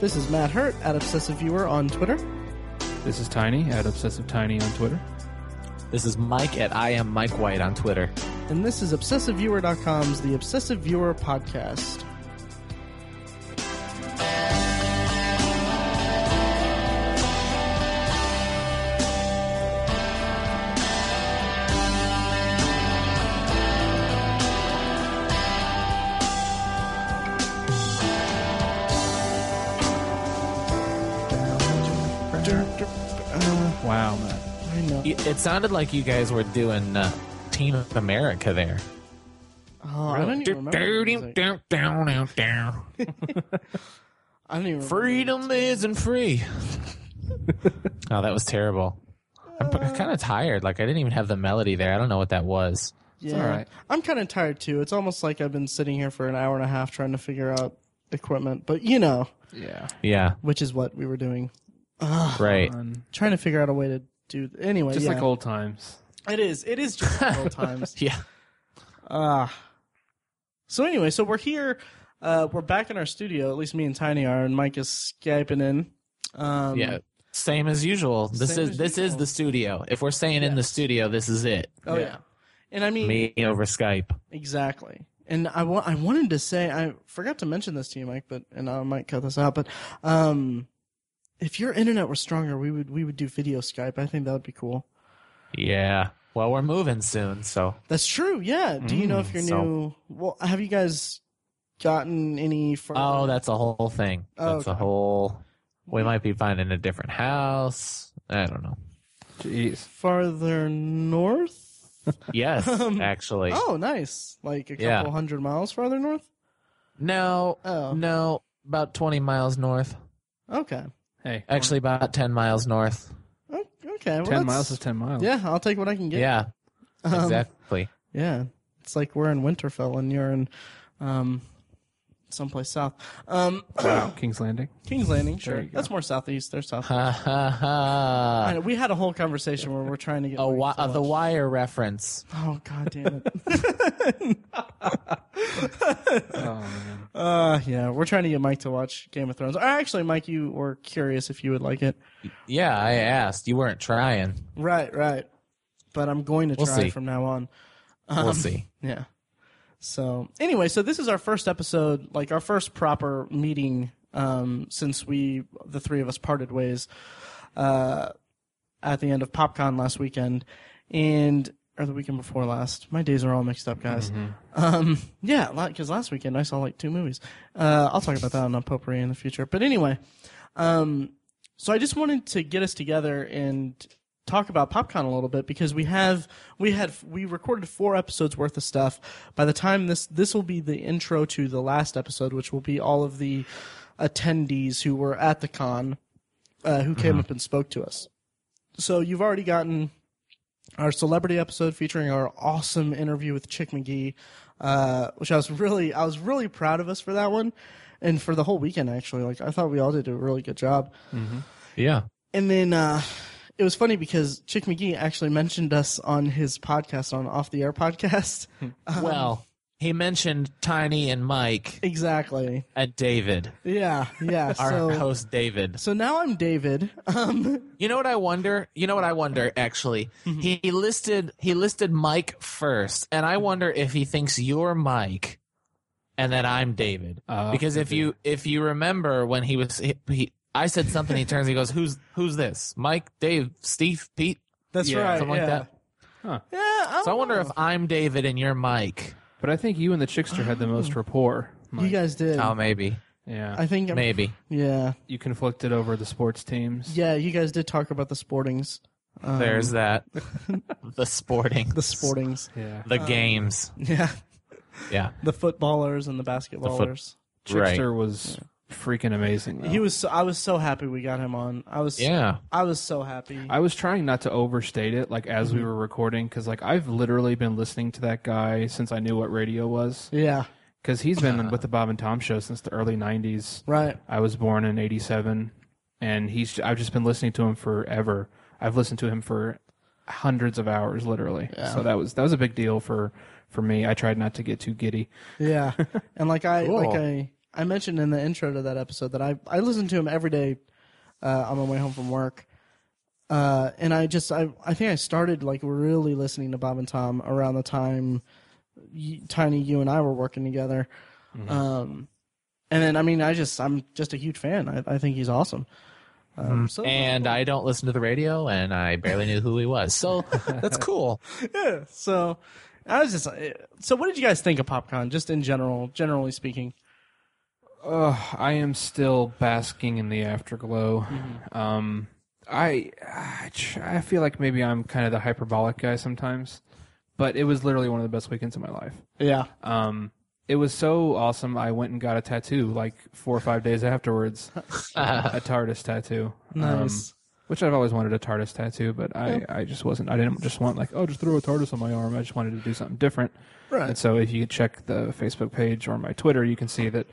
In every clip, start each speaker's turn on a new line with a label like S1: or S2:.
S1: This is Matt Hurt at Obsessive Viewer on Twitter.
S2: This is Tiny at Obsessive Tiny on Twitter.
S3: This is Mike at I am Mike White on Twitter.
S1: And this is ObsessiveViewer.com's The Obsessive Viewer Podcast. Uh,
S2: Wow, man.
S1: I know.
S3: Y- It sounded like you guys were doing uh, Team America there.
S1: Oh, I don't even remember. the music. I don't even remember.
S3: Freedom isn't free. oh, that was terrible. I'm
S1: Uh,
S3: kind of tired. Like I didn't even have the melody there. I don't know what that was.
S1: Yeah.
S2: all right.
S1: I'm kind of tired too. It's almost like I've been sitting here for an hour and a half trying to figure out equipment, but you know,
S2: Yeah.
S3: Yeah,
S1: which is what we were doing.
S3: right.
S2: Fun.
S1: Trying to figure out a way to do anyway.
S2: Just
S1: yeah.
S2: like old times.
S1: It is. It is just like old times.
S3: Yeah.
S1: Ah. so anyway, so we're here. Uh, we're back in our studio. At least me and Tiny are, and Mike is skyping in. Um,
S3: Yeah. Same as usual. This
S1: Same
S3: is
S1: as
S3: this is
S1: usual.
S3: the studio. If we're staying in the studio, this is it.
S1: Oh yeah. And I mean,
S3: Me over Skype.
S1: Exactly. And I wa- I wanted to say I forgot to mention this to you, Mike, but and I might cut this out, but um, if your internet were stronger, we would we would do video Skype. I think that would be cool.
S3: Yeah. Well, we're moving soon, so
S1: That's true. Yeah. Do you know if
S3: Mm,
S1: your
S3: so-
S1: new? Well, have you guys gotten any? Further?
S3: Oh, that's a whole thing.
S1: Oh,
S3: That's a
S1: okay.
S3: whole. We might be finding a different house. I don't know.
S2: Jeez.
S1: farther north.
S3: Yes,
S1: Um,
S3: actually.
S1: Oh, nice. Like a couple
S3: Yeah.
S1: hundred miles farther north.
S3: No,
S1: Oh.
S3: no, about 20 miles north.
S1: Okay.
S2: Hey.
S3: Actually, about 10 miles north.
S1: O- Okay. Well,
S2: 10
S1: that's-
S2: miles is 10 miles.
S1: Yeah, I'll take what I can get.
S3: Yeah,
S1: Um,
S3: exactly.
S1: Yeah, it's like we're in Winterfell and you're in um, someplace south. Um,
S2: Wow. King's Landing.
S1: King's Landing, sure.
S2: you go.
S1: That's more southeast. They're south.
S3: Ha ha
S1: I
S3: ha.
S1: know, we had a whole conversation where we're trying to get
S3: A
S1: Mike
S3: wi-
S1: to
S3: uh, the
S1: watch-
S3: wire reference.
S1: Oh god damn it!
S2: Oh, man.
S1: uh, yeah, we're trying to get Mike to watch Game of Thrones. Or actually, Mike, you were curious if you would like it.
S3: Yeah, I asked. You weren't trying.
S1: Right, right. But I'm going to
S3: We'll
S1: try
S3: see.
S1: from now on.
S3: We'll
S1: Um,
S3: see.
S1: Yeah. So anyway, so this is our first episode, like our first proper meeting um, since we, the three of us, parted ways uh, at the end of PopCon last weekend, and or the weekend before last. My days are all mixed up, guys.
S3: Mm-hmm.
S1: Um, yeah, because last weekend I saw like two movies. Uh, I'll talk about that on a potpourri in the future. But anyway, um, so I just wanted to get us together and talk about PopCon a little bit because we have we had we recorded four episodes worth of stuff. By the time this this will be the intro to the last episode, which will be all of the attendees who were at the con uh, who came up and spoke to us. So you've already gotten our celebrity episode featuring our awesome interview with Chick McGee, uh, which I was really I was really proud of us for that one. And for the whole weekend, actually, like I thought we all did a really good job.
S3: Yeah.
S1: And then uh, it was funny because Chick McGee actually mentioned us on his podcast, on Off the Air podcast.
S3: Hmm.
S1: Um,
S3: well, he mentioned Tiny and Mike
S1: exactly.
S3: and David.
S1: Yeah, yeah.
S3: Our
S1: so,
S3: host David.
S1: so now I'm David. Um,
S3: You know what I wonder? You know what I wonder actually?
S1: Mm-hmm.
S3: He, he listed he listed Mike first, and I wonder if he thinks you're Mike and that I'm David.
S1: Uh,
S2: Ah,
S3: because if
S2: okay.
S3: you if you remember when he was he, he I said something he turns he goes, "Who's who's this? Mike, Dave, Steve, Pete?"
S1: that's
S2: Yeah,
S1: right.
S3: something like
S1: yeah.
S3: that.
S2: Huh.
S1: Yeah. I
S3: So I
S1: don't
S3: wonder
S1: know.
S3: if I'm David and you're Mike.
S2: But I think you and the Chickster had the most rapport.
S1: Oh. you
S2: Mike.
S1: guys did.
S3: Oh, maybe.
S2: yeah.
S1: I think. I'm-
S3: Maybe.
S1: Yeah.
S2: you conflicted over the sports teams.
S1: Yeah. You guys did talk about the Sportings. Um,
S3: There's that. the sporting.
S1: the Sportings. Um,
S2: Yeah.
S3: The games.
S1: Yeah.
S3: Yeah.
S1: The footballers and the basketballers.
S3: Right.
S2: Chickster was freaking amazing. though.
S1: He was. So, I was so happy we got him on. I was.
S3: Yeah.
S1: I was so happy.
S2: I was trying not to overstate it, like as
S1: Mm-hmm.
S2: we were recording, because like I've literally been listening to that guy since I knew what radio was,
S1: yeah.
S2: because he's been with the Bob and Tom show since the early '90s.
S1: Right.
S2: I was born in '87, and he's I've just been listening to him forever. I've listened to him for hundreds of hours, literally. So that was that was a big deal for for me. I tried not to get too giddy.
S1: Yeah, and like I like
S3: Cool.
S1: I I mentioned in the intro to that episode that I I listen to him every day uh, on my way home from work, uh, and I just I I think I started like really listening to Bob and Tom around the time y- Tiny you and I were working together,
S3: Mm-hmm.
S1: um, and then I mean I just I'm just a huge fan. I, I think he's awesome. Um, so
S3: and I don't listen to the radio, and I barely knew who he was. So that's cool.
S1: yeah, so I was just uh, so. What did you guys think of PopCon, just in general, generally speaking?
S2: Ugh, I am still basking in the afterglow.
S1: Mm-hmm.
S2: Um, I I tr- I feel like maybe I'm kind of the hyperbolic guy sometimes, but it was literally one of the best weekends of my life.
S1: Yeah,
S2: Um, it was so awesome. I went and got a tattoo like four or five days afterwards, a TARDIS tattoo. Um,
S1: Ah. nice.
S2: which I've always wanted a TARDIS tattoo, but I, I just wasn't. I didn't just want like oh, just throw a TARDIS on my arm. I just wanted to do something different.
S1: Right.
S2: And so if you check the Facebook page or my Twitter, you can see that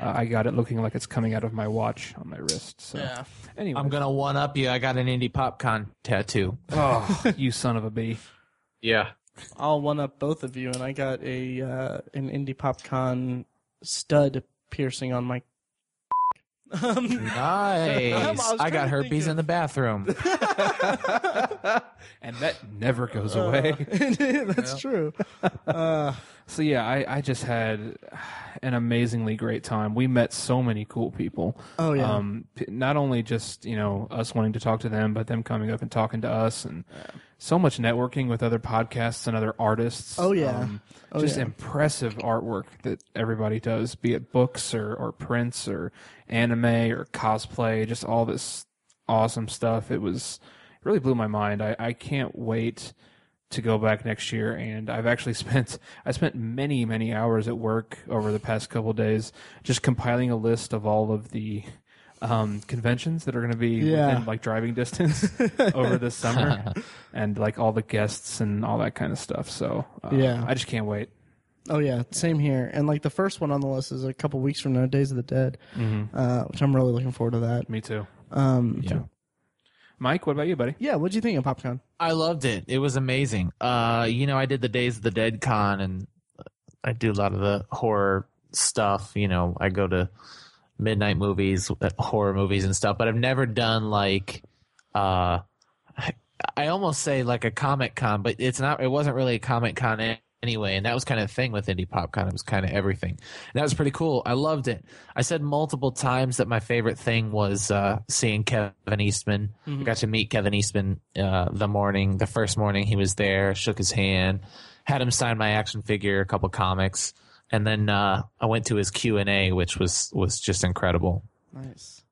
S2: uh, I got it looking like it's coming out of my watch on my wrist. So
S1: Yeah.
S2: anyway,
S3: I'm gonna one up you. I got an indie popcon tattoo.
S2: oh, you son of a bee.
S3: Yeah.
S1: I'll one up both of you, and I got a uh, an indie popcon stud piercing on my. um, I was trying
S3: Nice. I
S1: to
S3: got
S1: think
S3: herpes
S1: of-
S3: in the bathroom.
S2: And that never goes away.
S1: that's true. Uh,
S2: So yeah, I, I just had an amazingly great time. We met so many cool people.
S1: Oh, yeah.
S2: Um, p- not only just you know us wanting to talk to them, but them coming up and talking to us, and so much networking with other podcasts and other artists. Um,
S1: Oh, yeah. Oh,
S2: just
S1: yeah.
S2: impressive artwork that everybody does, be it books or or prints or anime or cosplay. Just all this awesome stuff. It was it really blew my mind. I, I can't wait to go back next year and I've actually spent I spent many many hours at work over the past couple days just compiling a list of all of the um, conventions that are going to be
S1: Yeah.
S2: within like driving distance over this summer and like all the guests and all that kind of stuff so uh,
S1: Yeah.
S2: I just can't wait
S1: oh yeah, same here. And like the first one on the list is a couple weeks from now, Days of the Dead, uh, which I'm really looking forward to that.
S2: me too
S1: Um,
S3: Mm-hmm. Yeah.
S2: Mike what about you buddy
S1: yeah, what'd you think of PopCon?
S3: I loved it. It was amazing. Uh, you know, I did the Days of the Dead con, and I do a lot of the horror stuff. You know, I go to midnight movies, uh, horror movies, and stuff. But I've never done like, uh, I, I almost say like a comic con, but it's not. It wasn't really a comic con a- anyway. And that was kind of the thing with indie pop con. It was kind of everything. And that was pretty cool. I loved it. I said multiple times that my favorite thing was uh, seeing Kevin Eastman. I got to meet Kevin Eastman uh, the morning, the first morning he was there. Shook his hand, had him sign my action figure, a couple comics, and then uh, I went to his Q and A, which was was just incredible.
S1: Nice.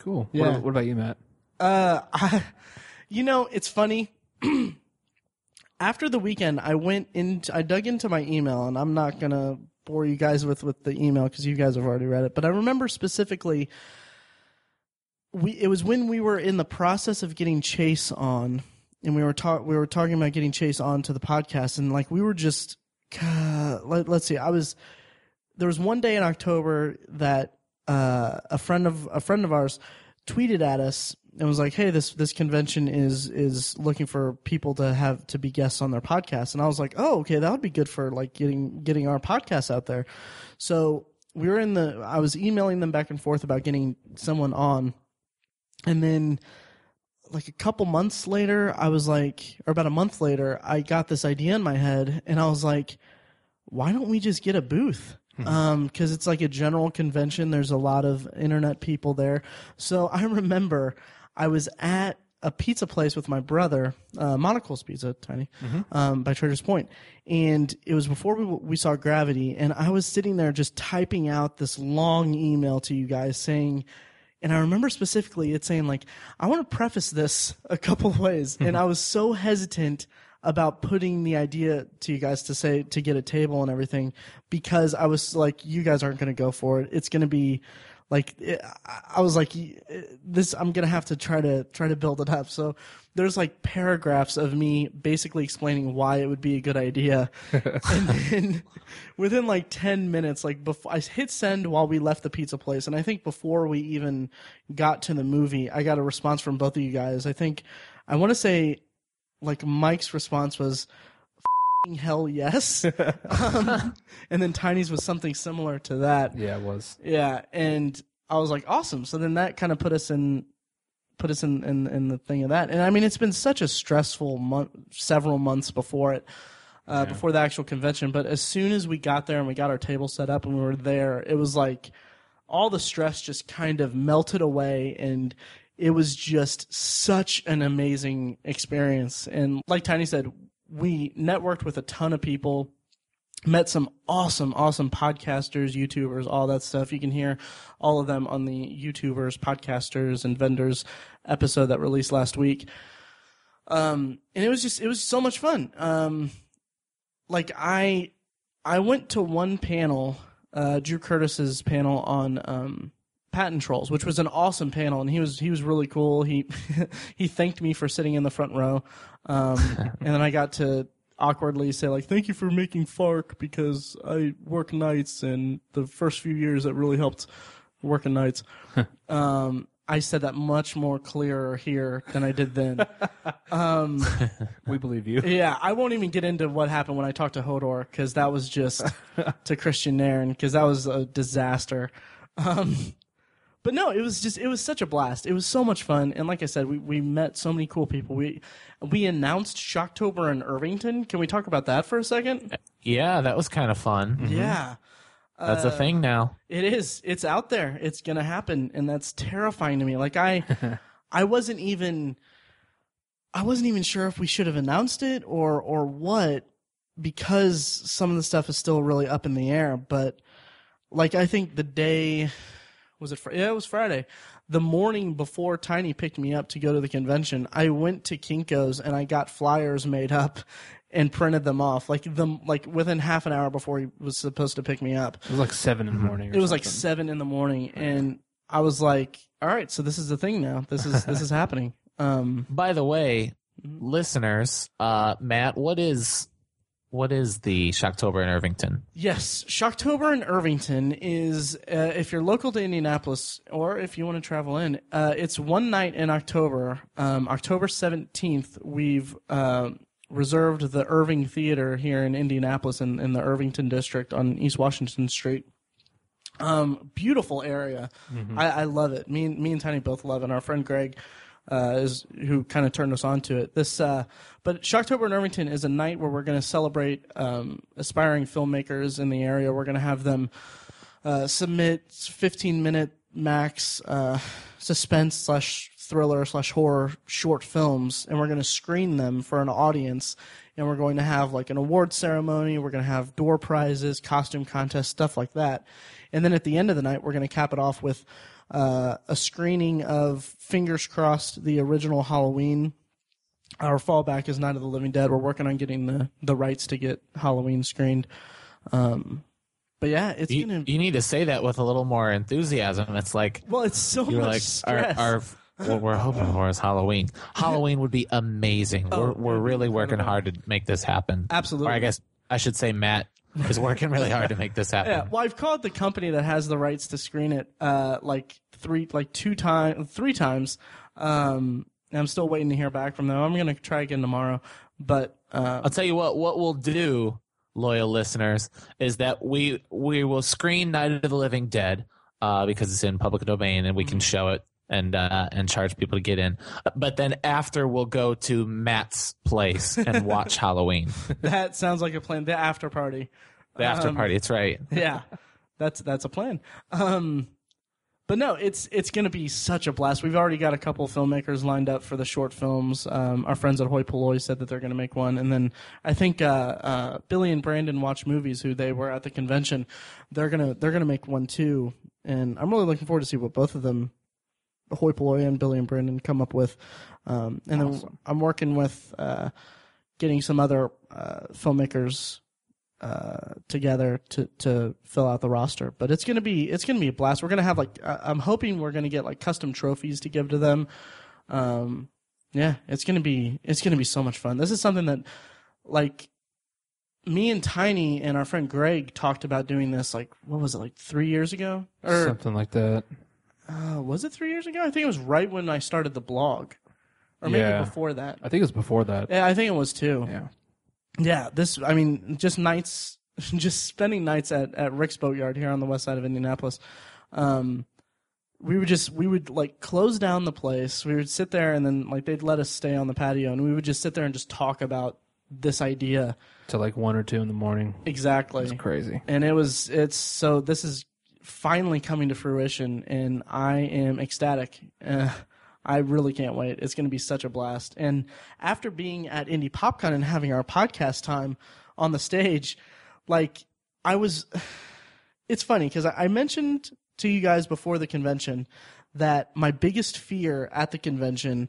S2: cool
S1: Yeah.
S2: what, what about you Matt
S1: Uh, I, you know, it's funny. After the weekend, I went in. I dug into my email, and I'm not gonna bore you guys with with the email because you guys have already read it. But I remember specifically, we it was when we were in the process of getting Chase on, and we were talk we were talking about getting Chase on to the podcast, and like we were just God, let, let's see, I was there was one day in October that uh, a friend of a friend of ours tweeted at us and was like, "Hey, this this convention is is looking for people to have to be guests on their podcast." And I was like, "Oh, okay, that would be good for like getting getting our podcast out there." So we were in the I was emailing them back and forth about getting someone on, and then like a couple months later, I was like, or about a month later, I got this idea in my head, and I was like, why don't we just get a booth? Um, cause it's like a general convention. There's a lot of internet people there. So I remember I was at a pizza place with my brother, uh, Monocle's Pizza, tiny, um, by Trader's Point. And it was before we, we saw Gravity. And I was sitting there just typing out this long email to you guys saying, and I remember specifically it saying like, I want to preface this a couple of ways. and I was so hesitant about putting the idea to you guys to say to get a table and everything because I was like, you guys aren't going to go for it. It's going to be like it, I I was like y- eh, this. I'm going to have to try to try to build it up. So there's like paragraphs of me basically explaining why it would be a good idea, and then within like ten minutes, like before I hit send while we left the pizza place, and I think before we even got to the movie, I got a response from both of you guys. I think I want to say like Mike's response was hell yes. um, and then Tiny's was something similar to that.
S2: Yeah, it was.
S1: Yeah, and I was like, awesome. So then that kind of put us in, put us in, in in the thing of that. And I mean, it's been such a stressful month, several months before it, uh,
S2: Yeah.
S1: before the actual convention. But as soon as we got there and we got our table set up and we were there, it was like all the stress just kind of melted away and. It was just such an amazing experience. And like Tiny said, we networked with a ton of people met some awesome, awesome podcasters, YouTubers, all that stuff. You can hear all of them on the YouTubers, podcasters, and vendors episode that released last week. Um, and it was just, it was so much fun. Um, like I, I went to one panel, uh, Drew Curtis's panel on, um, patent trolls, which was an awesome panel. And he was, he was really cool. He, he thanked me for sitting in the front row. Um, and then I got to awkwardly say like, "Thank you for making FARC because I work nights, and the first few years that really helped working nights." um, I said that much more clearer here than I did then. um,
S2: We believe you.
S1: yeah, I won't even get into what happened when I talked to Hodor because that was just to Christian Nairn because that was a disaster. Um, but no, it was just it was such a blast. It was so much fun, and like I said, we, we met so many cool people. We we announced Shocktober in Irvington. Can we talk about that for a 2nd
S4: Yeah, that was kind of fun.
S1: Yeah,
S4: Mm-hmm.
S1: Uh,
S4: That's a thing now.
S1: it is. It's out there. It's gonna happen, and that's terrifying to me. Like I, I wasn't even, I wasn't even sure if we should have announced it or or what, because some of the stuff is still really up in the air. But like I think the day, was it? Fri- Yeah, it was Friday. The morning before Tiny picked me up to go to the convention, I went to Kinkos and I got flyers made up and printed them off like them like within half an hour before he was supposed to pick me up
S2: It was like seven
S4: Mm-hmm.
S2: in the morning. Or
S1: it was like
S2: something.
S1: seven in the morning and i was like all right so this is the thing now this is this is happening um
S4: By the way,
S1: Mhm.
S4: listeners, uh, Matt, what is what is the Shocktober in Irvington?
S1: yes shocktober in irvington is uh, if you're local to indianapolis or if you want to travel in uh, it's one night in october um, october 17th we've uh, reserved the irving theater here in indianapolis in, in the irvington district on east washington street um, beautiful area I, I love it. Me and me and Tiny both love it. And our friend Greg uh, is who kind of turned us on to it. This, uh, but Shocktober in Irvington is a night where we're going to celebrate um, aspiring filmmakers in the area. We're going to have them uh, submit 15 minute max uh, suspense slash thriller slash horror short films and we're going to screen them for an audience and we're going to have like an award ceremony we're going to have door prizes costume contests stuff like that and then at the end of the night we're going to cap it off with uh, a screening of fingers crossed the original halloween our fallback is night of the living dead we're working on getting the, the rights to get halloween screened um, but yeah it's
S4: You,
S1: going to
S4: you need to say that with a little more enthusiasm. It's like
S1: well, it's so
S4: you're
S1: much
S4: like
S1: stress.
S4: our our what we're hoping for is Halloween. Halloween would be amazing.
S1: Oh,
S4: we're we're really working hard to make this happen.
S1: Absolutely.
S4: Or I guess I should say Matt is working really hard to make this happen.
S1: yeah. Well, I've called the company that has the rights to screen it, uh, like three, like two times, three times. Um, and I'm still waiting to hear back from them. I'm gonna try again tomorrow, but uh,
S4: I'll tell you what. What we'll do, loyal listeners, is that we we will screen Night of the Living Dead uh, because it's in public domain and we can show it and uh, and charge people to get in. But then after we'll go to Matt's place and watch Halloween,
S1: that sounds like a plan. The after party.
S4: the after
S1: Um,
S4: party. It's right.
S1: yeah, that's that's a plan. Um, but no, it's it's going to be such a blast. We've already got a couple filmmakers lined up for the short films. Um, our friends at Hoi Polloi said that they're going to make one, and then I think uh, uh, Billy and Brandon watch movies who they were at the convention. They're gonna they're gonna make one too, and I'm really looking forward to see what both of them. Hoi Polloi and Billy and Brandon come up with, um, and then I'm working with uh, getting some other uh, filmmakers uh, together to to fill out the roster. But it's gonna be it's gonna be a blast. We're gonna have like I- I'm hoping we're gonna get like custom trophies to give to them. Um, yeah, it's gonna be it's gonna be so much fun. This is something that like me and Tiny and our friend Greg talked about doing this like what was it like three years ago or
S2: something like that.
S1: uh, was it three years ago? I think it was right when I started the blog, or maybe
S2: Yeah.
S1: before that.
S2: I think it was before that.
S1: Yeah, I think it was too.
S2: Yeah.
S1: yeah, this, I mean, just nights, just spending nights at, at Rick's Boatyard here on the west side of Indianapolis. Um, we would just, we would like close down the place. We would sit there and then like they'd let us stay on the patio and we would just sit there and just talk about this idea.
S2: to like one or two in the morning. It's
S1: Exactly.
S2: crazy.
S1: And it was, it's so this is finally coming to fruition and I am ecstatic. Uh, I really can't wait. It's going to be such a blast. And after being at Indie PopCon and having our podcast time on the stage, like I was, it's funny because I, I mentioned to you guys before the convention that my biggest fear at the convention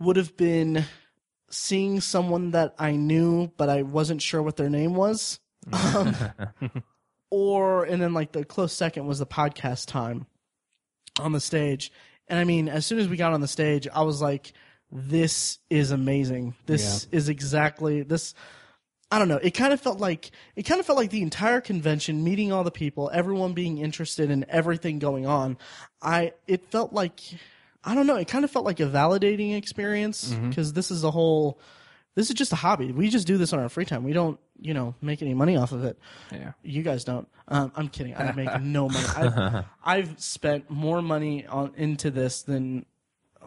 S1: would have been seeing someone that I knew, but I wasn't sure what their name was. Um, or and then like the close second was the podcast time on the stage and i mean as soon as we got on the stage i was like this is amazing this is exactly this i don't know it kind of felt like it kind of felt like the entire convention meeting all the people everyone being interested in everything going on i it felt like i don't know it kind of felt like a validating experience because this is a whole this is just a hobby we just do this on our free time we don't you know make any money off of it
S2: Yeah.
S1: you guys don't. Um, I'm kidding. I make no money. I've, I've spent more money on into this than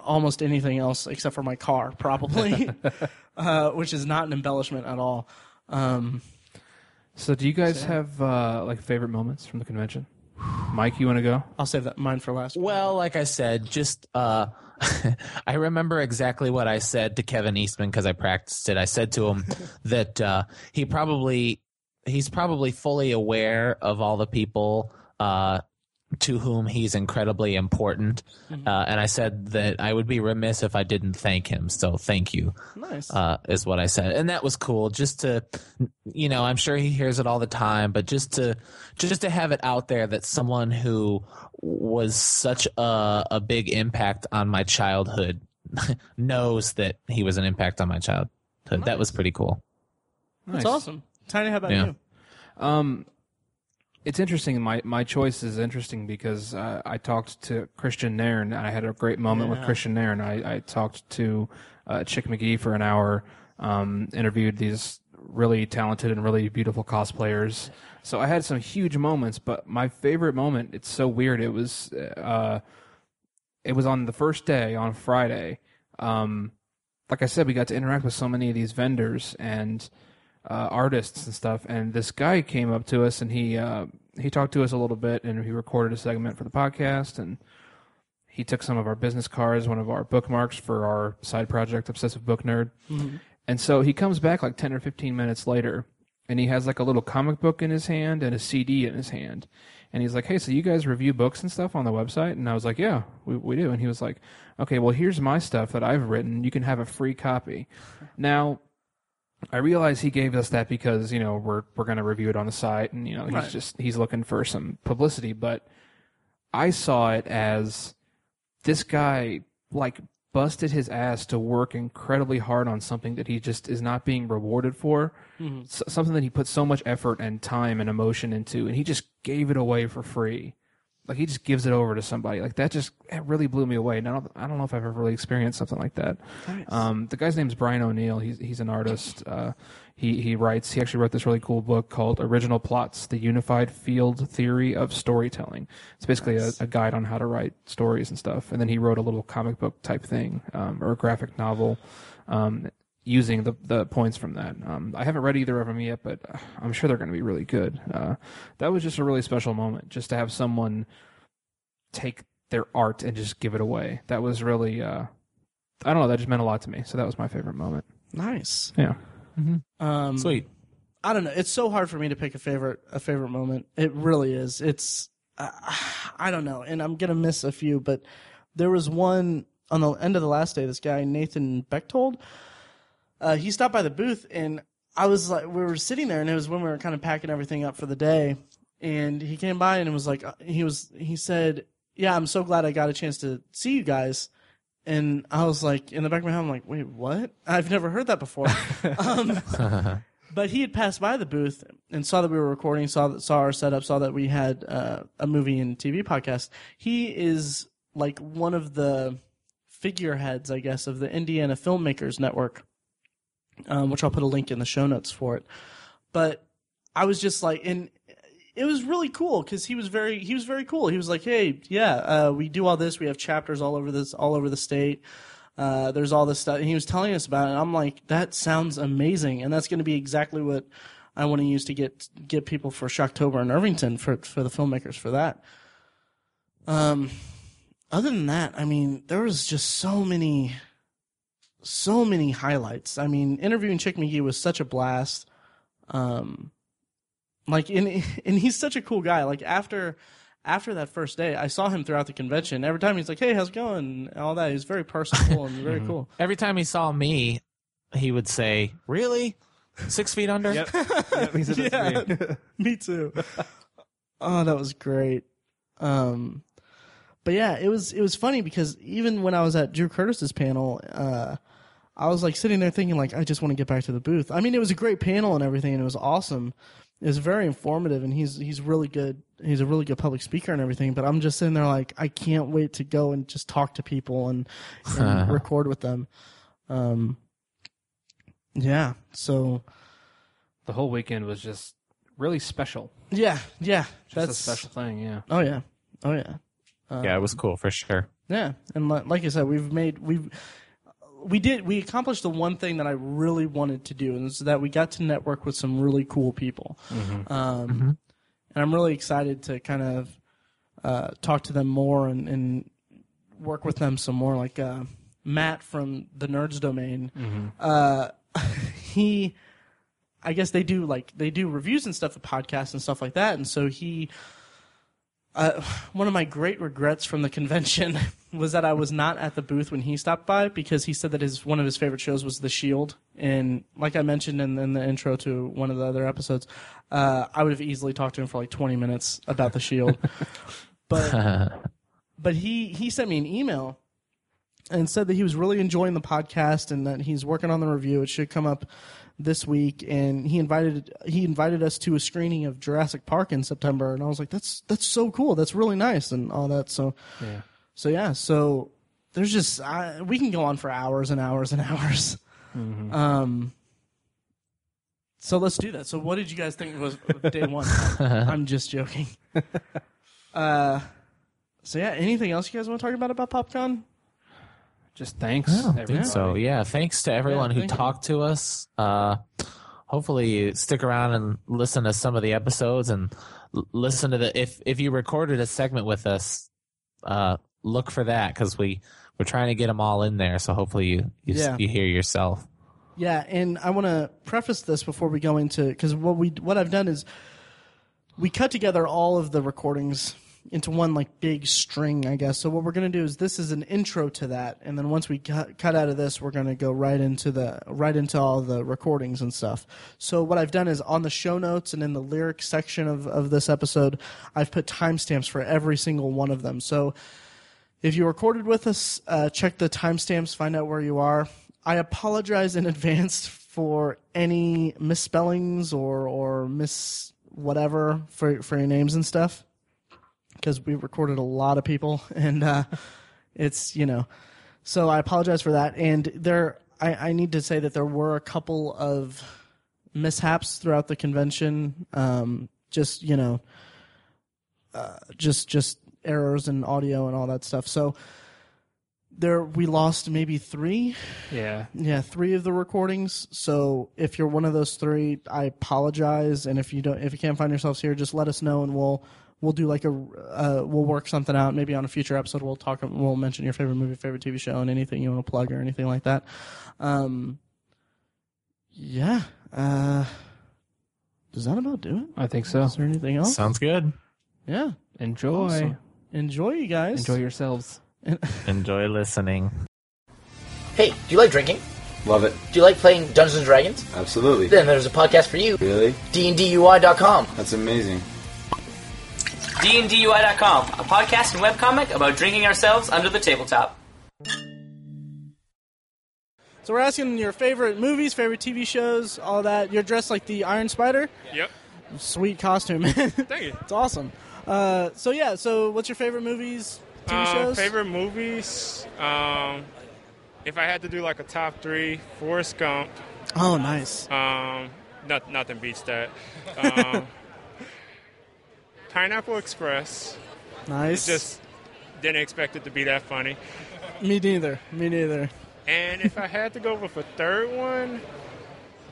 S1: almost anything else except for my car, probably, uh, which is not an embellishment at all. Um,
S2: So, do you guys have uh, like favorite moments from the convention? Mike, you want to go?
S1: I'll save that mine for last.
S4: Well, like I said, just uh, I remember exactly what I said to Kevin Eastman because I practiced it. I said to him that uh, he probably he's probably fully aware of all the people uh, to whom he's incredibly important,
S1: Mm-hmm.
S4: uh, and I said that I would be remiss if I didn't thank him. So thank you
S1: nice.
S4: uh, is what I said, and that was cool. Just to, you know, I'm sure he hears it all the time, but just to, just to have it out there that someone who was such a a big impact on my childhood knows that he was an impact on my childhood. That was pretty cool.
S1: That's
S2: Nice.
S1: awesome. Tiny, how about
S4: Yeah.
S1: you?
S2: Um, it's interesting. My my choice is interesting because uh, I talked to Christian Nairn. I had a great moment with
S1: Yeah.
S2: Christian Nairn. I, I talked to uh, Chick McGee for an hour. Um, interviewed these really talented and really beautiful cosplayers. So I had some huge moments, but my favorite moment. It's so weird. It was. Uh, it was on the first day on Friday. Um, like I said, we got to interact with so many of these vendors and uh, artists and stuff. And this guy came up to us and he uh, he talked to us a little bit and he recorded a segment for the podcast and he took some of our business cards, one of our bookmarks for our side project, Obsessive Book Nerd. And so he comes back like 10 or 15 minutes later and he has like a little comic book in his hand and a CD in his hand. And he's like, Hey, so you guys review books and stuff on the website? And I was like, Yeah, we, we do. And he was like, Okay, well, here's my stuff that I've written. You can have a free copy. Now, I realize he gave us that because, you know, we're, we're going to review it on the site and, you know, he's
S1: Right.
S2: just, he's looking for some publicity. But I saw it as this guy like busted his ass to work incredibly hard on something that he just is not being rewarded for S- something that he put so much effort and time and emotion into and he just gave it away for free like he just gives it over to somebody like that just it really blew me away and i don't, I don't know if i've ever really experienced something like that um, the guy's name's brian o'neill he's, he's an artist uh, he, he writes he actually wrote this really cool book called original plots the unified field theory of storytelling it's basically a, a guide on how to write stories and stuff and then he wrote a little comic book type thing um, or a graphic novel um, using the, the points from that. Um, I haven't read either of them yet, but uh, I'm sure they're going to be really good. Uh, that was just a really special moment, just to have someone take their art and just give it away. That was really, uh, I don't know, that just meant a lot to me. So that was my favorite moment.
S1: Nice.
S2: Yeah.
S5: Mm-hmm.
S1: Um,
S4: Sweet.
S1: I don't know. It's so hard for me to pick a favorite a favorite moment. It really is. It's uh, I don't know, and I'm gonna miss a few, but there was one on the end of the last day. This guy Nathan Bechtold, uh, he stopped by the booth, and I was like, we were sitting there, and it was when we were kind of packing everything up for the day, and he came by and was like, uh, he was he said, yeah, I'm so glad I got a chance to see you guys. And I was like, in the back of my head, I'm like, wait, what? I've never heard that before. um, but he had passed by the booth and saw that we were recording, saw that, saw our setup, saw that we had uh, a movie and TV podcast. He is like one of the figureheads, I guess, of the Indiana Filmmakers Network, um, which I'll put a link in the show notes for it. But I was just like, and it was really cool because he was very he was very cool. He was like, hey, yeah, uh, we do all this. We have chapters all over this all over the state. Uh, there's all this stuff, and he was telling us about it. And I'm like, that sounds amazing, and that's going to be exactly what I want to use to get get people for Shocktober and Irvington for for the filmmakers for that. Um, other than that, I mean, there was just so many, so many highlights. I mean, interviewing Chick McGee was such a blast. Um, like and and he's such a cool guy. Like after after that first day, I saw him throughout the convention. Every time he's like, "Hey, how's it going?" and all that. He's very personable and very
S2: Mhm.
S1: cool.
S4: Every time he saw me, he would say, "Really, six feet under?"
S2: Yep. Yep, he said that to me.
S1: Me too. oh, that was great. Um, but yeah, it was it was funny because even when I was at Drew Curtis's panel, uh, I was like sitting there thinking like I just want to get back to the booth. I mean, it was a great panel and everything, and it was awesome. It was very informative, and he's he's really good. He's a really good public speaker and everything. But I'm just sitting there like I can't wait to go and just talk to people and, and record with them. Um, yeah. So
S2: the whole weekend was just really special.
S1: yeah, yeah.
S2: Just
S1: that's
S2: a special thing, yeah.
S1: Oh yeah. Oh yeah. Uh,
S4: yeah, it was cool for sure.
S1: Yeah, and li- like I said, we've made we've we did we accomplished the one thing that I really wanted to do, and is that we got to network with some really cool people. Um,
S4: Mhm.
S1: And I'm really excited to kind of uh, talk to them more and, and work with them some more. Like uh, Matt from the Nerds Domain, uh, he. I guess they do like they do reviews and stuff, the podcasts and stuff like that. And so he, uh, one of my great regrets from the convention was that I was not at the booth when he stopped by because he said that his one of his favorite shows was The Shield, and like I mentioned in, in the intro to one of the other episodes, uh, I would have easily talked to him for like twenty minutes about The Shield, but but he he sent me an email and said that he was really enjoying the podcast and that he's working on the review. It should come up this week, and he invited he invited us to a screening of Jurassic Park in September, and I was like, that's that's so cool, that's really nice, and all that. So
S2: Yeah.
S1: so yeah, so there's just I, we can go on for hours and hours and hours.
S2: Mhm.
S1: Um, so let's do that. So what did you guys think was day one? I'm just joking. Uh, so yeah, anything else you guys want to talk about about PopCon?
S2: Just thanks.
S4: I don't think
S2: everybody.
S4: so yeah, thanks to everyone
S1: Yeah,
S4: who
S1: thank you.
S4: talked to us. Uh, hopefully, you stick around and listen to some of the episodes and l- listen to the if if you recorded a segment with us, uh, look for that because we we're trying to get them all in there. So hopefully you you, s-
S1: Yeah.
S4: you hear yourself.
S1: Yeah, and I want to preface this before we go into because what we what I've done is we cut together all of the recordings into one like big string, I guess. So what we're gonna do is this is an intro to that, and then once we cut, cut out of this, we're gonna go right into the right into all the recordings and stuff. So what I've done is on the show notes and in the lyric section of of this episode, I've put timestamps for every single one of them. So if you recorded with us, uh, check the timestamps, find out where you are. I apologize in advance for any misspellings or or miss whatever for for your names and stuff, because we recorded a lot of people, and uh, it's you know, so I apologize for that. And there, I, I need to say that there were a couple of mishaps throughout the convention. Um, just you know, uh, just just errors in audio and all that stuff. So there we lost maybe 3.
S2: Yeah.
S1: Yeah, 3 of the recordings. So if you're one of those 3, I apologize and if you don't if you can't find yourselves here, just let us know and we'll we'll do like a uh, we'll work something out. Maybe on a future episode we'll talk we'll mention your favorite movie, favorite TV show and anything you want to plug or anything like that. Um yeah. Uh does that about do it?
S2: I think so.
S1: Is there anything else?
S4: Sounds good.
S1: yeah.
S2: Enjoy.
S1: Awesome. Enjoy you guys.
S2: Enjoy yourselves.
S4: Enjoy listening.
S6: Hey, do you like drinking?
S7: Love it.
S6: Do you like playing Dungeons and Dragons?
S7: Absolutely.
S6: Then there's a podcast for you.
S7: Really?
S6: DNDUI.com.
S7: That's amazing.
S8: DNDUI.com, a podcast and webcomic about drinking ourselves under the tabletop.
S1: So we're asking your favorite movies, favorite TV shows, all that. You're dressed like the Iron Spider.
S9: Yep.
S1: Sweet costume. Thank
S9: you.
S1: It's awesome. Uh, so yeah. So what's your favorite movies,
S7: Uh,
S1: TV
S9: Um,
S1: shows?
S9: Favorite movies? Um, if I had to do like a top three, Forrest Gump,
S1: Oh, nice.
S7: Um, not, nothing beats that. Um, Pineapple Express.
S1: Nice.
S7: Just didn't expect it to be that funny.
S1: Me neither. Me neither.
S7: And if I had to go with a third one,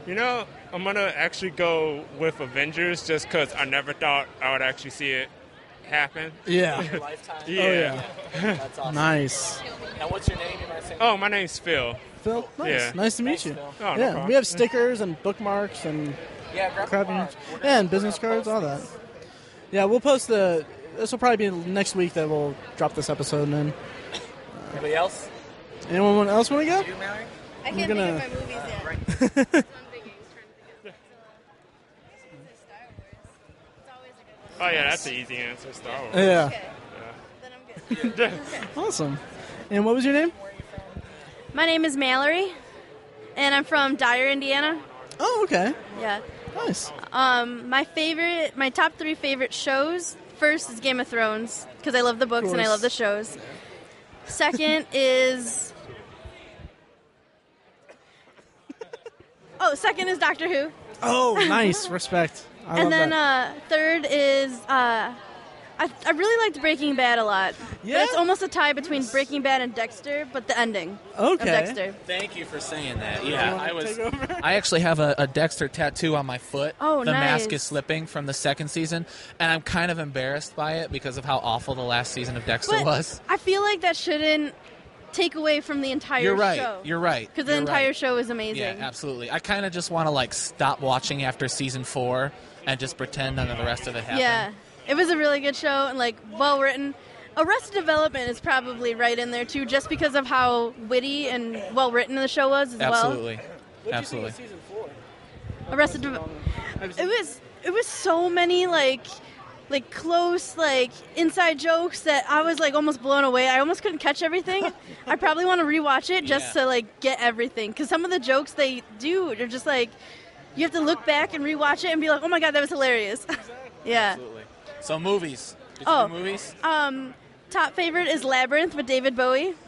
S7: you know, I'm going to actually go with Avengers just because I never thought I would actually see it happen.
S1: Yeah.
S8: Lifetime.
S7: Yeah.
S8: That's awesome.
S1: Oh, nice.
S8: Now, what's your name? You might say-
S7: Oh, my name's Phil.
S1: Phil, nice.
S7: Yeah. Oh,
S1: Nice to meet you.
S8: Phil.
S7: no
S1: yeah,
S7: problem.
S1: we have stickers and bookmarks and
S8: yeah, grab a
S1: crowd
S8: card.
S1: image-
S8: We're gonna-
S1: yeah, and
S8: we're
S1: business
S8: gonna
S1: cards,
S8: post
S1: all that.
S8: these.
S1: Yeah, we'll post the. This will probably be next week that we'll drop this episode. And
S8: Anybody else?
S1: anyone else want to go?
S8: You, Mallory?
S9: I can't
S1: gonna-
S9: think of my movies yet. That's what I'm thinking. I was trying to think of. So, I guess it's Star Wars. It's always a good one.
S7: Oh, yeah, that's the easy answer. Star Wars.
S1: Yeah.
S9: Okay. Then I'm good.
S1: Awesome. And what was your name?
S9: My name is Mallory, and I'm from Dyer, Indiana.
S1: Oh, okay.
S9: Yeah.
S1: Nice.
S9: Um, my favorite, my top three favorite shows. First is Game of Thrones because I love the books and I
S1: course.
S9: love the shows. Second is. Oh, second is Doctor Who.
S1: Oh, nice. Respect. I love
S9: and then
S1: that.
S9: uh, third is uh, I, I really liked Breaking Bad a lot.
S1: Yeah?
S9: But it's almost a tie between Breaking Bad and Dexter, but the ending
S1: okay.
S9: of Dexter.
S3: Thank you for saying that. Yeah, I was.
S1: Take over.
S3: I actually have a, a Dexter tattoo on my foot.
S9: Oh,
S3: the mask
S9: nice.
S3: is slipping from the second season, and I'm kind of embarrassed by it because of how awful the last season of Dexter
S9: But
S3: was.
S9: I feel like that shouldn't take away from the entire
S3: You're right.
S9: show.
S3: You're right.
S9: Because the
S3: You're
S9: entire
S3: right.
S9: show is amazing.
S3: Yeah, absolutely. I kind of just want to like stop watching after season four and just pretend none of the rest of it happened.
S9: Yeah. It was a really good show and like well written. Arrested Development is probably right in there too, just because of how witty and well written the show was as well.
S3: absolutely, absolutely.
S9: Arrested Development. It was it was so many like like close like inside jokes that I was like almost blown away. I almost couldn't catch everything. I probably want to rewatch it just
S3: Yeah.
S9: to like get everything because some of the jokes they do are just like you have to look back and rewatch it and be like, oh my god, that was hilarious. yeah.
S3: absolutely. So movies. Did you
S9: Oh.
S3: do movies?
S9: Um, top favorite is Labyrinth with David Bowie.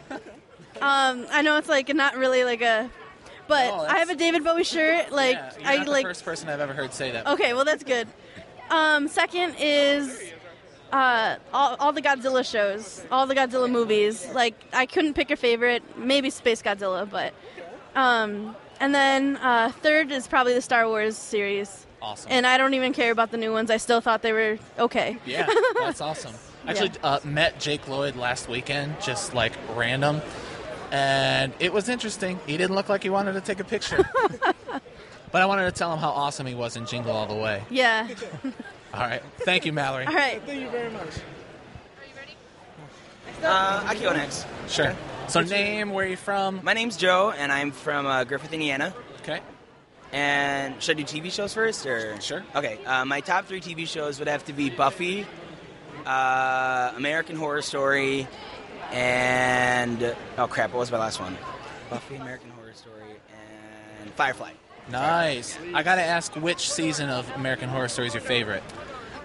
S9: Um, I know it's like not really like a, but
S3: No,
S9: I have
S3: that's-
S9: a David Bowie shirt. Like
S3: yeah, you're
S9: I
S3: not the
S9: like
S3: first person I've ever heard say that.
S9: Okay, well that's good. Um, second is uh, all, all the Godzilla shows, all the Godzilla movies. Like I couldn't pick a favorite, maybe Space Godzilla, but um, and then uh, third is probably the Star Wars series.
S3: Awesome.
S9: And I don't even care about the new ones. I still thought they were okay.
S3: Yeah, that's awesome. Actually, uh, met Jake Lloyd last weekend, just like random, and it was interesting. He didn't look like he wanted to take a picture, but I wanted to tell him how awesome he was in Jingle All the Way.
S9: Yeah.
S3: All right, thank you, Mallory.
S9: All right.
S1: Thank you very much.
S10: Uh, I can go next.
S3: Sure. So, name, where you from?
S10: My name's Joe, and I'm from uh, Griffith, Indiana.
S3: Okay.
S10: And should I do TV shows first, or
S3: Sure.
S10: Okay, uh, my top three TV shows would have to be Buffy, uh, American Horror Story, and oh crap, what was my last one? Buffy, American Horror Story, and Firefly.
S3: Nice. I gotta ask, which season of American Horror Story is your favorite?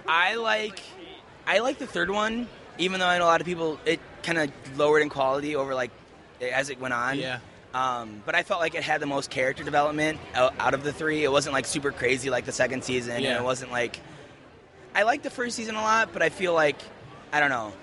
S10: I like, I like the third one, even though I know a lot of people it kind of lowered in quality over like as it went on.
S3: Yeah.
S10: Um, but I felt like it had the most character development out out of the three. It wasn't like super crazy like the second season,
S3: Yeah.
S10: and it wasn't like I liked the first season a lot, but I feel like I don't know.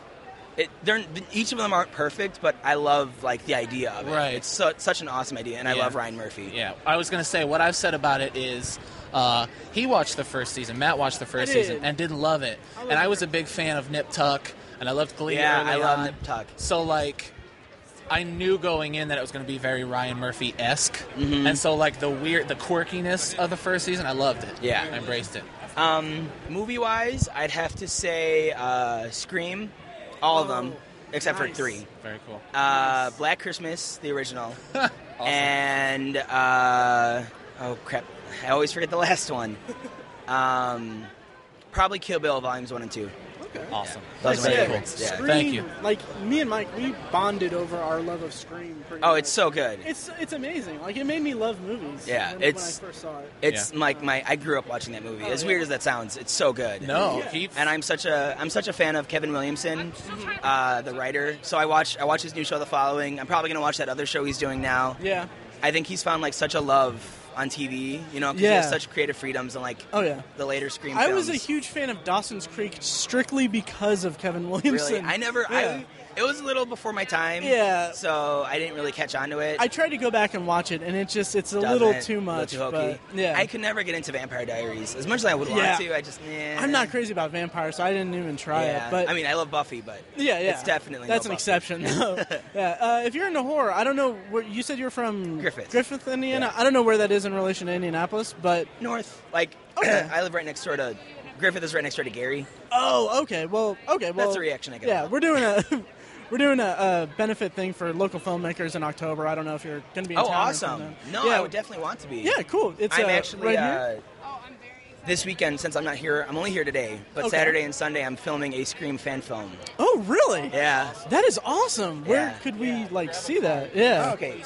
S10: It, they're, each of them aren't perfect, but I love like the idea of it.
S3: Right.
S10: It's so, it's such an awesome idea, and I
S3: Yeah.
S10: love Ryan Murphy.
S3: Yeah, I was gonna say what I've said about it is uh, he watched the first season, Matt watched the first
S1: did.
S3: season, and didn't love it. and I was a big fan of Nip Tuck, and I loved Glee.
S10: Yeah, I
S3: early
S10: love
S3: on.
S10: Nip Tuck.
S3: So like, I knew going in that it was gonna be very Ryan Murphy esque,
S10: Mm-hmm.
S3: and so like the weird, the quirkiness of the first season, I loved it.
S10: Yeah.
S3: I embraced it.
S10: Um, movie wise, I'd have to say uh, Scream, all of them except for
S1: Oh, nice.
S10: three.
S3: Very cool.
S10: Uh, Black Christmas, the original.
S3: Awesome.
S10: and uh, oh crap, I always forget the last one. Um, probably Kill Bill Volumes One and Two.
S3: awesome.
S10: Those
S3: very
S10: are
S3: cool.
S10: my favorites. Yeah.
S1: Scream,
S3: Thank you.
S1: Like me and Mike, we bonded over our love of Scream. Pretty
S10: Oh,
S1: much.
S10: it's so good.
S1: It's it's amazing. Like it made me love movies.
S10: Yeah,
S1: when,
S10: it's-
S1: when I first saw it. Oh,
S10: It's like my I grew up watching that movie. As weird as that sounds, it's so good.
S3: No, he
S10: And I'm such a I'm such a fan of Kevin Williamson, uh, the writer. So I watch I watch his new show The Following. I'm probably gonna watch that other show he's doing now.
S1: Yeah,
S10: I think he's found like such a love on TV, you know, because
S1: Yeah.
S10: have such creative freedoms and like
S1: Oh yeah.
S10: the later Scream
S1: I was a
S10: films.
S1: huge fan of Dawson's Creek strictly because of Kevin Williamson.
S10: Really, I never.
S1: Yeah.
S10: I, it was a little before my time.
S1: Yeah.
S10: So I didn't really catch on to it.
S1: I tried to go back and watch it, and it just it's a
S10: Doesn't
S1: little
S10: it?
S1: too
S10: A
S1: much.
S10: too hokey.
S1: but yeah,
S10: I could never get into Vampire Diaries as much as I would want
S1: Yeah.
S10: to. I just. Nah.
S1: am not crazy about vampires, so I didn't even try
S10: yeah.
S1: it. But
S10: I mean, I love Buffy, but
S1: yeah, yeah,
S10: it's definitely
S1: that's
S10: no Buffy.
S1: an exception. though. yeah, uh, if you're into horror, I don't know where you said you're from.
S10: Griffith.
S1: Griffith, Indiana. I don't know where that is in relation to Indianapolis, but
S10: North, like
S1: Okay.
S10: I live right next door to. Griffith is right next door to Gary.
S1: oh, okay. Well, okay. Well,
S10: That's the reaction I get.
S1: Yeah, we're doing a. We're doing a, uh benefit thing for local filmmakers in October. I don't know if you're going to be in
S10: Oh,
S1: town. or something.
S10: awesome! No,
S1: yeah,
S10: I would definitely want to be.
S1: yeah, cool. It's
S10: I'm
S1: uh,
S10: actually
S1: right
S10: uh,
S1: here.
S10: this weekend since I'm not here. I'm only here today, but
S1: Okay.
S10: Saturday and Sunday I'm filming a Scream fan film.
S1: Oh, really?
S10: Yeah.
S1: That is awesome. Where
S10: Yeah.
S1: could we like see that? Yeah.
S10: Oh, okay.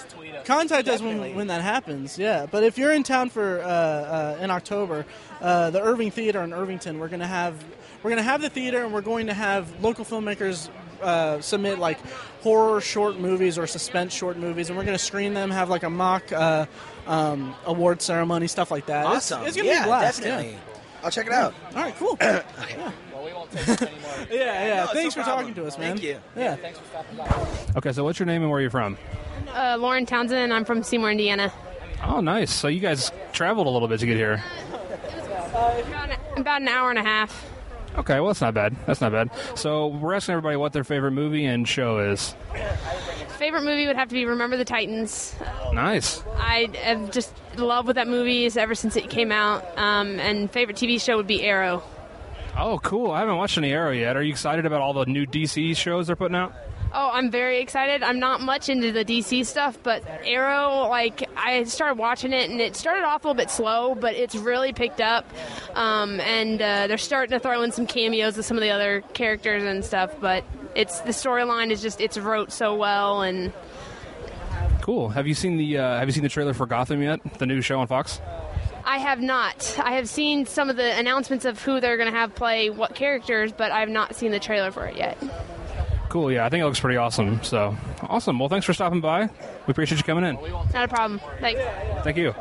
S1: Contact us when,
S10: Definitely.
S1: when that happens. Yeah. But if you're in town for uh, uh, in October, uh, the Irving Theater in Irvington, we're gonna have we're gonna have the theater, and we're going to have local filmmakers. Uh, submit like horror short movies or suspense short movies, and we're going to screen them. Have like a mock uh, um, award ceremony, stuff like that. It's-
S10: Awesome.
S1: It's, going to
S10: yeah,
S1: be a blast. yeah.
S10: definitely. I'll check it out.
S1: All right, cool. yeah, yeah.
S10: No, it's
S1: Thanks
S10: no
S1: for
S10: problem.
S1: talking to us, man.
S10: Thank you.
S1: Yeah.
S2: Okay, so what's your name and where are you from?
S11: Uh, Lauren Townsend, and I'm from Seymour, Indiana.
S2: Oh, nice. So you guys traveled a little bit to get here.
S11: About an, about an hour and a half.
S2: Okay, well that's not bad. That's not bad. So we're asking everybody what their favorite movie and show is.
S11: Favorite movie would have to be Remember the Titans.
S2: Nice.
S11: I am just in love with that movie is ever since it came out. Um, and favorite TV show would be Arrow.
S2: Oh, cool. I haven't watched any Arrow yet. Are you excited about all the new DC shows they're putting out?
S11: Oh, I'm very excited. I'm not much into the DC stuff, but Arrow, like, I started watching it and it started off a little bit slow, but it's really picked up. Um, and uh, they're starting to throw in some cameos of some of the other characters and stuff, but it's the storyline is just, it's wrote so well. And
S2: Cool. Have you seen the uh, Have you seen the trailer for Gotham yet? The new show on Fox.
S11: I have not. I have seen some of the announcements of who they're going to have play what characters, but I've not seen the trailer for it yet.
S2: Cool. Yeah, I think it looks pretty awesome. So awesome. Well, thanks for stopping by. We appreciate you coming in.
S11: Not a problem. Thanks.
S2: Thank you.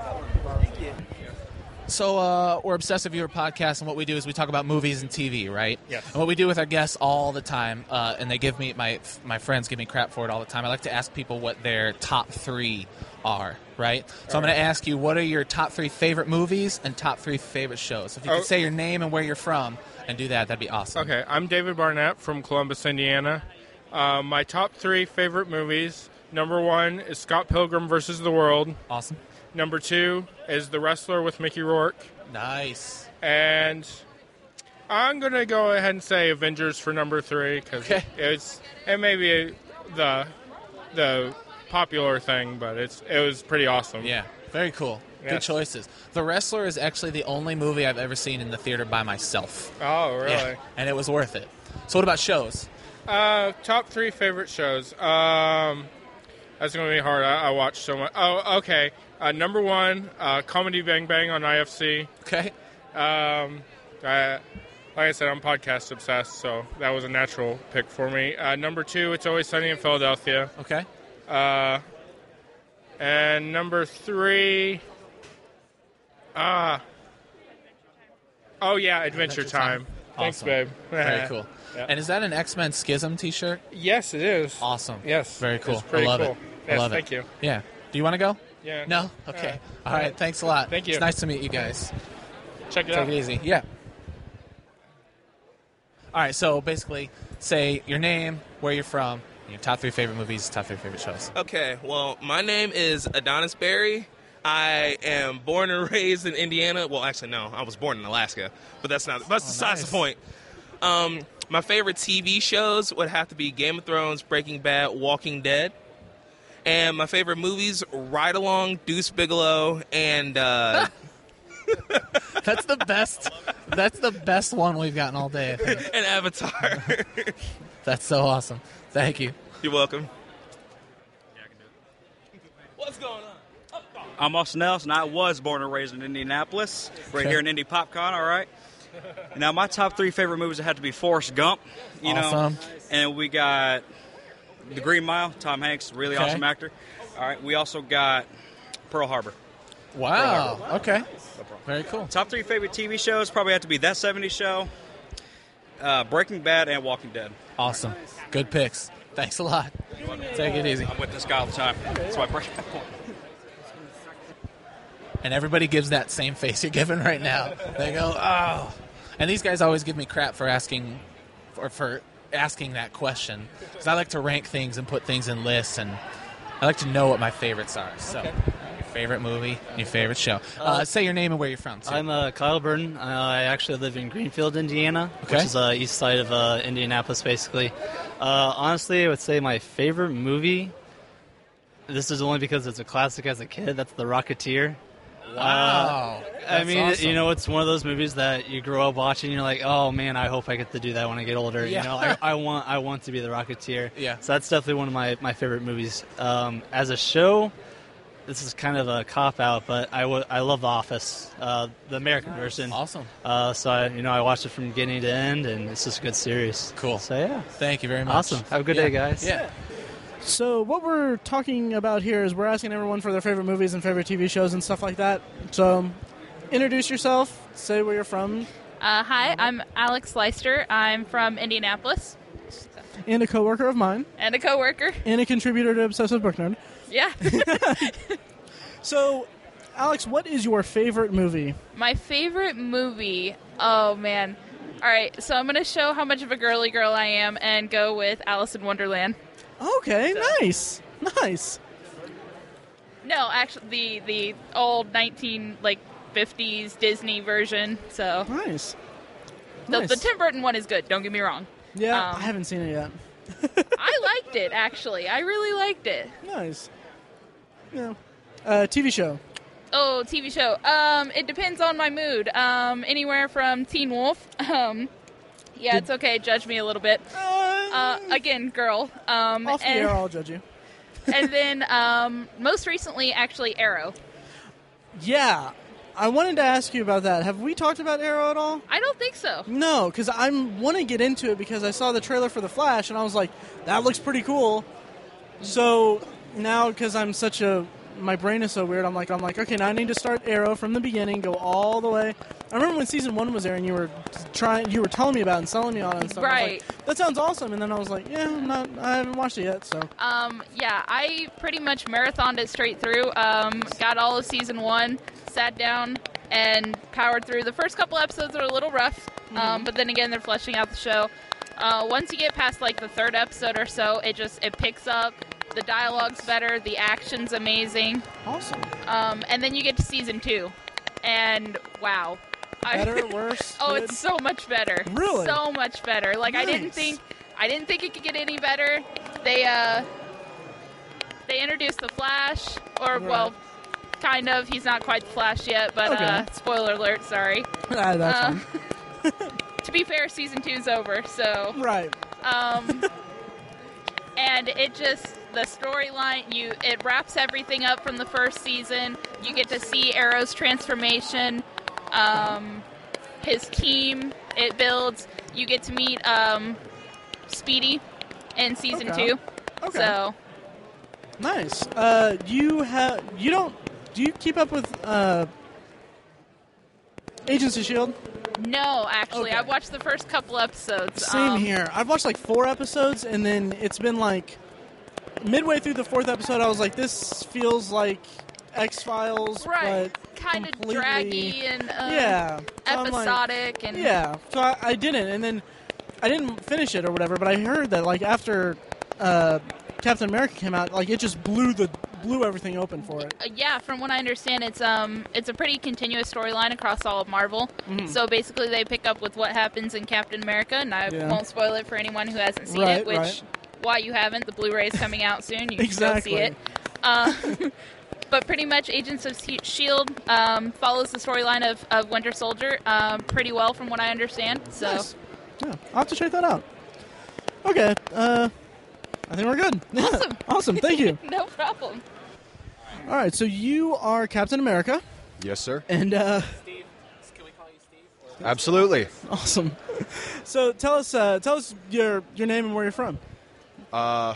S3: So uh, we're obsessive viewer podcast, and what we do is we talk about movies and TV, right?
S7: Yes.
S3: And what we do with our guests all the time, uh, and they give me my my friends give me crap for it all the time. I like to ask people what their top three are, right? So I'm going to ask you, what are your top three favorite movies and top three favorite shows? If you
S7: Oh.
S3: could say your name and where you're from, and do that, that'd be awesome.
S7: Okay, I'm David Barnett from Columbus, Indiana. Uh, my top three favorite movies number one is Scott Pilgrim versus the World,
S3: Awesome.
S7: number two is The Wrestler with Mickey Rourke,
S3: Nice.
S7: and I'm going to go ahead and say Avengers for number three because
S3: Okay.
S7: it's it may be the the popular thing, but it's it was pretty awesome.
S3: Yeah. Very cool. Good
S7: Yes.
S3: choices. The Wrestler is actually the only movie I've ever seen in the theater by myself.
S7: Oh, really?
S3: Yeah, and it was worth it. So what about shows?
S7: Uh, top three favorite shows. Um, that's gonna be hard. I, I watch so much. Oh, okay. Uh, number one, uh, Comedy Bang Bang on IFC.
S3: Okay.
S7: Um, I, like I said, I'm podcast obsessed, so that was a natural pick for me. Uh, number two, It's Always Sunny in Philadelphia.
S3: Okay.
S7: Uh, and number three, ah, oh yeah, Adventure,
S3: Adventure
S7: Time.
S3: Time.
S7: Thanks,
S3: Awesome.
S7: babe.
S3: Very cool.
S7: Yeah.
S3: And is that an X Men Schism t shirt?
S7: Yes, it is.
S3: Awesome.
S7: Yes,
S3: Very cool.
S7: it's pretty
S3: I love
S7: cool.
S3: it.
S7: Yes,
S3: I love
S7: thank
S3: it.
S7: you.
S3: Yeah. Do you want to go?
S7: Yeah.
S3: No? Okay. All right. Thanks a lot.
S7: Thank you.
S3: It's nice to meet you guys.
S7: Check it
S3: Take
S7: out.
S3: it easy. Yeah. All right. So basically, say your name, where you're from, your top three favorite movies, top three favorite shows.
S12: Okay, well, my name is Adonis Berry. I am born and raised in Indiana. Well, actually, no, I was born in Alaska, but that's not
S1: Oh,
S12: that's besides
S3: nice.
S12: the point. Um, my favorite TV shows would have to be Game of Thrones, Breaking Bad, Walking Dead, and my favorite movies: Ride Along, Deuce Bigelow, and uh,
S3: That's the best. that's the best one we've gotten all day. I think.
S12: and Avatar.
S3: That's so awesome. Thank you.
S12: You're welcome. What's going on?
S13: I'm Austin Nelson. I was born and raised in Indianapolis, right here in Indy PopCon. All right. Now my top three favorite movies would have to be Forrest Gump. You
S3: Awesome.
S13: know, and we got The Green Mile. Tom Hanks, really
S3: Okay.
S13: awesome actor. All right. We also got Pearl Harbor.
S3: Wow. Okay. Very cool.
S13: Top three favorite TV shows probably have to be That 70s Show, uh, Breaking Bad, and Walking Dead.
S3: Awesome. Good picks. Thanks a lot. Take it easy.
S13: I'm with this guy all the time. That's why I break that point.
S3: And everybody gives that same face you're giving right now. They go, oh. And these guys always give me crap for asking, for for asking that question. Because I like to rank things and put things in lists, and I like to know what my favorites are. So, your favorite movie, your favorite show. Uh, say your name and where you're from. too.
S14: I'm uh, Kyle Burton. I actually live in Greenfield, Indiana,
S3: Okay.
S14: which is uh, east side of uh, Indianapolis, basically. Uh, honestly, I would say my favorite movie. This is only because it's a classic as a kid. That's The Rocketeer.
S3: Wow.
S14: Uh, I
S3: That's
S14: mean,
S3: awesome.
S14: you know, it's one of those movies that you grow up watching. You're like, oh man, I hope I get to do that when I get older.
S3: Yeah.
S14: You know, I, I want, I want to be the Rocketeer.
S3: Yeah.
S14: So that's definitely one of my my favorite movies. Um, as a show, this is kind of a cop out, but I wa- I love The Office, uh, the American version.
S3: Awesome.
S14: Uh, so I, you know, I watched it from beginning to end, and it's just a good series.
S3: Cool.
S14: So yeah.
S3: Thank you very much.
S14: Awesome. Have a good
S3: Yeah.
S14: day, guys.
S3: Yeah.
S1: So what we're talking about here is we're asking everyone for their favorite movies and favorite TV shows and stuff like that. So introduce yourself, say where you're from,
S15: Uh, hi, I'm Alex Leister. I'm from Indianapolis
S1: and a coworker of mine,
S15: and a coworker.
S1: and a contributor to Obsessive Book Nerd.
S15: Yeah,
S1: So, Alex, what is your favorite movie?
S15: my favorite movie. Oh man! All right, so I'm gonna show how much of a girly girl I am and go with Alice in Wonderland.
S1: Okay, nice, nice.
S15: No, actually, the the old 19 like 50s Disney version. So
S1: nice.
S15: The,
S1: Nice.
S15: the Tim Burton one is good. Don't get me wrong.
S1: Yeah,
S15: Um,
S1: I haven't seen it yet.
S15: I liked it actually. I really liked it.
S1: Nice. Yeah. Uh, TV show.
S15: Oh, TV show. Um, it depends on my mood. Um, anywhere from Teen Wolf. Um, yeah, it's okay. Judge me a little bit. Uh, again, girl. Um,
S1: Off the
S14: Eh.
S15: and,
S1: air, I'll judge you.
S15: and then um, most recently, actually, Arrow.
S1: Yeah, I wanted to ask you about that. Have we talked about Arrow at all?
S15: I don't think so.
S1: No, because I want to get into it because I saw the trailer for The Flash and I was like, that looks pretty cool. So now, because I'm such a, my brain is so weird. I'm like, I'm like, okay, now I need to start Arrow from the beginning, go all the way. I remember when season one was airing, you were trying, you were telling me about it and selling me on it and stuff. I was like,
S15: Right.
S1: that sounds awesome. And then I was like, yeah, I'm not, I haven't watched it yet, so.
S15: Um, yeah, I pretty much marathoned it straight through. Um, got all of season one, sat down, and powered through. The first couple episodes are a little rough, um,
S1: Mm-hmm.
S16: Mhm.
S15: but then again, they're fleshing out the show. Uh, once you get past like the third episode or so, it just it picks up. The dialogue's better. The action's amazing.
S1: Awesome.
S15: Um, and then you get to season two, and wow. I-
S1: Better, worse,
S15: oh,
S1: good?
S15: it's so much better.
S1: Really?
S15: So much better. Like I didn't
S1: Nice.
S15: think I didn't think it could get any better. They uh they introduced the Flash or well kind of he's not quite the Flash yet, but
S1: Okay.
S15: uh spoiler alert, sorry.
S1: Ah, that's
S15: Uh,
S1: fine.
S15: to be fair, season two's over, so
S1: Right.
S15: um and it just the storyline you it wraps everything up from the first season you get to see arrow's transformation um, his team it builds you get to meet um, speedy in season
S1: Okay.
S15: two
S1: Okay.
S15: so
S1: Nice. Uh, you have you don't do you keep up with uh, Agents of Shield?
S15: no actually i watched the first couple episodes
S1: Same
S15: um,
S1: here. I've watched like four episodes, and then it's been like midway through the fourth episode, I was like, this feels like X Files,
S15: right
S1: but
S15: kind of
S1: completely-
S15: draggy and uh,
S1: yeah, So I'm like-
S15: episodic and
S1: yeah. So I, I didn't, and then I didn't finish it or whatever. But I heard that like after uh, Captain America came out, like it just blew the blew everything open for it.
S15: Uh, yeah, from what I understand, it's um it's a pretty continuous storyline across all of Marvel.
S1: Mhm.
S15: So basically, they pick up with what happens in Captain America, and I
S1: Yeah.
S15: won't spoil it for anyone who hasn't seen
S1: Right,
S15: it. Which
S1: right.
S15: why you haven't? The Blu-ray is coming out soon. You
S1: Exactly.
S15: can go see it. Um, but pretty much, Agents of Se- Shield um, follows the storyline of, of Winter Soldier um, pretty well, from what I understand. So
S1: Nice. Yeah, I'll have to check that out. Okay, uh, I think we're good. Awesome. awesome. Thank you.
S15: no problem.
S1: All right, so you are Captain America,
S5: Yes, sir.
S1: and uh,
S5: Absolutely.
S1: awesome. So tell us, uh, tell us your your name and where you're from.
S5: Uh,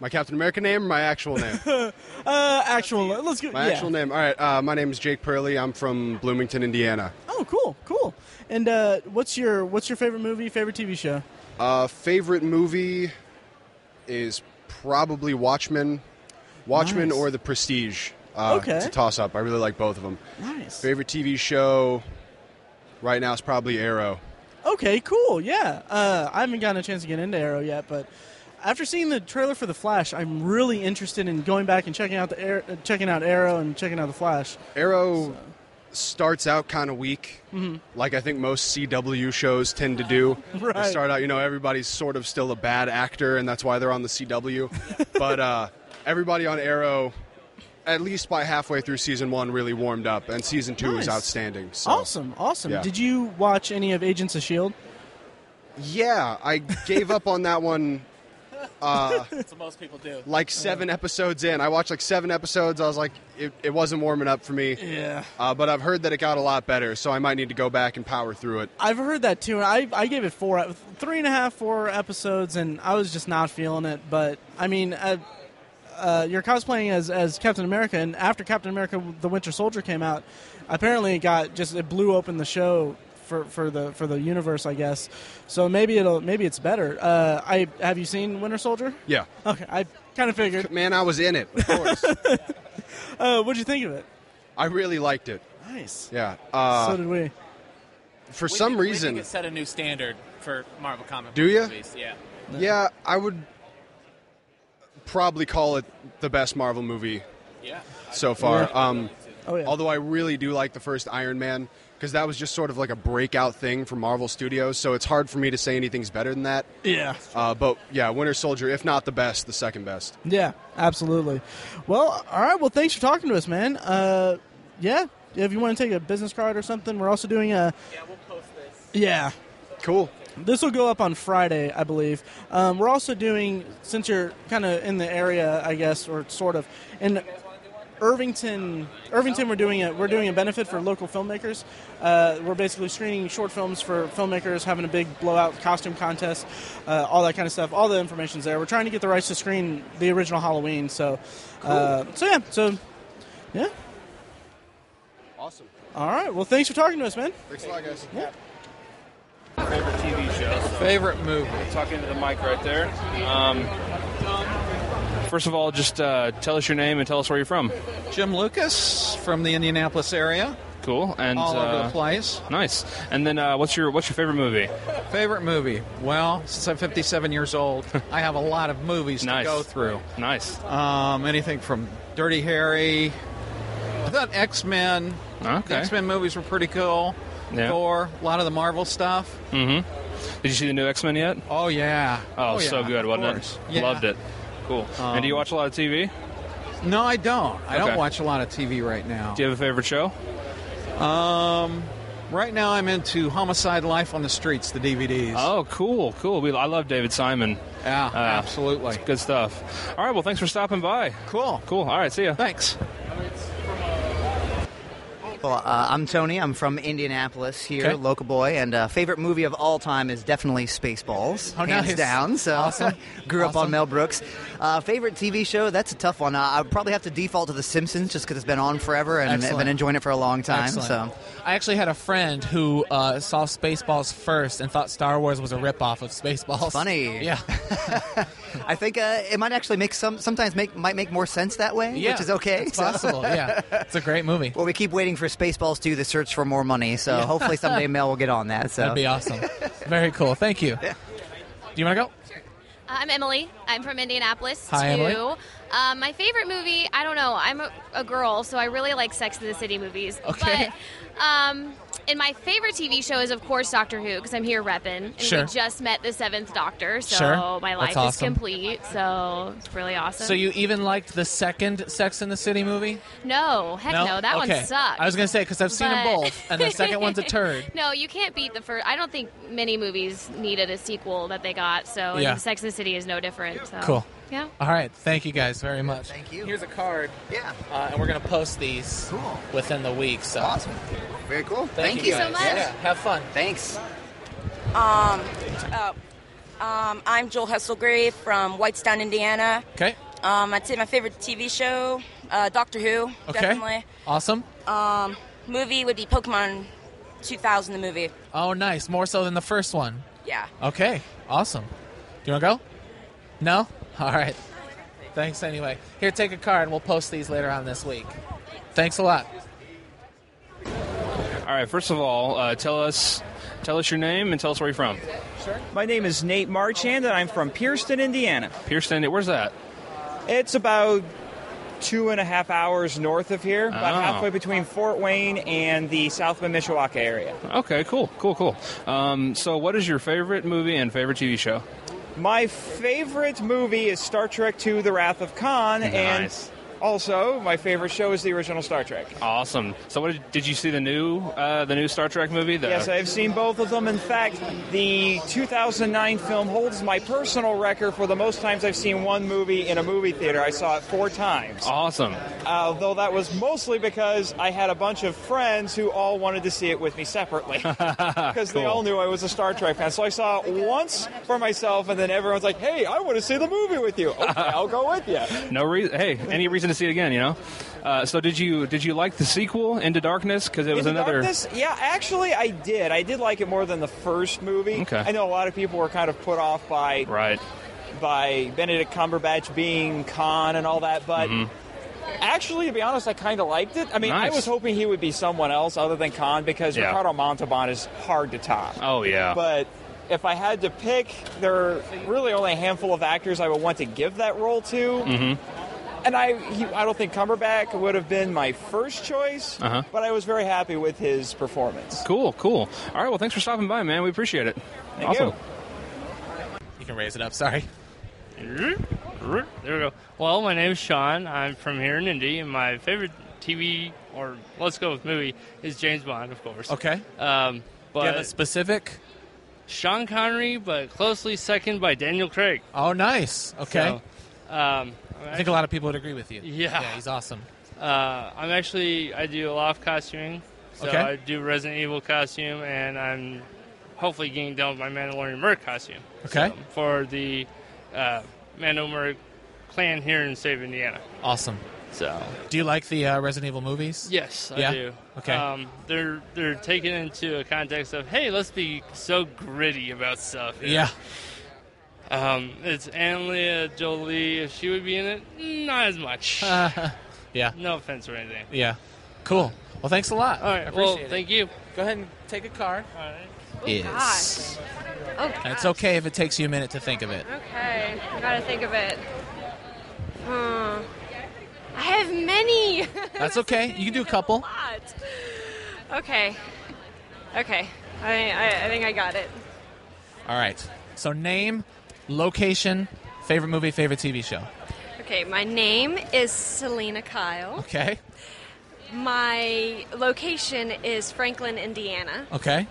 S16: My Captain America name or my actual name?
S1: uh, actual. Let's go.
S16: My
S1: yeah.
S16: actual name. All right. Uh, my name is Jake Purley. I'm from Bloomington, Indiana.
S1: Oh, cool, cool. And uh, what's your what's your favorite movie? Favorite TV show?
S16: Uh, favorite movie is probably Watchmen. Watchmen
S1: Nice.
S16: or The Prestige. Uh,
S1: Okay.
S16: It's a toss up. I really like both of them.
S1: Nice.
S16: Favorite TV show right now is probably Arrow.
S1: Okay, cool. Yeah, uh, I haven't gotten a chance to get into Arrow yet, but after seeing the trailer for the Flash, I'm really interested in going back and checking out the Ar- uh, checking out Arrow and checking out the Flash.
S16: Arrow starts out kind of weak,
S1: Mhm.
S16: like I think most CW shows tend to do.
S1: Right.
S16: They start out, you know, everybody's sort of still a bad actor, and that's why they're on the CW. but uh, everybody on Arrow, at least by halfway through season one, really warmed up, and season two is
S1: Nice.
S16: outstanding. So.
S1: awesome, awesome.
S16: Yeah.
S1: Did you watch any of Agents of Shield?
S16: Yeah, I gave up on that one. Uh,
S3: That's what most people do.
S16: like seven episodes in. I watched like seven episodes. I was like, it, it wasn't warming up for me.
S1: Yeah.
S16: Uh, but I've heard that it got a lot better, so I might need to go back and power through it.
S1: I've heard that too, and I I gave it four, three and a half, four episodes, and I was just not feeling it. But I mean, uh, uh, you're cosplaying as as Captain America, and after Captain America: The Winter Soldier came out, apparently it got just it blew open the show for, for the for the universe, I guess. So maybe it'll maybe it's better. Uh, I have you seen Winter Soldier?
S16: Yeah.
S1: Okay, I kind of figured.
S16: Man, I was in it. Of course.
S1: uh, what'd you think of it?
S16: I really liked it.
S1: Nice.
S16: Yeah. Uh,
S1: so did we.
S16: For
S3: We
S16: some
S3: think- we
S16: reason.
S3: think it set a new standard for Marvel comic
S16: Do you?
S3: movies. Yeah.
S16: Yeah, I would probably call it the best Marvel movie
S3: Yeah.
S16: so far.
S3: Yeah.
S16: Um,
S1: Oh,
S16: Although I really do like the first Iron Man because that was just sort of like a breakout thing for Marvel Studios, so it's hard for me to say anything's better than that.
S1: Yeah.
S16: Uh, but yeah, Winter Soldier, if not the best, the second best.
S1: Yeah, absolutely. Well, all right. Well, thanks for talking to us, man. Uh, yeah, if you want to take a business card or something, we're also doing a. Yeah, we'll post this. Yeah.
S16: Cool.
S1: This will go up on Friday, I believe. Um, we're also doing, since you're kind of in the area, I guess, or sort of in Irvington. Irvington, we're doing a we're doing a benefit for local filmmakers. Uh, we're basically screening short films for filmmakers, having a big blowout costume contest, uh, all that kind of stuff. All the information's there. We're trying to get the rights to screen the original Halloween. So, uh, so yeah, so yeah.
S16: Awesome.
S1: All right. Well, thanks for talking to us, man.
S16: Thanks a lot, guys.
S5: Favorite TV show.
S17: Favorite movie.
S5: Talk into the mic right there. Um, first of all, just uh, tell us your name and tell us where you're from.
S17: Jim Lucas from the Indianapolis area.
S5: Cool. And
S17: All over the
S5: uh,
S17: place.
S5: Nice. And then uh, what's your what's your favorite movie?
S17: Favorite movie? Well, since I'm 57 years old, I have a lot of movies
S5: Nice.
S17: to go through.
S5: Nice.
S17: Um, anything from Dirty Harry. I thought X Men.
S5: Okay.
S17: X Men movies were pretty cool.
S5: Yeah.
S17: Thor, a lot of the Marvel stuff.
S5: Mm-hmm. Did you see the new X Men yet?
S17: Oh yeah.
S5: Oh,
S17: Oh,
S5: so
S17: yeah,
S5: good,
S17: of
S5: wasn't
S17: course.
S5: it?
S17: Yeah.
S5: Loved it. Cool.
S17: Um,
S5: and do you watch a lot of TV?
S17: No, I don't. I
S5: Okay.
S17: don't watch a lot of TV right now.
S5: Do you have a favorite show?
S17: Um, right now I'm into Homicide: Life on the Streets, the DVDs.
S5: Oh, cool, cool. We, I love David Simon.
S17: Yeah,
S5: absolutely. good stuff. All right, well, thanks for stopping by.
S17: Cool.
S5: Cool. All right, see ya.
S17: Thanks.
S18: Well, uh, I'm Tony. I'm from Indianapolis here,
S17: Okay.
S18: local boy, and uh, favorite movie of all time is definitely Spaceballs,
S17: Oh,
S18: hands
S17: nice.
S18: down. So,
S17: Awesome.
S18: grew up on
S17: Awesome.
S18: Mel Brooks. Uh, favorite TV show? That's a tough one. Uh, I would probably have to default to The Simpsons just because it's been on forever and I've
S3: Excellent.
S18: been enjoying it for a long time.
S3: Excellent.
S18: So,
S3: I actually had a friend who uh, saw Spaceballs first and thought Star Wars was a ripoff of Spaceballs.
S18: Funny.
S3: Yeah.
S18: I think uh, it might actually make some sometimes make might make more sense that way,
S3: Yeah,
S18: which is okay.
S3: it's
S18: So-
S3: possible, yeah. It's a great movie.
S18: well, we keep waiting for Spaceballs 2: The Search for More Money, so
S3: Yeah.
S18: hopefully someday Mel will get on that. So
S3: That'd be awesome. Very cool. Thank you. Do you want to go?
S19: Uh, I'm Emily. I'm from Indianapolis
S3: Hi,
S19: too.
S3: Emily.
S19: Um, my favorite movie, I don't know. I'm a, a girl, so I really like Sex and the City movies.
S3: Okay.
S19: But, um, and my favorite TV show is, of course, Doctor Who, because I'm here repping. And
S3: Sure.
S19: we just met the seventh Doctor, so
S3: Sure.
S19: my
S3: That's
S19: life is
S3: awesome.
S19: complete. So it's really awesome.
S3: So you even liked the second Sex in the City movie?
S19: No, heck no. that
S3: Okay.
S19: one sucks.
S3: I was gonna say because I've seen them
S19: But-
S3: both, and the second one's a turd.
S19: no, you can't beat the first. I don't think many movies needed a sequel that they got. So and
S3: Yeah.
S19: Sex and the City is no different. So.
S3: Cool.
S19: Yeah.
S3: All right. Thank you guys very much.
S19: Thank
S3: you. Here's a card. Yeah. Uh, and we're gonna post these within the week. So awesome.
S18: very cool.
S3: Thank,
S20: Thank you so
S3: guys.
S20: much.
S3: Yeah. Have fun.
S18: Thanks.
S20: Um, uh, Um, I'm Joel Hesselgrave from Whitestown, Indiana.
S3: Okay.
S20: Um, I'd say my favorite TV show, uh, Doctor Who,
S3: Okay.
S20: definitely.
S3: Awesome.
S20: Um, movie would be Pokemon 2000, the movie.
S3: Oh, nice. More so than the first one.
S20: Yeah.
S3: Okay. Awesome. Do you want to go? No? All right. Thanks anyway. Here, take a card. We'll post these later on this week. Thanks a lot.
S5: All right. First of all, uh, tell us tell us your name and tell us where you're from.
S21: My name is Nate Marchand, and I'm from Pierston, Indiana.
S5: Pierston, where's that?
S21: It's about two and a half hours north of here, about
S5: Oh.
S21: halfway between Fort Wayne and the South Bend, Mishawaka area.
S5: Okay. Cool. Cool. Cool. Um, so, what is your favorite movie and favorite TV show?
S21: My favorite movie is Star Trek II The Wrath of Khan,
S5: Nice.
S21: and also my favorite show is the original Star Trek.
S5: Awesome. So, what did, did you see the new uh, the new Star Trek movie? The,
S21: Yes, I've seen both of them. In fact, the 2009 film holds my personal record for the most times I've seen one movie in a movie theater. I saw it four times.
S5: Awesome.
S21: Although Uh, that was mostly because I had a bunch of friends who all wanted to see it with me separately. Because they
S5: Cool.
S21: all knew I was a Star Trek fan. So I saw it once for myself, and then everyone's like, hey, I want to see the movie with you. Okay, I'll go with you.
S5: No reason. Hey, any reason to see it again? You know. Uh, so, did you did you like the sequel Into Darkness? Because it was
S21: Into
S5: another.
S21: Darkness? Yeah, actually, I did. I did like it more than the first movie.
S5: Okay.
S21: I know a lot of people were kind of put off by
S5: right
S21: by Benedict Cumberbatch being Khan and all that, but.
S5: Mm-hmm.
S21: Actually, to be honest, I kind of liked it. I mean,
S5: Nice.
S21: I was hoping he would be someone else other than Khan because
S5: Yeah.
S21: Ricardo Montalban is hard to top.
S5: Oh yeah.
S21: But if I had to pick, there are really only a handful of actors I would want to give that role to.
S5: Mhm.
S22: Mm-hmm.
S21: And I, he, I don't think Cumberbatch would have been my first choice,
S5: Uh-huh.
S21: but I was very happy with his performance.
S5: Cool, cool. All right, well, thanks for stopping by, man. We appreciate it.
S21: Thank
S5: awesome.
S21: you.
S3: You can raise it up. Sorry.
S22: Mm-hmm. There we go. Well, my name's Sean. I'm from here in Indy, and my favorite TV or let's go with movie is James Bond, of course.
S3: Okay.
S22: Um,
S3: Do you have
S22: but
S3: a specific?
S22: Sean Connery, but closely second by Daniel Craig.
S3: Oh, nice. Okay.
S22: So, um,
S3: I think a lot of people would agree with you.
S22: Yeah.
S3: Yeah, he's awesome.
S22: Uh, I'm actually I do a lot of costuming, so
S3: Okay.
S22: I do Resident Evil costume, and I'm hopefully getting done with my Mandalorian Merc costume.
S3: Okay.
S22: So, for the uh, Mando Merc clan here in Save Indiana.
S3: Awesome.
S22: So,
S3: do you like the uh, Resident Evil movies?
S22: Yes, I
S3: Yeah?
S22: do.
S3: Okay.
S22: Um, they're they're taken into a context of hey, let's be so gritty about stuff. you
S3: Yeah.
S22: know? Um, it's Annalia Jolie. If she would be in it, not as much.
S3: yeah.
S22: No offense or anything.
S3: yeah. Cool. Well, thanks a lot.
S22: All right.
S3: I
S22: well,
S3: appreciate it.
S22: thank you.
S3: Go ahead and take a card.
S22: All right.
S3: Is.
S23: Oh,
S3: It's okay if it takes you a minute to think of it.
S23: Okay, I gotta think of it. Hmm. I have many.
S3: That's okay. You can do a couple.
S23: lot. Okay. Okay. I, I I think I got it.
S3: All right. So name, location, favorite movie, favorite TV show.
S23: Okay. My name is Selena Kyle.
S3: Okay.
S23: My location is Franklin, Indiana.
S3: Okay.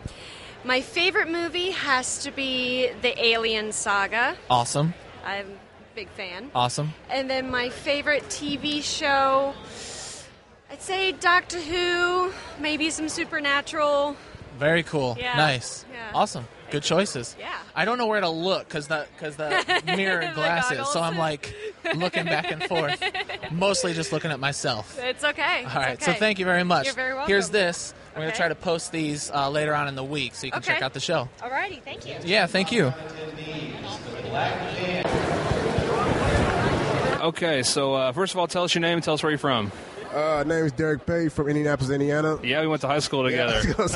S23: My favorite movie has to be the Alien Saga.
S3: Awesome.
S23: I'm a big fan.
S3: Awesome.
S23: And then my favorite TV show, I'd say Doctor Who, maybe some Supernatural.
S3: Very cool.
S23: Yeah.
S3: Nice.
S23: Yeah.
S3: Awesome. Good choices.
S23: Yeah. Oh
S3: I don't know where to look because the because the mirror glasses, so I'm like looking back and forth, mostly just looking at myself.
S23: It's okay.
S3: All right. So thank you very much.
S23: You're very welcome.
S3: Here's this. We're gonna
S23: Okay.
S3: try to post these uh, later on in the week, so you can check
S23: Okay.
S3: out the show.
S23: Alrighty, thank you.
S3: Yeah. Thank you.
S5: Okay, so uh, first of all, tell us your name and tell us where you're from.
S24: Uh, name is Derek Page from Indianapolis, Indiana.
S5: Yeah, we went to high school
S24: Yeah, I
S5: together.
S24: was gonna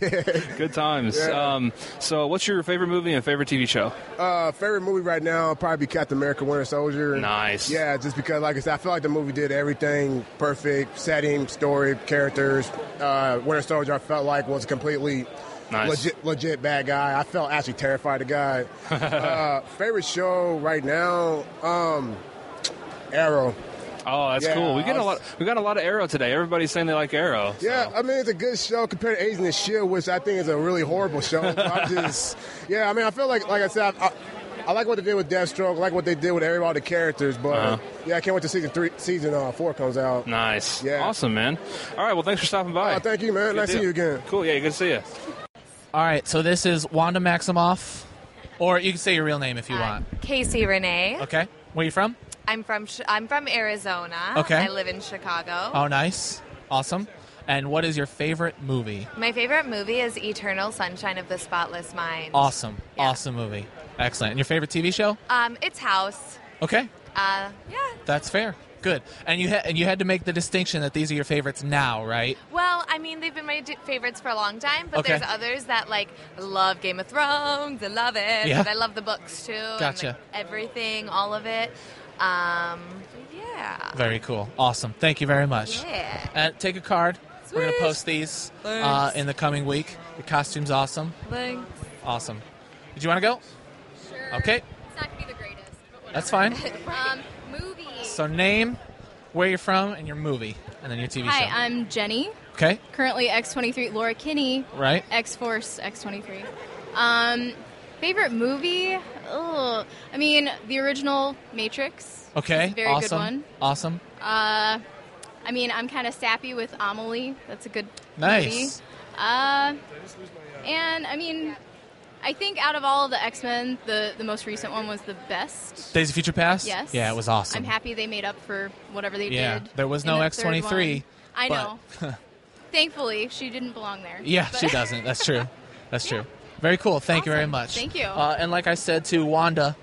S24: say, yeah, we
S5: Good times.
S24: Yeah.
S5: Um, so, what's your favorite movie and favorite TV show?
S24: Uh, favorite movie right now would probably be Captain America: Winter Soldier.
S5: Nice.
S24: Yeah, just because like I said, I feel like the movie did everything perfect: setting, story, characters. Uh, Winter Soldier, I felt like was completely
S5: Nice.
S24: legit, legit bad guy. I felt actually terrified of the guy. uh, favorite show right now, um, Arrow.
S5: Oh, that's
S24: Yeah,
S5: cool. We get
S24: I
S5: a
S24: was-
S5: lot. We got a lot of Arrow today. Everybody's saying they like Arrow.
S24: Yeah, I mean it's a good show compared to Agents of Shield, which I think is a really horrible show. I just, yeah, I mean I feel like, like I said, I, I like what they did with Deathstroke, I like what they did with every all the characters, but
S5: Uh-huh.
S24: yeah, I can't wait till season three, season uh, four comes out.
S5: Nice.
S24: Yeah. Oh,
S5: Awesome, man. All right. Well, thanks for stopping by.
S24: thank you, man.
S5: Good
S24: Nice
S5: deal.
S24: seeing you again.
S5: Cool. Yeah. Good to see you.
S3: All right. So this is Wanda Maximoff. Or you can say your real name if you want.
S4: Casey Renee.
S3: Okay. Where you from?
S4: I'm from Chi- I'm from Arizona.
S3: Okay.
S4: I live in Chicago.
S3: Oh, nice. Awesome. And what is your favorite movie?
S4: My favorite movie is Eternal Sunshine of the Spotless Mind.
S3: Awesome. Awesome movie. Excellent. And your favorite TV show?
S4: Um, it's House.
S3: Okay.
S4: Uh, yeah.
S3: That's fair. Good. And you ha- and you had to make the distinction that these are your favorites now, right?
S4: Well, I mean, they've been my d- favorites for a long time, but
S3: Okay.
S4: there's others that like love Game of Thrones. I love it.
S3: Yeah.
S4: But I love the books too. and,
S3: Gotcha.
S4: like, everything, all of it. Um, yeah.
S3: Very cool. Awesome. Thank you very much.
S4: Yeah.
S3: Uh, take a card. We're gonna post these uh,
S4: Thanks.
S3: in the coming week. Your costume's awesome.
S4: Thanks.
S3: Awesome. Did you want to go? Sure. Okay.
S4: It's not gonna be the greatest.
S3: That's fine.
S4: um, movie.
S3: So name, where you're from, and your movie, and then your TV
S25: Hi, uh,
S3: show.
S25: I'm Jenny.
S3: Okay.
S25: Currently X23 Laura Kinney.
S3: Right.
S25: X Force X23. Um, favorite movie? Oh, I mean the original Matrix.
S3: Okay.
S25: Very
S3: awesome.
S25: good one.
S3: Awesome.
S25: Uh, I mean I'm kind of sappy with Amelie. That's a good movie.
S3: Nice.
S25: Uh, and I mean, I think out of all of the X Men, the the most recent one was the best.
S3: Days of Future Past.
S25: Yes.
S3: Yeah, it was awesome.
S25: I'm happy they made up for whatever they
S3: yeah.
S25: did.
S3: There was
S25: in
S3: no
S25: the
S3: X
S25: third one.
S3: twenty three.
S25: I know. Thankfully, she didn't belong there.
S3: Yeah,
S25: But-
S3: she doesn't. That's true. That's true. Very cool. Thank you very much.
S25: Thank you.
S3: Uh, and like I said to Wanda.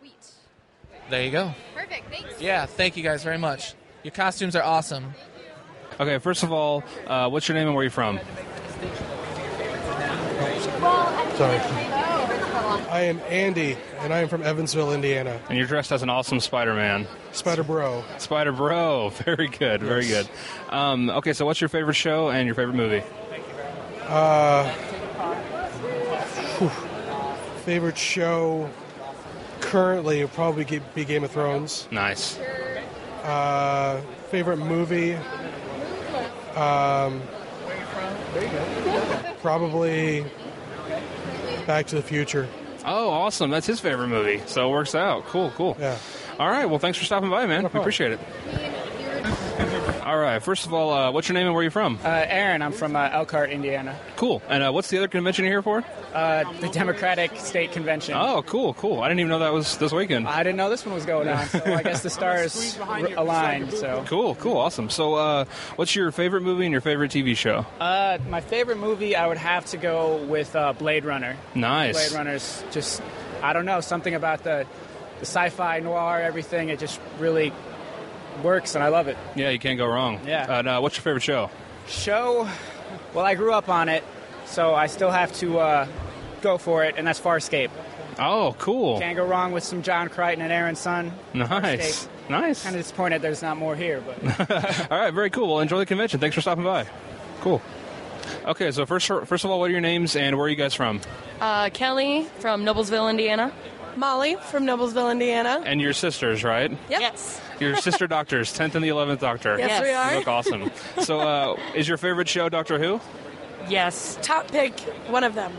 S3: Sweet. There you go.
S25: Perfect. Thanks.
S3: Yeah. Thank you guys very much. Your costumes are awesome.
S5: Okay, first of all, uh, what's your name and where are you from?
S8: Sorry. I am Andy, and I am from Evansville, Indiana.
S5: And you're dressed as an awesome Spider-Man.
S8: Spider Bro.
S5: Spider Bro. Very good. Very
S8: Yes.
S5: good. Um, okay, so what's your favorite show and your favorite movie?
S8: Uh, whew. favorite show currently would probably ge- be Game of Thrones.
S5: Nice.
S8: Uh, favorite movie? Um, probably Back to the Future.
S5: Oh, awesome. That's his favorite movie. So it works out. Cool, cool. Yeah. All right. Well, thanks for stopping by, man. we appreciate it. All right. First of all, uh, what's your name and where are you from?
S26: Uh, Aaron, I'm from uh, Elkhart, Indiana.
S5: Cool. And uh, what's the other convention you're here for?
S26: Uh, the Democratic State Convention.
S5: Oh, cool, cool. I didn't even know that was this weekend.
S26: I didn't know this one was going on, so I guess the stars r- aligned. So,
S5: Cool, cool, awesome. So, uh, what's your favorite movie and your favorite TV show?
S26: uh, my favorite movie, I would have to go with uh, Blade Runner.
S5: Nice.
S26: Blade Runner's just, I don't know, something about the, the sci-fi noir, everything. It just really works, and I love it.
S5: Yeah, you can't go wrong.
S26: Yeah.
S5: Uh, no, what's your favorite show?
S26: Show, well, I grew up on it, so I still have to uh, go for it, and that's Farscape.
S5: Oh, cool.
S26: Can't go wrong with some John Crichton and Aaron Sun.
S5: Nice. Nice.
S26: Kind of disappointed there's not more here, but
S5: all right, very cool. Well, enjoy the convention. Thanks for stopping by. Cool. Okay, so first, first of all, what are your names and where are you guys from?
S27: Uh, Kelly from Noblesville, Indiana. Molly from Noblesville, Indiana.
S5: And your sisters, right?
S27: Yes.
S5: Your sister doctors, 10th and the 11th Doctor.
S27: Yes, we are.
S5: You look awesome. So, uh, is your favorite show Doctor Who?
S27: Yes. Top pick, one of them.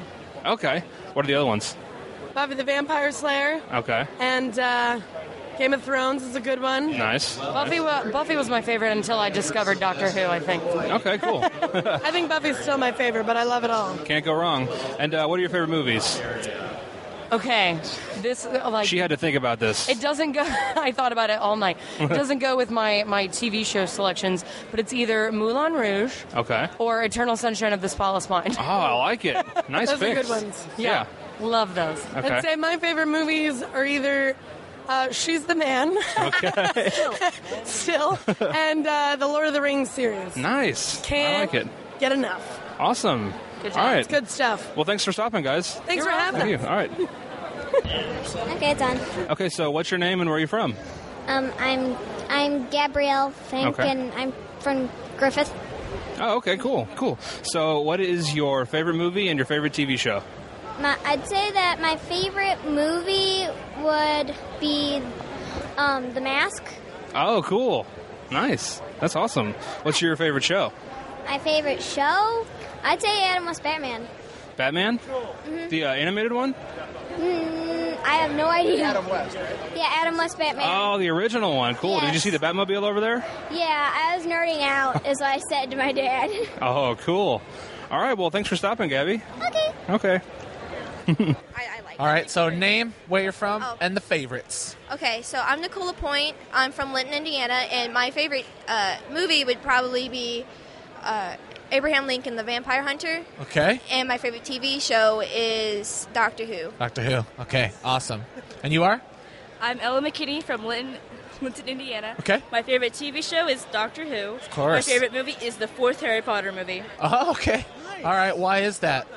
S5: Okay. What are the other ones?
S27: Bobby the Vampire Slayer
S5: Okay.
S27: and uh, Game of Thrones is a good one.
S5: Nice.
S27: Buffy, wa- Buffy was my favorite until I discovered Doctor Who, I think.
S5: Okay, cool.
S27: I think Buffy's still my favorite, but I love it all.
S5: Can't go wrong. And uh, what are your favorite movies?
S27: Okay. This, uh, like.
S5: she had to think about this.
S27: It doesn't go. I thought about it all night. It doesn't go with my my TV show selections, but it's either Moulin Rouge
S5: Okay.
S27: or Eternal Sunshine of the Spotless Mind.
S5: Oh, I like it. Nice
S27: Those are
S5: picks.
S27: good ones.
S5: Yeah.
S27: Love those.
S5: Okay.
S27: I'd say my favorite movies are either uh, She's the Man,
S5: Okay.
S27: still, and uh, the Lord of the Rings series.
S5: nice. I
S27: Can't
S5: like it.
S27: Get enough.
S5: Awesome.
S27: Good
S5: All
S27: job.
S5: right.
S27: It's good stuff.
S5: Well, thanks for stopping, guys.
S27: Thanks for having
S5: Thank
S27: us.
S5: you. All right.
S28: Okay, done.
S5: Okay, so what's your name and where are you from?
S28: Um, I'm I'm Gabrielle Fink,
S5: Okay.
S28: and I'm from Griffith.
S5: Oh, okay, cool, cool. So, what is your favorite movie and your favorite TV show?
S28: My, I'd say that my favorite movie would be um, The Mask.
S5: Oh, cool. Nice. That's awesome. What's your favorite show?
S28: My favorite show, I'd say Adam West Batman.
S5: Batman?
S28: Mhm.
S5: The uh, animated one?
S28: Mm, I have no idea. Adam West, Yeah, Adam West Batman.
S5: Oh, the original one. Cool. Did you see the Batmobile over there?
S28: Yeah, I was nerding out, is what I said to my dad.
S5: Oh, cool. All right. Well, thanks for stopping, Gabby.
S28: okay.
S5: Okay.
S28: I, uh, I like
S3: All right, so name, where you're from, and the favorites.
S29: Okay, so I'm Nicola Point. I'm from Linton, Indiana, and my favorite uh, movie would probably be uh, Abraham Lincoln, The Vampire Hunter.
S3: Okay.
S29: And my favorite TV show is Doctor Who.
S3: Doctor Who. Okay, awesome. And you are?
S30: I'm Ella McKinney from Linton, Linton, Indiana.
S3: Okay.
S30: My favorite TV show is Doctor Who. Of
S3: course.
S30: My favorite movie is the fourth Harry Potter movie.
S3: Oh, okay. All right, why is that?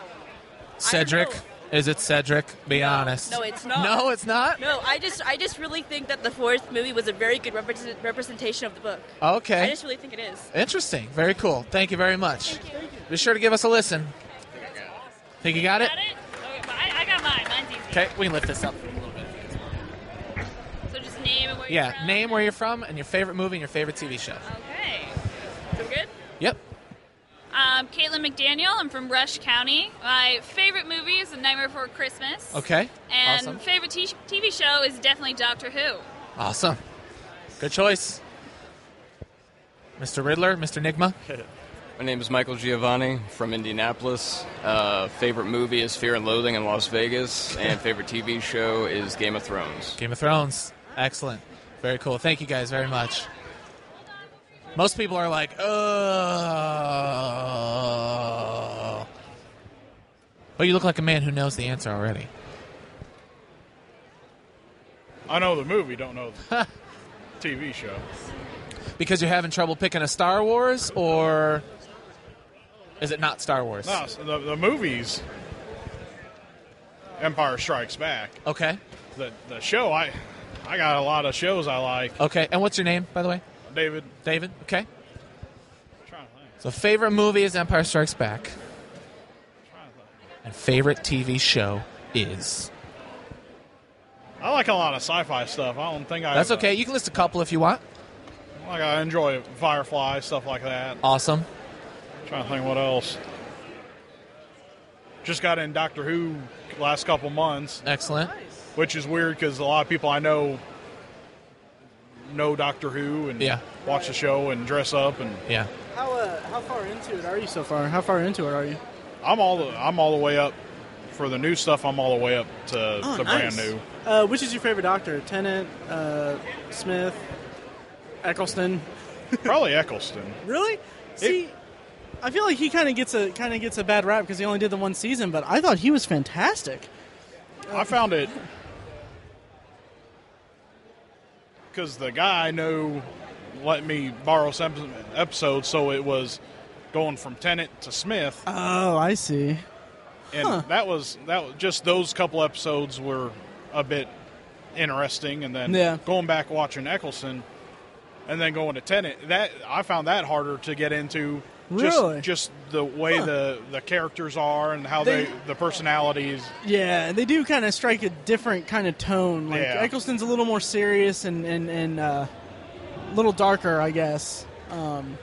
S3: Cedric? Is it Cedric? Be honest.
S30: No, it's not.
S3: No, it's not?
S30: No, I just I just really think that the fourth movie was a very good represent- representation of the book.
S3: Okay.
S30: I just really think it is.
S3: Interesting. Very cool. Thank you very much. Be sure to give us a listen. Think you got it?
S31: I, I got mine. Mine's easy.
S3: Okay, we can lift this up a little bit.
S31: So just name and where
S3: Yeah, name where you're from and your favorite movie and your favorite TV show.
S31: Okay. We're good?
S3: Yep.
S31: Um, Caitlin McDaniel. I'm from Rush County. My favorite movie is The Nightmare Before Christmas.
S3: Okay.
S31: And
S3: awesome.
S31: favorite t- TV show is definitely Doctor Who.
S3: Awesome. Good choice. Mr. Riddler, Mr. Nigma.
S32: My name is Michael Giovanni from Indianapolis. Uh, favorite movie is Fear and Loathing in Las Vegas, and favorite TV show is Game of Thrones.
S3: Game of Thrones. Excellent. Very cool. Thank you guys very much. Most people are like, oh. But you look like a man who knows the answer already.
S33: I know the movie, don't know the TV show.
S3: Because you're having trouble picking a Star Wars, or is it not Star Wars?
S33: No, so the, the movies, Empire Strikes Back.
S3: Okay.
S33: The the show, I I got a lot of shows I like.
S3: Okay. And what's your name, by the way?
S33: David.
S3: David. Okay. So, favorite movie is Empire Strikes Back. And favorite TV show is.
S33: I like a lot of sci-fi stuff. I don't think I.
S3: That's
S33: have
S3: okay. You can list a couple if you want.
S33: A, like I enjoy Firefly stuff like that.
S3: Awesome.
S33: trying to think what else. Just got in Doctor Who last couple months.
S3: Excellent.
S33: Which is weird because a lot of people I know know Doctor Who and
S3: Yeah.
S33: watch the show and dress up and
S3: yeah.
S1: How uh, how far into it are you so far? How far into it are you?
S33: I'm all the I'm all the way up for the new stuff. I'm all the way up to
S1: Oh,
S33: the brand new.
S1: Uh, which is your favorite Doctor? Tennant, uh, Smith, Eccleston.
S33: Probably Eccleston.
S1: Really? See, I feel like he kind of gets a kind of gets a bad rap because he only did the one season, but I thought he was fantastic.
S33: I found it because the guy I know let me borrow some episodes, so it was going from Tennant to Smith,
S1: Oh, I see.
S33: and that was that was just those couple episodes were a bit interesting, and then
S1: Yeah.
S33: going back watching Eccleston, and then going to Tennant. That I found that harder to get into.
S1: Really?
S33: Just, just the way
S1: Huh.
S33: the, the characters are and how
S1: They-
S33: they the personalities
S1: Yeah, and they do kind of strike a different kind of tone. Like
S33: Yeah.
S1: Eccleston's a little more serious and and and uh, a little darker, I guess. Um,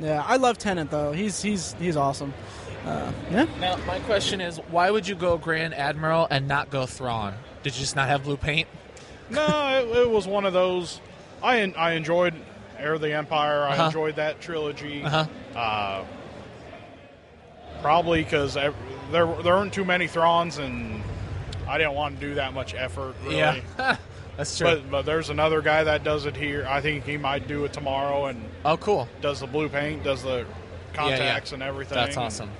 S1: yeah, I love Tennant though. He's he's he's awesome. Uh, yeah.
S3: Now, my question is why would you go Grand Admiral and not go Thrawn? Did you just not have blue paint?
S33: no, it, it was one of those. I en- I enjoyed Air of the Empire. I
S3: Uh-huh.
S33: enjoyed that trilogy.
S3: Uh-huh.
S33: Uh, probably because there there weren't too many Thrawns, and I didn't want to do that much effort. Really.
S3: Yeah. That's true.
S33: But, but there's another guy that does it here. I think he might do it tomorrow. And
S3: oh, cool!
S33: Does the blue paint? Does the contacts and everything?
S3: That's
S33: and-
S3: awesome.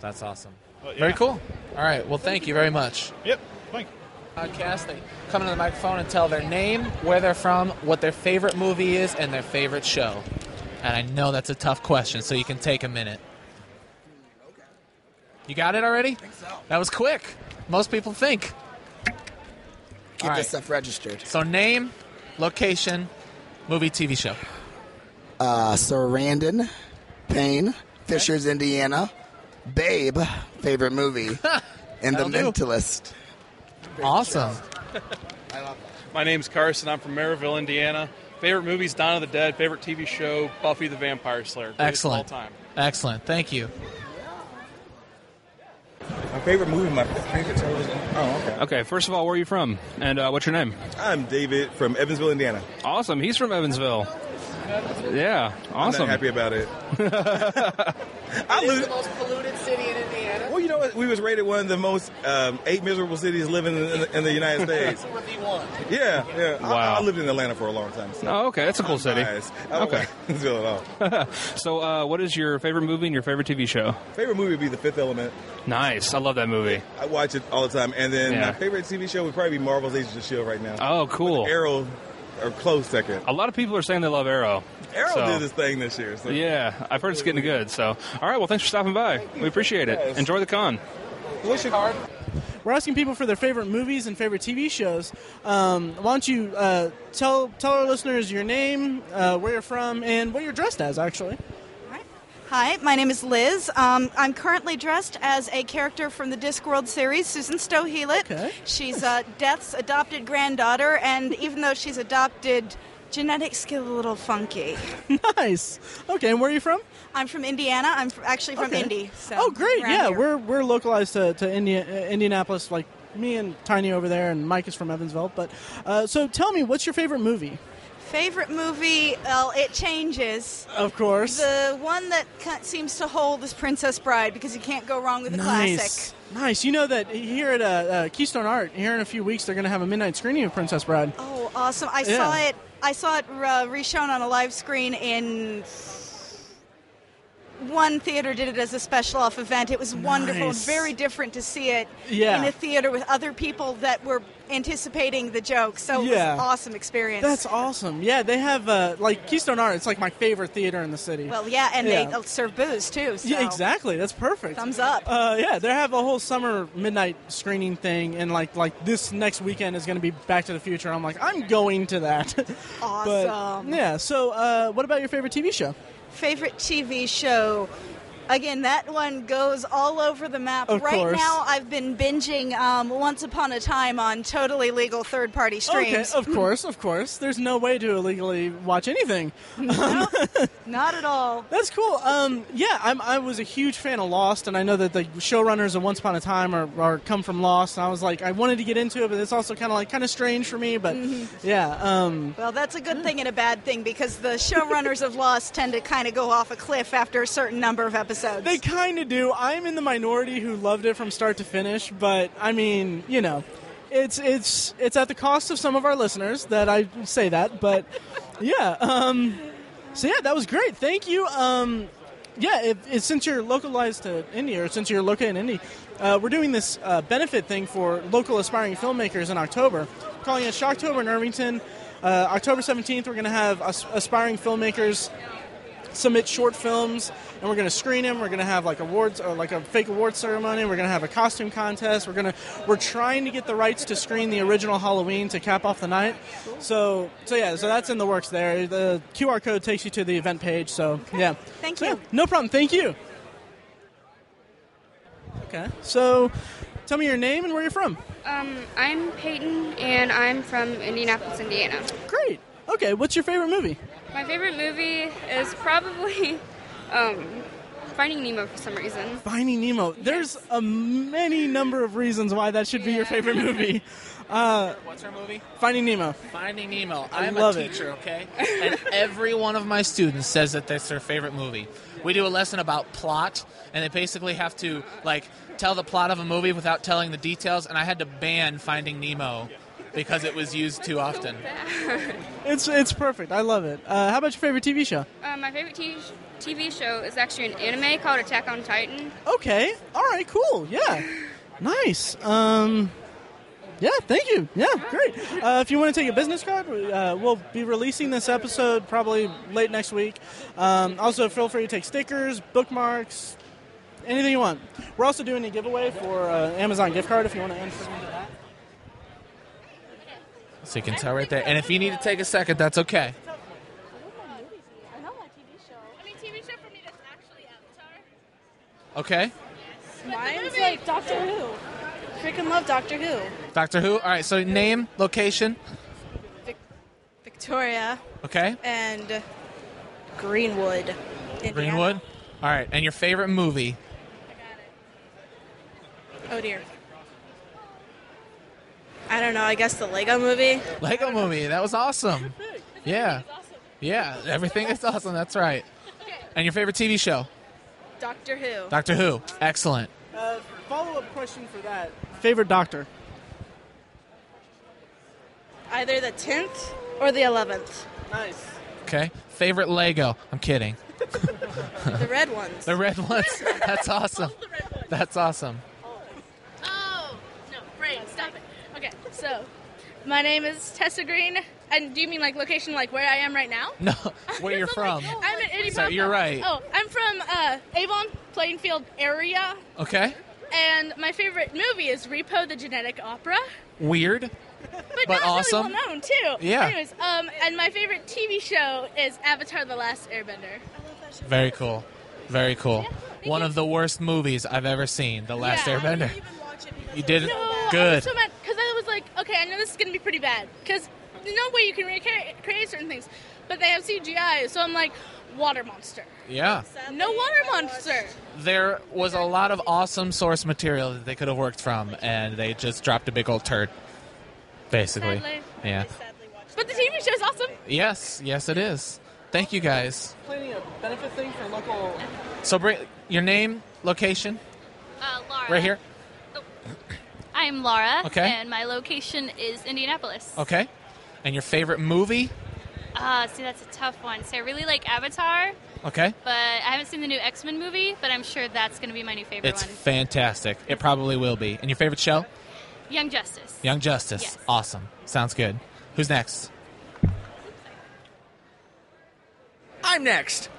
S3: That's awesome.
S33: But
S3: Very
S33: yeah.
S3: cool. All right. Well, thank you very much.
S33: Yep. Thank you.
S3: Podcast. They come into the microphone and tell their name, where they're from, what their favorite movie is, and their favorite show. And I know that's a tough question, so you can take a minute. You got it already? I think so. That was quick. Most people think.
S34: Keep
S3: All right.
S34: this stuff registered.
S3: So name, location, movie, TV show.
S34: Uh, Sarandon, Payne, Fishers, Indiana, Babe, favorite movie, and The
S32: That'll do.
S34: Mentalist.
S3: Awesome.
S5: My name's Carson. I'm from Maryville, Indiana. Favorite movies: Dawn of the Dead. Favorite TV show: Buffy the Vampire Slayer. Greatest of
S3: Excellent.
S5: All time.
S3: Excellent. Thank you.
S35: My favorite movie, my favorite television. Oh, okay.
S36: Okay, first of all, where are you from? And uh, what's your name?
S35: I'm David from Evansville, Indiana.
S36: Awesome. He's from Evansville. Yeah,
S35: I'm
S36: awesome.
S35: not happy about it. I lose.
S37: most polluted city in Indiana.
S35: Well, you know what? We was rated one of the most um, eight miserable cities living in, the- in the United States. Yeah, yeah. I-
S5: Wow.
S35: I, lived in Atlanta for a long time. So.
S5: Oh, okay. That's a cool city. Okay.
S35: It's good at all.
S5: so, uh, what is your favorite movie and your favorite TV show?
S35: Favorite movie would be The Fifth Element.
S5: Nice. I love that movie.
S35: I watch it all the time. And then
S5: Yeah.
S35: my favorite TV show would probably be Marvel's Agents of Shield right now.
S5: Oh, cool.
S35: Arrow, or close second.
S5: A lot of people are saying they love Arrow.
S35: Arrow
S5: so-
S35: did this thing this year. So.
S5: Yeah, I've heard it's getting good. So, all right. Well, thanks for stopping by. We appreciate it. Enjoy the con.
S35: What's your card?
S1: We're asking people for their favorite movies and favorite TV shows. Um, why don't you uh, tell tell our listeners your name, uh, where you're from, and what you're dressed as? Actually,
S38: Hi, my name is Liz. Um, I'm currently dressed as a character from the Discworld series, Susan Stowe Hewlett. She's uh, Death's adopted granddaughter, and even though she's adopted, genetics get a little funky.
S1: nice. Okay, and where are you from?
S38: I'm from Indiana. I'm fr- actually from
S1: Okay.
S38: Indy. So
S1: oh, great!
S38: around
S1: Yeah,
S38: here.
S1: we're we're localized to to India, uh, Indianapolis, like me and Tiny over there, and Mike is from Evansville. But uh, so tell me, what's your favorite movie?
S38: Favorite movie? Well, it changes.
S1: Of course.
S38: The one that ca- seems to hold is Princess Bride because you can't go wrong with a classic.
S1: Nice. Nice. You know that here at uh, uh, Keystone Art, here in a few weeks, they're going to have a midnight screening of Princess Bride.
S38: Oh, awesome! I
S1: Yeah.
S38: saw it. I saw it uh, reshown on a live screen in one theater. Did it as a special off event. It was wonderful.
S1: Nice.
S38: Very different to see it
S1: Yeah.
S38: in a theater with other people that were anticipating the joke. So it
S1: Yeah.
S38: was an awesome experience.
S1: That's awesome. Yeah, they have uh, like Keystone Art. It's like my favorite theater in the city.
S38: well, yeah, and they uh, serve booze too. So.
S1: Yeah, exactly. That's perfect.
S38: Thumbs up.
S1: Uh, yeah, they have a whole summer midnight screening thing, and like like this next weekend is going to be Back to the Future. I'm like, I'm going to that.
S38: Awesome.
S1: But, yeah. So, uh, what about your favorite TV show?
S38: Favorite TV show. Again, that one goes all over the map.
S1: Of
S38: right
S1: course.
S38: now, I've been binging um, Once Upon a Time on totally legal third party streams.
S1: Okay, of course, of course. There's no way to illegally watch anything.
S38: Not at all.
S1: That's cool. Um, yeah, I'm, I was a huge fan of Lost, and I know that the showrunners of Once Upon a Time are, are come from Lost. And I was like, I wanted to get into it, but it's also kind of like kind of strange for me. But
S38: Mhm.
S1: yeah, um,
S38: Well, that's a good thing and a bad thing because the showrunners of Lost tend to kind of go off a cliff after a certain number of episodes.
S1: they kind of do. I'm in the minority who loved it from start to finish, but I mean, you know, it's it's it's at the cost of some of our listeners that I say that, but yeah. Um, so yeah, that was great. Thank you. Um, yeah, it, it, since you're localized to India, or since you're located in Indy, uh, we're doing this uh, benefit thing for local aspiring filmmakers in October, calling it Shocktober in Irvington. Uh, October 17th, we're going to have as- aspiring filmmakers submit short films and we're going to screen them we're going to have like awards or like a fake award ceremony we're going to have a costume contest we're going to we're trying to get the rights to screen the original halloween to cap off the night so so yeah so that's in the works there the qr code takes you to the event page so yeah
S38: Thank
S1: you no problem thank you okay so tell me your name and where you're from
S39: Um, I'm Peyton, and I'm from Indianapolis, Indiana.
S1: great okay what's your favorite movie
S39: My favorite movie is probably um, Finding Nemo for some reason.
S1: Finding Nemo. There's a many number of reasons why that should be your favorite movie. Uh,
S3: What's our movie?
S1: Finding Nemo.
S3: Finding Nemo.
S1: I
S3: I'm
S1: love
S3: a
S1: it.
S3: teacher, okay? And every one of my students says that that's their favorite movie. We do a lesson about plot, and they basically have to like tell the plot of a movie without telling the details. And I had to ban Finding Nemo because it was used too often.
S1: It's it's perfect. I love it. Uh, how about your favorite TV show?
S39: Uh, my favorite TV, sh- TV show is actually an anime called Attack on Titan.
S1: Okay. All right. Cool. Yeah. Nice. Um. Yeah. Thank you. Yeah. Great. Uh, if you want to take a business card, we, uh, we'll be releasing this episode probably late next week. Um, also, feel free to take stickers, bookmarks, anything you want. We're also doing a giveaway for uh, Amazon gift card if you want to enter into that.
S3: So you can tell right there. And if you need to take a second, that's okay. Okay.
S17: Mine's like Doctor Who. Freaking love Doctor Who.
S3: Doctor Who. All right. So name, location.
S17: Victoria
S3: Okay.
S17: and Greenwood. Indiana.
S3: Greenwood. All right. And your favorite movie.
S17: Oh dear. I don't know. I guess the Lego Movie.
S3: Lego movie. That was awesome. Yeah. Yeah. Everything is awesome. That's right. And your favorite TV show.
S17: Doctor Who.
S3: Doctor Who. Excellent.
S1: Uh, Follow up question for that. Favorite doctor?
S17: Either the 10th or the 11th.
S1: Nice.
S3: Okay. Favorite Lego? I'm kidding.
S17: The red ones.
S3: The red ones. That's awesome. That's awesome.
S17: Oh, no, brain, stop it. Okay, so my name is Tessa Green. And do you mean like location, like where I am right now?
S3: No, where you're from?
S17: I'm in Indianapolis.
S3: So you're right.
S17: Oh, I'm from uh, Avon, Plainfield area.
S3: Okay.
S17: And my favorite movie is Repo the Genetic Opera.
S3: Weird.
S17: But,
S3: But
S17: not
S3: awesome.
S17: really well known, too.
S3: Yeah.
S17: Anyways, um, and my favorite TV show is Avatar The Last Airbender.
S3: Very cool. Very cool. One of the worst movies I've ever seen, The Last
S17: Yeah, I
S3: Airbender. You did
S17: No, I was
S3: good.
S17: so mad because I was like, okay, I know this is gonna be pretty bad because no way you can recreate certain things, but they have CGI, so I'm like, water monster.
S3: Yeah.
S17: No water monster.
S3: There was a lot of awesome source material that they could have worked from, and they just dropped a big old turd. Basically.
S17: Sadly.
S3: Yeah.
S17: But the TV show's awesome.
S3: Yes, yes, it is. Thank you guys.
S1: Planning a benefit thing for local.
S3: So, bring your name, location,
S40: Uh, Laura.
S3: right here.
S40: I'm Laura.
S3: Okay.
S40: And my location is Indianapolis.
S3: Okay. And your favorite movie?
S40: Uh, see, that's a tough one. So I really like Avatar,
S3: Okay.
S40: but I haven't seen the new X Men movie, but I'm sure that's going to be my new favorite
S3: It's
S40: one.
S3: fantastic. It probably will be. And your favorite show?
S40: Young Justice.
S3: Young Justice.
S40: Yes.
S3: Awesome. Sounds good. Who's next?
S37: I'm next.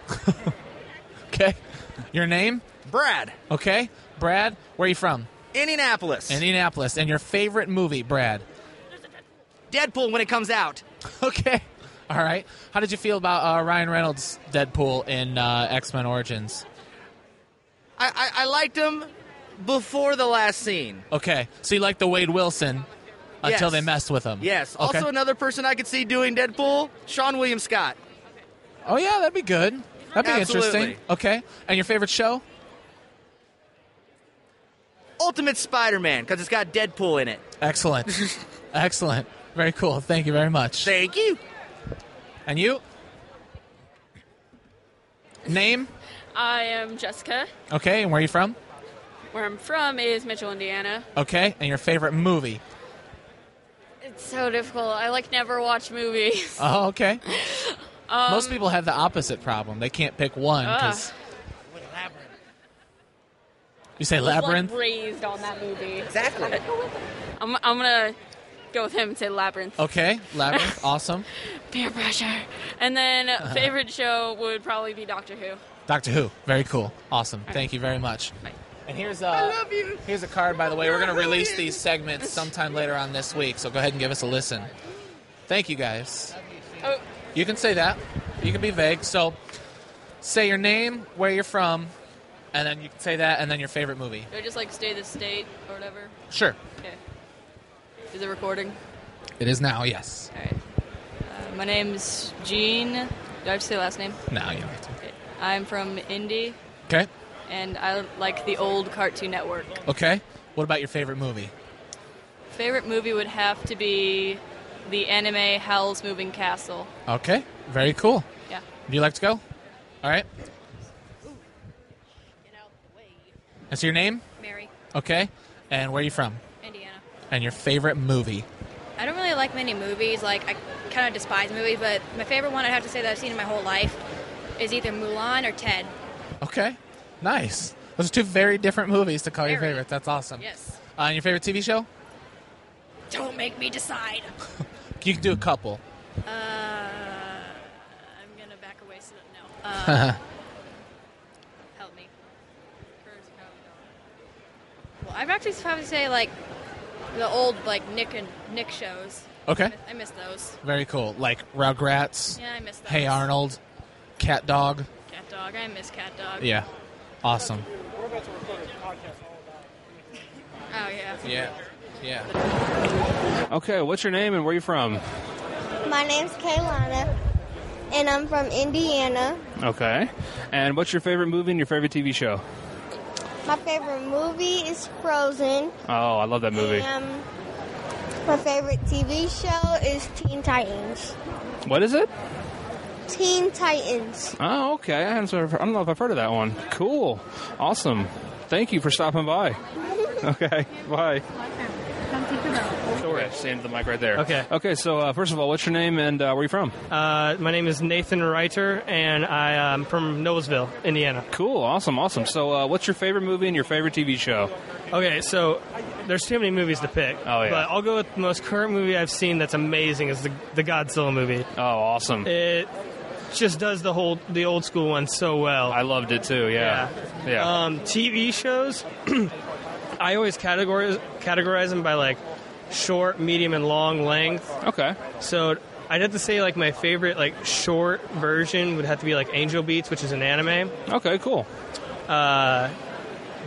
S3: Okay. Your name?
S37: Brad.
S3: Okay. Brad, where are you from?
S37: Indianapolis.
S3: Indianapolis. And your favorite movie, Brad?
S37: Deadpool when it comes out.
S3: Okay. All right. How did you feel about uh, Ryan Reynolds' Deadpool in uh, X Men Origins?
S37: I, I, I liked him before the last scene.
S3: Okay. So you like the Wade Wilson until
S37: Yes.
S3: they messed with him?
S37: Yes.
S3: Um, Okay.
S37: Also, another person I could see doing Deadpool, Sean William Scott.
S3: oh, yeah. That'd be good. That'd be interesting.
S37: Absolutely.
S3: Okay. And your favorite show?
S37: Ultimate Spider-Man because it's got Deadpool in it.
S3: Excellent. Excellent. Very cool. Thank you very much.
S37: Thank you.
S3: And you? Name?
S41: I am Jessica.
S3: Okay. And where are you from?
S41: Where I'm from is Mitchell, Indiana.
S3: Okay. And your favorite movie?
S41: It's so difficult. I like never watch movies.
S3: Oh, okay.
S41: Um,
S3: Most people have the opposite problem. They can't pick one
S37: uh,
S3: because you say
S41: I was, like,
S3: labyrinth.
S41: raised on that movie.
S37: Exactly.
S41: I'm, I'm gonna go with him and say Labyrinth.
S3: Okay, labyrinth, awesome.
S41: Peer pressure. And then
S3: Uh-huh.
S41: favorite show would probably be Doctor Who.
S3: Doctor Who, very cool, awesome. Thank you very much. And here's uh, I love you. here's a card. By the way, we're gonna release these segments sometime later on this week, so go ahead and give us a listen. Thank you guys.
S41: Oh,
S3: You can say that. You can be vague. So say your name, where you're from, and then you can say that, and then your favorite movie.
S41: do I just like stay the state or whatever?
S3: Sure.
S41: Okay. Is it recording?
S3: It is now. Yes.
S41: Uh, my name's Jean. Do I have to say last name?
S3: Now you don't have to.
S41: I'm from Indy,
S3: Okay.
S41: and I like the old Cartoon Network.
S3: Okay. What about your favorite movie?
S41: Favorite movie would have to be the anime Howl's Moving Castle.
S3: Okay. Very cool.
S41: Yeah.
S3: Would you like to go? All right. And so your name?
S42: Mary.
S3: Okay. And where are you from?
S42: Indiana.
S3: And your favorite movie?
S42: I don't really like many movies. Like I kind of despise movies, but my favorite one I'd have to say that I've seen in my whole life is either Mulan or Ted.
S3: Okay. Nice. Those are two very different movies to call your favorite. That's awesome.
S42: Yes.
S3: Uh, and your favorite TV show?
S42: Don't make me decide.
S3: You can do a couple.
S42: Uh, I'm gonna back away so that no. Uh, help me. Well, I'd actually probably say like the old like Nick and Nick shows.
S3: Okay.
S42: I miss those.
S3: Very cool. Like Rugrats.
S42: Yeah, I miss those.
S3: Hey Arnold. Cat Dog.
S42: Cat Dog. I miss Cat Dog.
S3: Yeah. Awesome.
S42: We're about to record a podcast all about. Oh yeah.
S3: Yeah.
S5: Okay, what's your name and where are you from?
S43: My name's Kaylana, and I'm from Indiana.
S5: Okay. And what's your favorite movie and your favorite TV show?
S43: My favorite movie is Frozen.
S5: Oh, I love that movie.
S43: And um, my favorite TV show is Teen Titans.
S5: What is it?
S43: Teen Titans.
S5: Oh, okay. I, haven't, I don't know if I've heard of that one. Cool. Awesome. Thank you for stopping by. okay. Bye. Sorry, I just handed the mic right there.
S6: Okay.
S5: Okay. So uh, first of all, what's your name and uh, where are you from?
S6: Uh, my name is Nathan Reiter, and I am from Noblesville, Indiana.
S5: Cool, awesome, awesome. So, uh, what's your favorite movie and your favorite TV show?
S6: Okay, so there's too many movies to pick.
S5: Oh, yeah.
S6: But I'll go with the most current movie I've seen that's amazing is the the Godzilla movie.
S5: Oh, awesome.
S6: It just does the whole the old school one so well. I
S5: loved it too. yeah.
S6: Yeah. Um, TV shows, I always categorize categorize them by like short, medium, and long length.
S5: Okay.
S6: So. I'd have to say like my favorite like short version would have to be like Angel Beats, which is an anime.
S5: Okay, cool.
S6: Uh,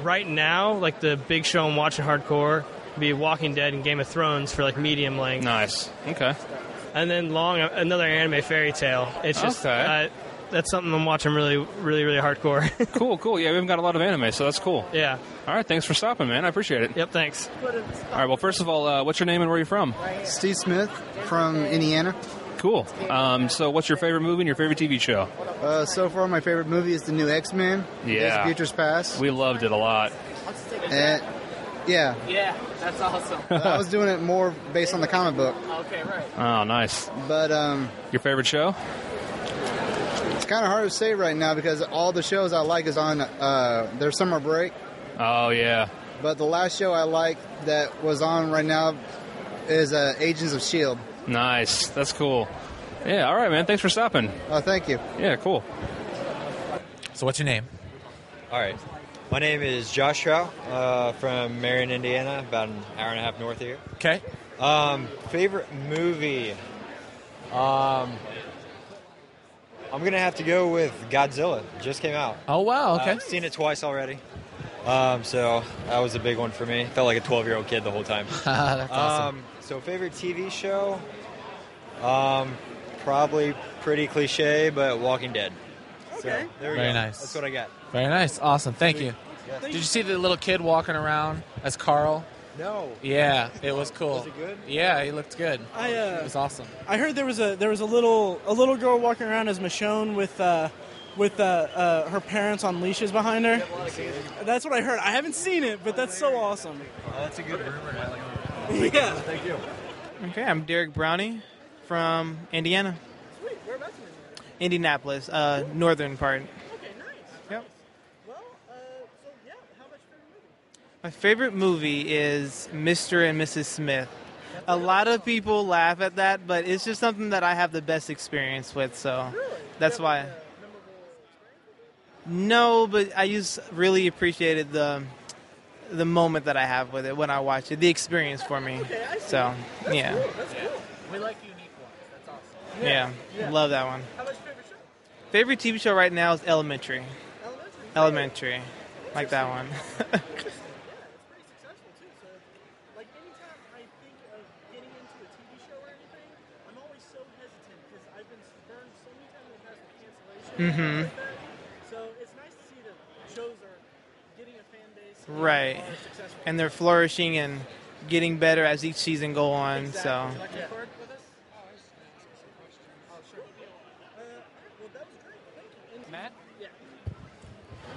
S6: right now, like the big show I'm watching hardcore would be Walking Dead and Game of Thrones for like medium length.
S5: Nice. Okay.
S6: And then long, another anime fairy tale. It's just
S5: Okay.
S6: uh, that's something I'm watching really, really, really hardcore.
S5: cool, cool. Yeah, we haven't got a lot of anime, so that's cool.
S6: Yeah.
S5: All right, thanks for stopping, man. I appreciate it.
S6: Yep, thanks.
S5: All right, well, first of all, uh, what's your name and where are you from?
S44: Steve Smith from Indiana.
S5: Cool. Um, so, what's your favorite movie and your favorite TV show?
S44: Uh, so far, my favorite movie is the new X Men.
S5: Yeah.
S44: Futures Past.
S5: We loved it a lot.
S44: And, yeah.
S14: Yeah, that's awesome.
S44: I was doing it more based on the comic book,
S14: okay, right.
S5: Oh, nice.
S44: but um,
S5: Your favorite show?
S44: it's kind of hard to say right now because all the shows I like is on uh, their summer break.
S5: Oh, yeah.
S44: But the last show I like that was on right now is uh, Agents of Shield.
S5: Nice. That's cool. Yeah, all right, man. Thanks for stopping.
S44: Oh, thank you.
S5: Yeah, cool. So, what's your name?
S45: All right. My name is Josh Trout uh, from Marion, Indiana, about an hour and a half north of here.
S3: Okay.
S45: Um, favorite movie? Um, I'm going to have to go with Godzilla. It Just came out.
S3: Oh, wow.
S45: Uh, I've seen it twice already. Um, so that was a big one for me. Felt like a 12 year old kid the whole time.
S3: That's awesome.
S45: Um, so, favorite TV show? Um, probably pretty cliche, but Walking Dead. Okay. So, there
S3: Very
S45: we go.
S3: nice.
S45: That's what I got.
S3: Very nice. Awesome. Thank you.
S45: Yes.
S3: Did you see the little kid walking around as Carl?
S45: No.
S3: Yeah, it was cool.
S45: Was it good?
S3: Yeah, he looked good.
S1: I, uh,
S3: it was awesome.
S1: I heard there was a there was a little a little girl walking around as Michonne with uh, with uh, uh, her parents on leashes behind her. That's what I heard. I haven't seen it, but that's so awesome.
S45: Oh, that's a good rumor.
S1: Yeah.
S45: Thank you.
S14: Okay, I'm Derek Brownie from Indiana. Sweet. Whereabouts in Indianapolis, uh, northern part. My favorite movie is Mr. and Mrs. Smith. A lot of people laugh at that, but it's just something that I have the best experience with, so that's why. No, but I just really appreciated the the moment that I have with it when I watch it, the experience for me. So, yeah.
S3: We like unique ones. That's awesome.
S14: Yeah. love that one. Favorite TV show right now is Elementary. Elementary, like that one.
S1: Mm-hmm.
S14: hmm Right, and they're flourishing and getting better as each season go on. So.
S1: Oh, Uh,
S3: Matt?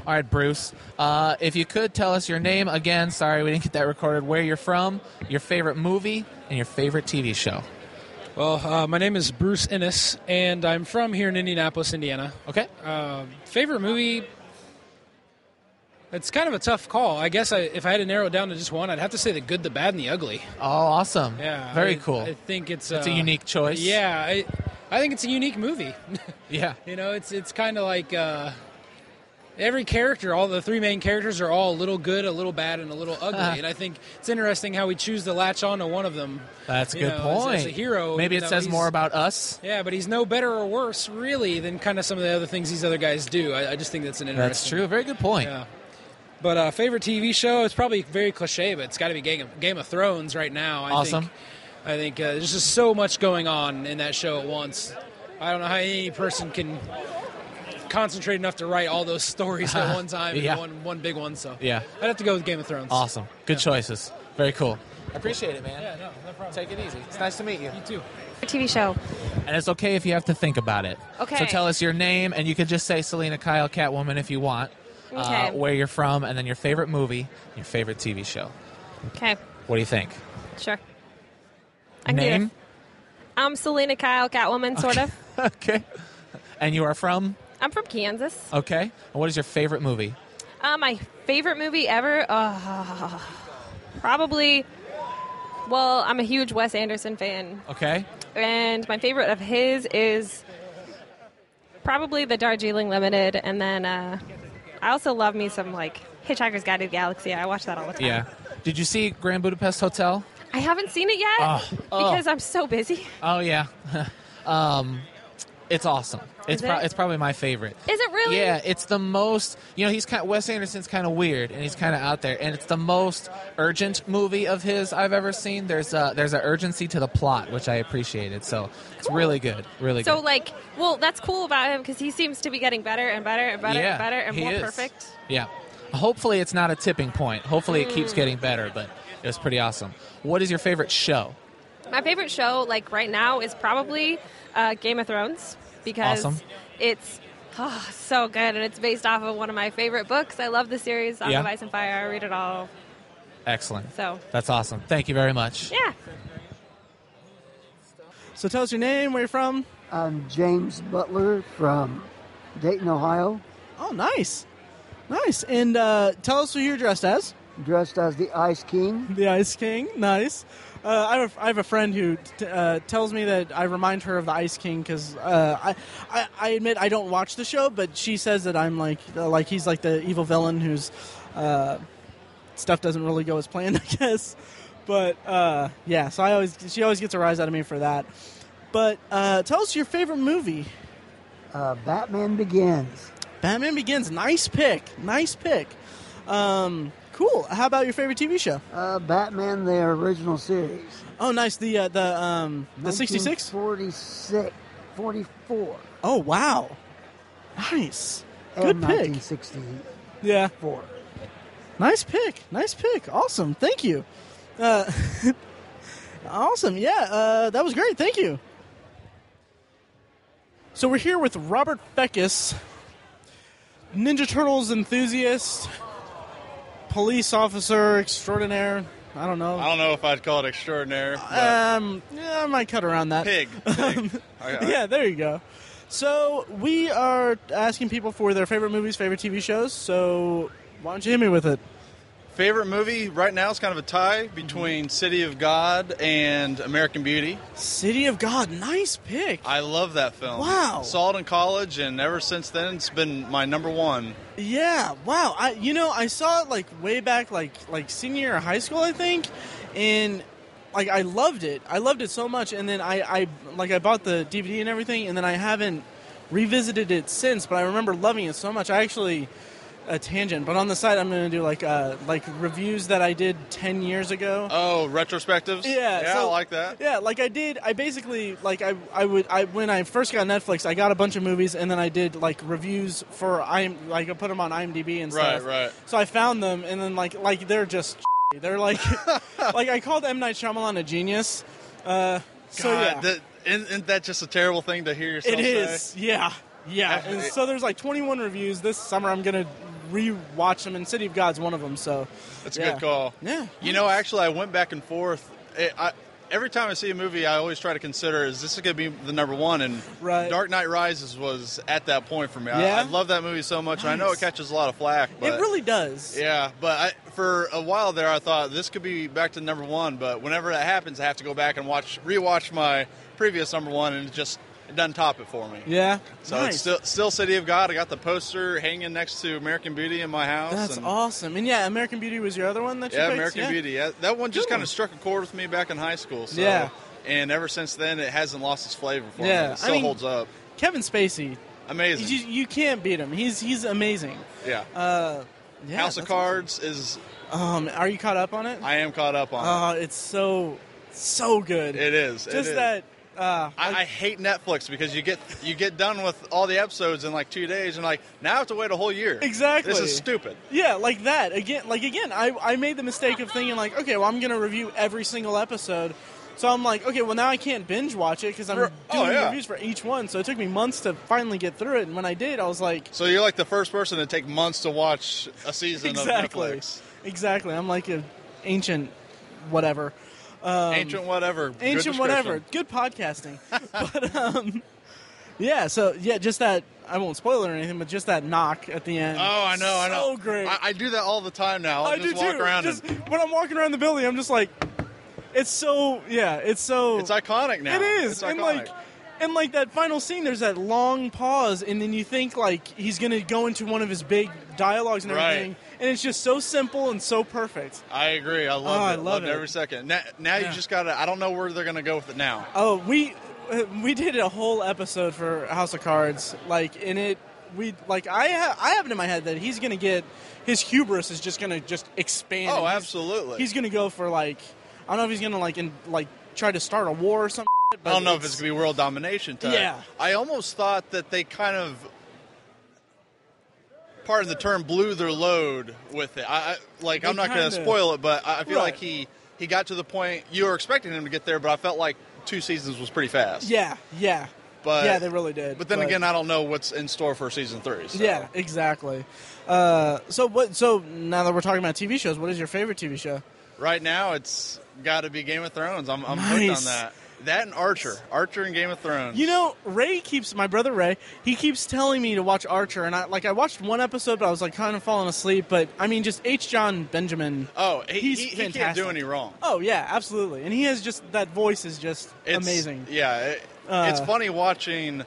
S3: All right, Bruce. Uh, if you could tell us your name again. Sorry, we didn't get that recorded. Where you're from, your favorite movie, and your favorite TV show.
S46: Well, uh, my name is Bruce Innes, and I'm from here in Indianapolis, Indiana.
S3: Okay.
S46: Um, favorite movie? It's kind of a tough call. I guess I, if I had to narrow it down to just one, I'd have to say the good, the bad, and the ugly.
S3: Oh, awesome.
S46: Yeah,
S3: Very
S46: I-
S3: cool.
S46: I think it's
S3: That's
S46: uh,
S3: a unique choice.
S46: Yeah, I, I think it's a unique movie.
S3: Yeah.
S46: you know, it's it's kind of like uh, every character, all the three main characters are all a little good, a little bad, and a little ugly.
S3: Uh-huh.
S46: and I think it's interesting how we choose to latch on to one of them.
S3: That's a
S46: you
S3: good
S46: know, as-
S3: point.
S46: As, a hero,
S3: Maybe
S46: even
S3: it
S46: though
S3: says
S46: he's-
S3: more about us.
S46: Yeah, but he's no better or worse, really, than kind of some of the other things these other guys do. I, I just think that's an interesting.
S3: That's true. Very good point.
S46: Yeah. But uh, favorite TV show? It's probably very cliche, but it's got to be Game of, Game of Thrones right now. I
S3: Awesome.
S46: Think, I think uh, there's just so much going on in that show at once. I don't know how any person can concentrate enough to write all those stories at one time
S3: Yeah.
S46: in one one big one. So
S3: Yeah.
S46: I'd have to go with Game of Thrones.
S3: Awesome. Good choices. Very cool. I appreciate it, man. Yeah, no, no problem. Take it easy. It's nice to meet you. You too.
S19: TV show.
S3: And it's okay if you have to think about it.
S19: Okay.
S3: So tell us your name, and you could just say Selena Kyle Catwoman if you want.
S19: Okay.
S3: Uh, where you're from, and then your favorite movie, your favorite TV show.
S2: Okay,
S3: What do you think?
S2: sure.
S3: name?
S2: I'm Selena Kyle, Catwoman, sort of.
S3: okay. And you are from?
S2: I'm from Kansas.
S3: Okay. And what is your favorite movie?
S2: Uh, my favorite movie ever, uh, probably. Well, I'm a huge Wes Anderson fan,
S3: Okay.
S2: and my favorite of his is probably The Darjeeling Limited, and then uh, I also love me some like Hitchhiker's Guide to the Galaxy. I watch that all the time.
S3: Yeah. Did you see Grand Budapest Hotel?
S2: I haven't seen it yet
S3: Oh. Oh.
S2: because I'm so busy.
S3: Oh yeah. um, it's awesome. It's
S2: Is
S3: pro-
S2: it?
S3: it's probably my favorite.
S2: Is it really?
S3: Yeah, it's the most. You know, he's kind. Wes Anderson's kind of weird, and he's kind of out there. And it's the most urgent movie of his I've ever seen. There's a there's an urgency to the plot, which I appreciated. So it's really good, really
S2: so
S3: good.
S2: like, well, that's cool about him because he seems to be getting better and better and better
S3: Yeah,
S2: and better and
S3: he
S2: more
S3: is.
S2: perfect.
S3: Yeah. Hopefully, it's not a tipping point. Hopefully, it keeps
S2: Mm.
S3: getting better. But it was pretty awesome. What is your favorite show?
S2: My favorite show, like right now, is probably uh, Game of Thrones because
S3: Awesome.
S2: it's oh, so good and it's based off of one of my favorite books. I love the series, Song
S3: Yeah.
S2: of Ice and Fire. I read it all.
S3: Excellent.
S2: So.
S3: That's awesome. Thank you very much.
S2: Yeah.
S1: So tell us your name, where you're from.
S7: I'm James Butler from Dayton, Ohio.
S1: Oh, nice. Nice. And uh, tell us who you're dressed as.
S7: Dressed as the Ice King.
S1: The Ice King. Nice. Uh, I, have, I have a friend who t- uh, tells me that I remind her of the Ice King because uh, I, I, I admit I don't watch the show, but she says that I'm like uh, like he's like the evil villain whose uh, stuff doesn't really go as planned, I guess. But uh, yeah, so I always she always gets a rise out of me for that. But uh, tell us your favorite movie.
S7: Uh, Batman Begins.
S1: Batman Begins. Nice pick. Nice pick. Um, cool. How about your favorite TV show?
S7: Uh, Batman, the original series.
S1: Oh, nice. The uh, the um, the sixty six.
S7: 46, 44.
S1: Oh wow, nice.
S7: And
S1: Good pick.
S7: 1960.
S1: Yeah. Four. Nice pick. Nice pick. Awesome. Thank you. Uh, awesome. Yeah. Uh, that was great. Thank you. So we're here with Robert Feckus, Ninja Turtles enthusiast, police officer extraordinaire. I don't know.
S12: I don't know if I'd call it extraordinary. but
S1: Um, yeah, I might cut around that.
S12: Pig. Pig. I- I-
S1: yeah, there you go. So we are asking people for their favorite movies, favorite TV shows. So why don't you hit me with it?
S12: Favorite movie right now is kind of a tie between City of God and American Beauty.
S1: City of God, nice pick.
S12: I love that film.
S1: Wow.
S12: Saw it in college, and ever since then, it's been my number one.
S1: Yeah, wow. I you know I saw it like way back, like like senior year of high school, I think, and like I loved it. I loved it so much, and then I I like I bought the DVD and everything, and then I haven't revisited it since. But I remember loving it so much. I actually a tangent, but on the side I'm going to do like uh like reviews that I did ten years ago.
S12: Oh, retrospectives?
S1: Yeah,
S12: Yeah,
S1: so-
S12: I like that.
S1: Yeah, like I did. I basically like I I would I when I first got Netflix, I got a bunch of movies and then I did like reviews for I like I put them on IMDb and
S12: Right,
S1: stuff.
S12: right.
S1: So I found them and then like like they're just they're like like I called M Night Shyamalan a genius. Uh, so
S12: God,
S1: yeah,
S12: that- isn't, isn't that just a terrible thing to hear yourself
S1: it is.
S12: say?
S1: Yeah, yeah. And so there's like 21 reviews this summer. I'm gonna re-watch them and City of God's one of them. So
S12: That's a
S1: yeah.
S12: good call.
S1: Yeah.
S12: You know, actually, I went back and forth. It, I, every time I see a movie, I always try to consider is this going to be the number one? And
S1: Right.
S12: Dark Knight Rises was at that point for me. I-
S1: Yeah?
S12: I, love that movie so much. and I know
S1: Nice.
S12: it catches a lot of flack, but
S1: It really does.
S12: yeah. But I, for a while there, I thought this could be back to number one. But whenever that happens, I have to go back and watch rewatch my previous number one, and it just it doesn't top it for me.
S1: Yeah.
S12: So
S1: nice.
S12: it's still, still City of God. I got the poster hanging next to American Beauty in my house.
S1: That's
S12: and
S1: awesome. And yeah, American Beauty was your other one that you
S12: yeah,
S1: picked?
S12: American
S1: Yeah.
S12: Beauty. Yeah, that one just
S1: Good
S12: kind
S1: one.
S12: of struck a chord with me back in high school. So,
S1: Yeah.
S12: And ever since then, it hasn't lost its flavor for me.
S1: Yeah, I
S12: It still
S1: mean-
S12: holds up.
S1: Kevin Spacey.
S12: Amazing.
S1: You, you can't beat him. He's he's amazing.
S12: Yeah.
S1: Uh, yeah,
S12: House of
S1: that's
S12: Cards is.
S1: Um, are you caught up on it?
S12: I am caught up on
S1: awesome. Oh, it's so so good.
S12: it. It is. it
S1: Uh, Just
S12: is.
S1: that uh,
S12: I, I hate Netflix because you get you get done with all the episodes in like two days, and like now I have to wait a whole year.
S1: Exactly.
S12: This is stupid.
S1: Yeah, like that again. Like again, I I made the mistake of thinking like, okay, well, I'm gonna review every single episode. So I'm like, okay, well now I can't binge watch it because I'm
S12: Right.
S1: doing
S12: Oh, yeah.
S1: reviews for each one. So it took me months to finally get through it, and when I did, I was like,
S12: So you're like the first person to take months to watch a season
S1: exactly,
S12: of Netflix.
S1: exactly. I'm like an ancient, whatever. Um,
S12: Ancient whatever. Good
S1: Ancient whatever. Good podcasting. but um, yeah, so yeah, just that. I won't spoil it or anything, but just that knock at the end.
S12: Oh, I know, I know.
S1: So great.
S12: I, I do that all the time now. I'll
S1: I
S12: just
S1: do
S12: walk
S1: too.
S12: around
S1: Just-
S12: and
S1: when I'm walking around the building, I'm just like, it's so yeah, it's so it's
S12: iconic now.
S1: It is,
S12: It's
S1: and
S12: iconic.
S1: like, and like that final scene. There's that long pause, and then you think like he's gonna go into one of his big dialogues and
S12: Right.
S1: everything, and it's just so simple and so perfect.
S12: I agree. I love
S1: Oh,
S12: it.
S1: I love
S12: Loved
S1: it.
S12: every second. Now, now
S1: Yeah.
S12: you just gotta. I don't know where they're gonna go with it now.
S1: Oh, we uh, we did a whole episode for House of Cards, like in it. We like I ha- I have it in my head that he's gonna get his hubris is just gonna just expand.
S12: Oh,
S1: He's-
S12: absolutely.
S1: He's gonna go for like I don't know if he's gonna like in, like try to start a war or something.
S12: I don't know if it's gonna be world domination type.
S1: Yeah.
S12: I almost thought that they kind of, pardon the term, blew their load with it. I, I like. I'm
S1: They
S12: not gonna
S1: kinda-
S12: spoil it, but I, I feel
S1: Right.
S12: like he he got to the point you were expecting him to get there, but I felt like two seasons was pretty fast.
S1: Yeah, yeah,
S12: But
S1: yeah. They really did.
S12: But then again, I don't know what's in store for season three. So.
S1: Yeah, exactly. Uh, so what? So now that we're talking about TV shows, what is your favorite TV show?
S12: Right now, it's got to be Game of Thrones. I'm, I'm hooked
S1: Nice.
S12: on that. That and Archer. Archer and Game of Thrones.
S1: You know, Ray keeps my brother Ray. He keeps telling me to watch Archer, and I like I watched one episode, but I was like kind of falling asleep. But I mean, just H. John Benjamin.
S12: oh, he,
S1: he's
S12: he, he
S1: fantastic.
S12: can't do any wrong.
S1: Oh yeah, absolutely. And he has just that voice is just
S12: It's,
S1: amazing.
S12: Yeah, it, it's
S1: Uh,
S12: funny watching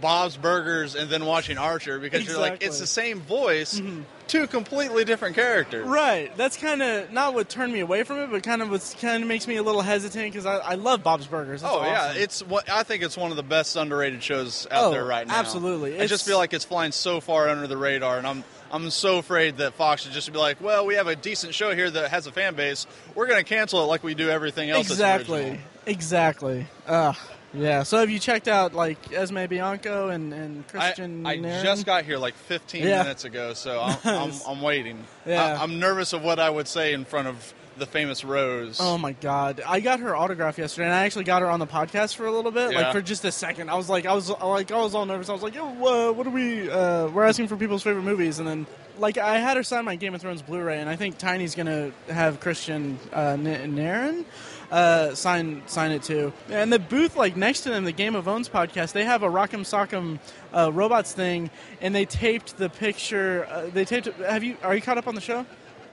S12: Bob's Burgers and then watching Archer because you're like,
S1: Exactly. Mm-hmm.
S12: it's the same voice, two completely different characters.
S1: Right. That's kind of not what turned me away from it, but kind of what kind of makes me a little hesitant because I, I love Bob's Burgers. That's
S12: Oh yeah,
S1: awesome.
S12: it's what I think it's one of the best underrated shows out
S1: Oh,
S12: there right now.
S1: absolutely.
S12: I just
S1: It's-
S12: feel like it's flying so far under the radar, and I'm I'm so afraid that Fox is just be like, well, we have a decent show here that has a fan base. We're going to cancel it like we do everything else. that's
S1: exactly
S12: original."
S1: exactly. Ugh. yeah. So have you checked out like Esme Bianco and and Christian?
S12: I, I
S1: Nairn?
S12: just got here like 15
S1: Yeah.
S12: minutes ago, so I'm, I'm, I'm waiting.
S1: Yeah.
S12: I, I'm nervous of what I would say in front of the famous Rose.
S1: Oh my god! I got her autograph yesterday, and I actually got her on the podcast for a little bit,
S12: Yeah.
S1: like for just a second. I was like, I was like, I was all nervous. I was like, Yo, uh, what are we? Uh, we're asking for people's favorite movies, and then like I had her sign my Game of Thrones Blu-ray, and I think Tiny's gonna have Christian uh, N- Naren uh, sign sign it too. And the booth like next to them, the Game of Owns podcast, they have a Rock'em Sock'em uh, robots thing, and they taped the picture. Uh, they taped. Have you? Are you caught up on the show?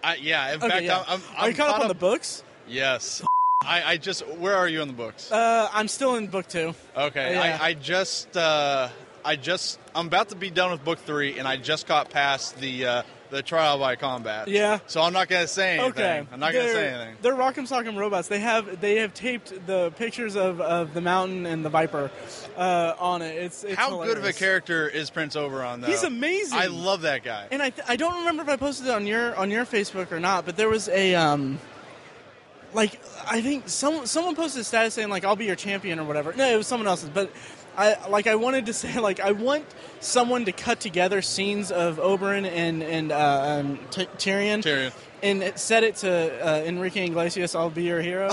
S12: I, yeah, in
S1: Okay,
S12: fact,
S1: yeah.
S12: I'm, I'm,
S1: Are you
S12: I'm
S1: caught up on the books?
S12: Yes. I, I just, where are you in the books?
S1: Uh, I'm still in book two.
S12: Okay,
S1: Yeah.
S12: I, I just, uh, I just, I'm about to be done with book three, and I just got past the uh, the trial by combat.
S1: Yeah.
S12: So I'm not gonna say anything.
S1: Okay.
S12: I'm not gonna
S1: They're-
S12: say anything.
S1: They're Rock'em Sock'em robots. They have they have taped the pictures of, of the mountain and the viper uh, on it. It's, it's
S12: How good of a
S1: hilarious.
S12: character is Prince Oberon? Though
S1: He's amazing.
S12: I love that guy.
S1: And I, th- I don't remember if I posted it on your on your Facebook or not, but there was a um, like I think some someone posted a status saying like I'll be your champion or whatever. No, it was someone else's, but I like I wanted to say like I want someone to cut together scenes of Oberon and and uh, um, Ty Tyrion.
S12: Tyrion.
S1: And it- set it to uh, Enrique Iglesias. I'll be your hero.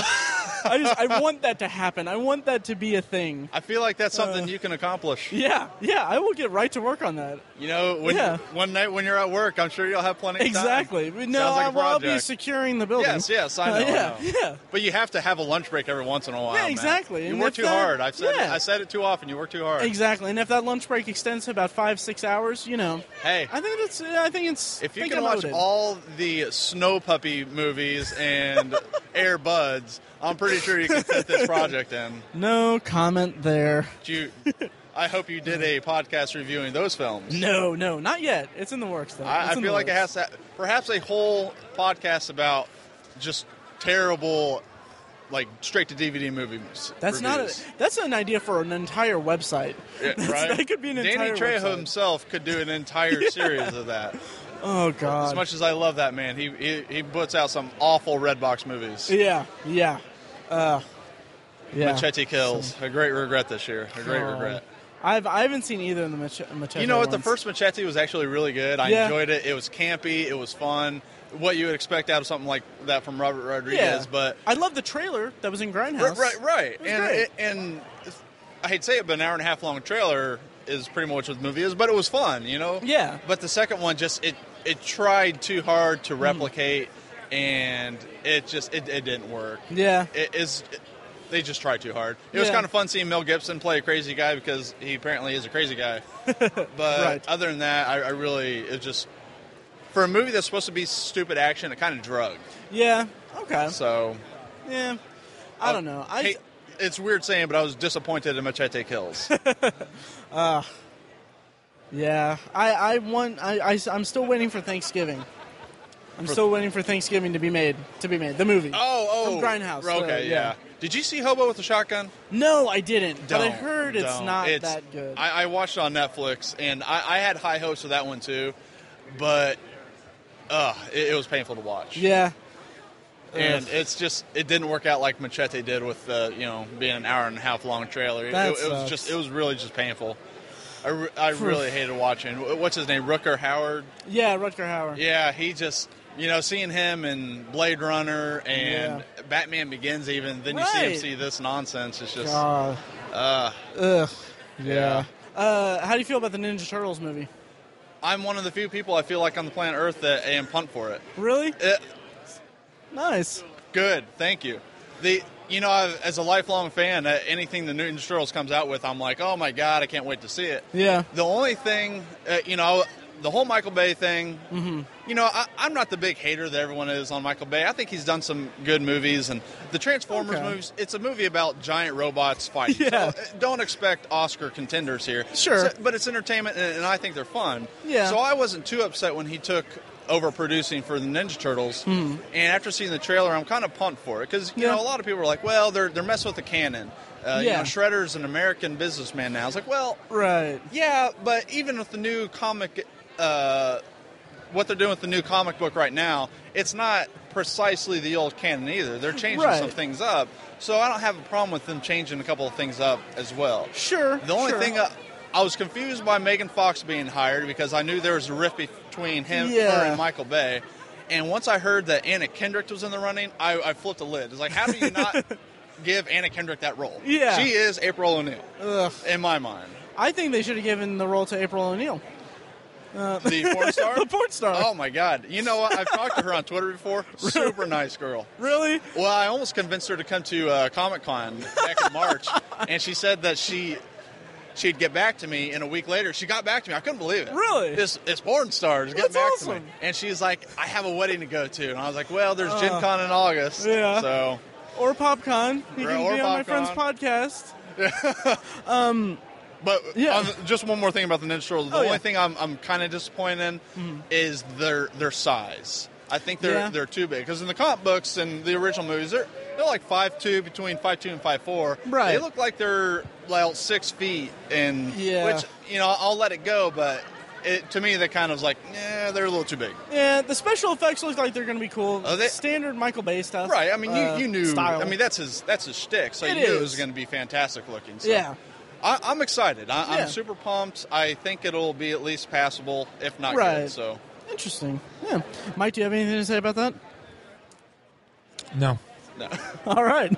S1: I just I want that to happen. I want that to be a thing. Uh,
S12: I feel like that's something you can accomplish.
S1: Yeah, yeah. I will get right to work on that.
S12: You know, when
S1: Yeah.
S12: one night when you're at work, I'm sure you'll have plenty of
S1: Exactly.
S12: time.
S1: No,
S12: Sounds like
S1: I,
S12: a
S1: well, I'll be
S12: project.
S1: securing the building.
S12: Yes, yes, I
S1: Uh,
S12: know. I
S1: yeah,
S12: know.
S1: yeah.
S12: But you have to have a lunch break every once in a while.
S1: Yeah,
S12: man.
S1: exactly.
S12: You
S1: And
S12: work
S1: if
S12: too
S1: that-
S12: hard. I've said it,
S1: yeah.
S12: I said it too often. You work too hard.
S1: Exactly. And if that lunch break extends to about five, six hours, you know.
S12: Hey,
S1: I think that's. I think it's.
S12: If
S1: I
S12: you
S1: think
S12: can
S1: I'm
S12: watch
S1: loaded.
S12: all the Snow Puppy movies and Air Buds, I'm pretty sure you can fit this project in.
S1: No comment there.
S12: Do you, I hope you did a podcast reviewing those films.
S1: No, no, not yet. It's in the works though.
S12: I, I
S1: It's in the
S12: feel like it
S1: works.
S12: has to, perhaps a whole podcast about just terrible, like straight to DVD movies.
S1: That's not. A,
S12: reviews.
S1: that's an idea for an entire website.
S12: Yeah,
S1: That's-
S12: right?
S1: That could be an
S12: Danny
S1: entire.
S12: Trejo
S1: website.
S12: himself could do an entire series of that.
S1: Oh
S12: As
S1: god.
S12: much as I love that man, he he, he puts out some awful Redbox movies.
S1: yeah, yeah. Uh, Yeah.
S12: Machete Kills. A great regret this year. A great
S1: Oh.
S12: regret.
S1: I've I haven't seen either of the mach- machete.
S12: you know what? The
S1: ones.
S12: first Machete was actually really good. I
S1: Yeah.
S12: enjoyed it. It was campy. It was fun. What you would expect out of something like that from Robert Rodriguez,
S1: Yeah.
S12: but
S1: I love the trailer that was in
S12: right,
S1: Grindhouse.
S12: right, right.
S1: It was
S12: And
S1: great.
S12: it- and I hate to say it, but an hour and a half long trailer is pretty much what the movie is. But it was fun, you know.
S1: Yeah.
S12: But the second one just it it tried too hard
S1: Hmm.
S12: to replicate, and it just it, it didn't work.
S1: yeah.
S12: It is. They just tried too hard. It was
S1: Yeah.
S12: kind of fun seeing Mel Gibson play a crazy guy because he apparently is a crazy guy. But other than that, I, I really it just for a movie that's supposed to be stupid action, it kind of drugged.
S1: Yeah. Okay.
S12: So
S1: Yeah. I don't know. I
S12: hey, it's weird saying, but I was disappointed in Machete Kills.
S1: uh, yeah. I I want I, I am still waiting for Thanksgiving. I'm
S12: For-
S1: still waiting for Thanksgiving to be made to be made the movie.
S12: oh, oh,
S1: From Grindhouse.
S12: Okay,
S1: uh,
S12: yeah. Did you see Hobo with a Shotgun?
S1: No, I didn't. but I
S12: Don't,
S1: heard it's
S12: don't.
S1: not
S12: It's-
S1: that good.
S12: I, I watched it on Netflix, and I, I had high hopes for that one too, but uh, it, it was painful to watch.
S1: yeah.
S12: And it's just it didn't work out like Machete did with the you know being an hour and a half long trailer. It-
S1: That
S12: it, it
S1: sucks.
S12: was just it was really just painful. I, re- I
S1: Phew.
S12: really hated watching. Wh- What's his name? Rooker Howard.
S1: Yeah, Rutger Hauer.
S12: Yeah, he just you know seeing him in Blade Runner and Batman Begins even then you see him
S1: Right.
S12: see this nonsense. It's just
S1: God.
S12: uh,
S1: Ugh.
S12: yeah.
S1: Uh, how do you feel about the Ninja Turtles movie?
S12: I'm one of the few people I feel like on the planet Earth that am pumped for it.
S1: Really?
S12: It,
S1: Nice.
S12: Good, thank you. The you know, i as a lifelong fan, uh, anything the Newton Turtles comes out with, I'm like, oh my god, I can't wait to see it.
S1: Yeah.
S12: The only thing, uh, you know, the whole Michael Bay thing.
S1: Mm-hmm.
S12: You know, I, I'm not the big hater that everyone is on Michael Bay. I think he's done some good movies, and the Transformers
S1: Okay.
S12: movies. It's a movie about giant robots fighting.
S1: Yeah.
S12: So, uh, don't expect Oscar contenders here.
S1: Sure.
S12: So- but it's entertainment, and, and I think they're fun.
S1: Yeah.
S12: So I wasn't too upset when he took over producing for the Ninja Turtles.
S1: Hmm.
S12: And after seeing the trailer, I'm kind of pumped for it because you
S1: Yeah.
S12: know a lot of people are like, "Well, they're they're messing with the canon." Uh, You
S1: Yeah.
S12: know, Shredder's an American businessman now. I was like, "Well,
S1: Right.
S12: yeah, but even with the new comic, uh, what they're doing with the new comic book right now, it's not precisely the old canon either. They're changing
S1: Right.
S12: some things up, so I don't have a problem with them changing a couple of things up as well."
S1: Sure.
S12: The only
S1: sure.
S12: thing I, I was confused by Megan Fox being hired because I knew there was a rift between him her
S1: Yeah.
S12: and Michael Bay. And once I heard that Anna Kendrick was in the running, I, I flipped a lid. It's like, how do you not give Anna Kendrick that role?
S1: Yeah.
S12: She is April O'Neil,
S1: Ugh.
S12: in my mind.
S1: I think they should have given the role to April O'Neil. Uh,
S12: The porn star?
S1: the porn star.
S12: Oh, my God. You know what? I've talked to her on Twitter before. Super nice girl.
S1: Really?
S12: Well, I almost convinced her to come to uh, Comic Con back in March, and she said that she she'd get back to me. And a week later, she got back to me. I couldn't believe it.
S1: Really?
S12: This this porn star is getting
S1: That's
S12: back to
S1: awesome.
S12: me, and she's like, "I have a wedding to go to," and I was like, "Well, there's
S1: Uh,
S12: Gen Con in August,
S1: yeah.
S12: So
S1: Or PopCon. He
S12: Or-
S1: can
S12: or
S1: be on my
S12: PopCon.
S1: friend's podcast. um,
S12: But
S1: Yeah.
S12: on the- just one more thing about the Ninja Turtles. The
S1: Oh,
S12: only
S1: yeah.
S12: thing I'm, I'm kind of disappointed in
S1: Mhm.
S12: is their their size. I think they're
S1: Yeah.
S12: they're too big because in the comic books and the original movies they're they're like five two between five two and five four.
S1: Right.
S12: They look like they're like six feet and
S1: Yeah.
S12: which you know I'll let it go, but it, to me they kind of was like yeah they're a little too big.
S1: yeah, the special effects look like they're going to be cool.
S12: Oh, they-
S1: Standard Michael Bay stuff.
S12: Right. I mean you,
S1: Uh,
S12: you knew
S1: Style.
S12: I mean that's his that's his shtick, so
S1: It
S12: you knew
S1: is.
S12: it was going to be fantastic looking. So.
S1: Yeah.
S12: I, I'm excited. I,
S1: Yeah.
S12: I'm super pumped. I think it'll be at least passable, if not
S1: Right.
S12: good. So
S1: Interesting. Yeah. Mike, do you have anything to say about that?
S12: no, no.
S1: All right.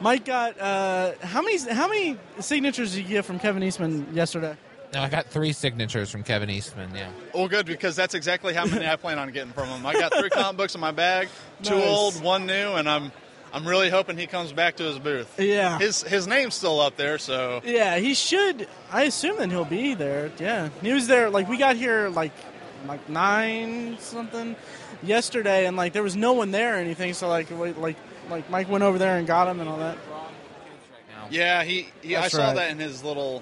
S1: Mike got uh, how many how many signatures did you get from Kevin Eastman yesterday?
S11: No, I got three signatures from Kevin Eastman. Yeah.
S12: Well, good because that's exactly how many I plan on getting from him. I got three comic books in my bag, two
S1: Nice.
S12: old, one new, and I'm I'm really hoping he comes back to his booth.
S1: Yeah.
S12: his his name's still up there, so
S1: Yeah, he should. I assume that he'll be there. Yeah, he was there. Like we got here like like nine something yesterday, and like there was no one there or anything. So like we- like like Mike went over there and got him and all that.
S12: yeah. He, he I
S1: That's
S12: saw
S1: right.
S12: that in his little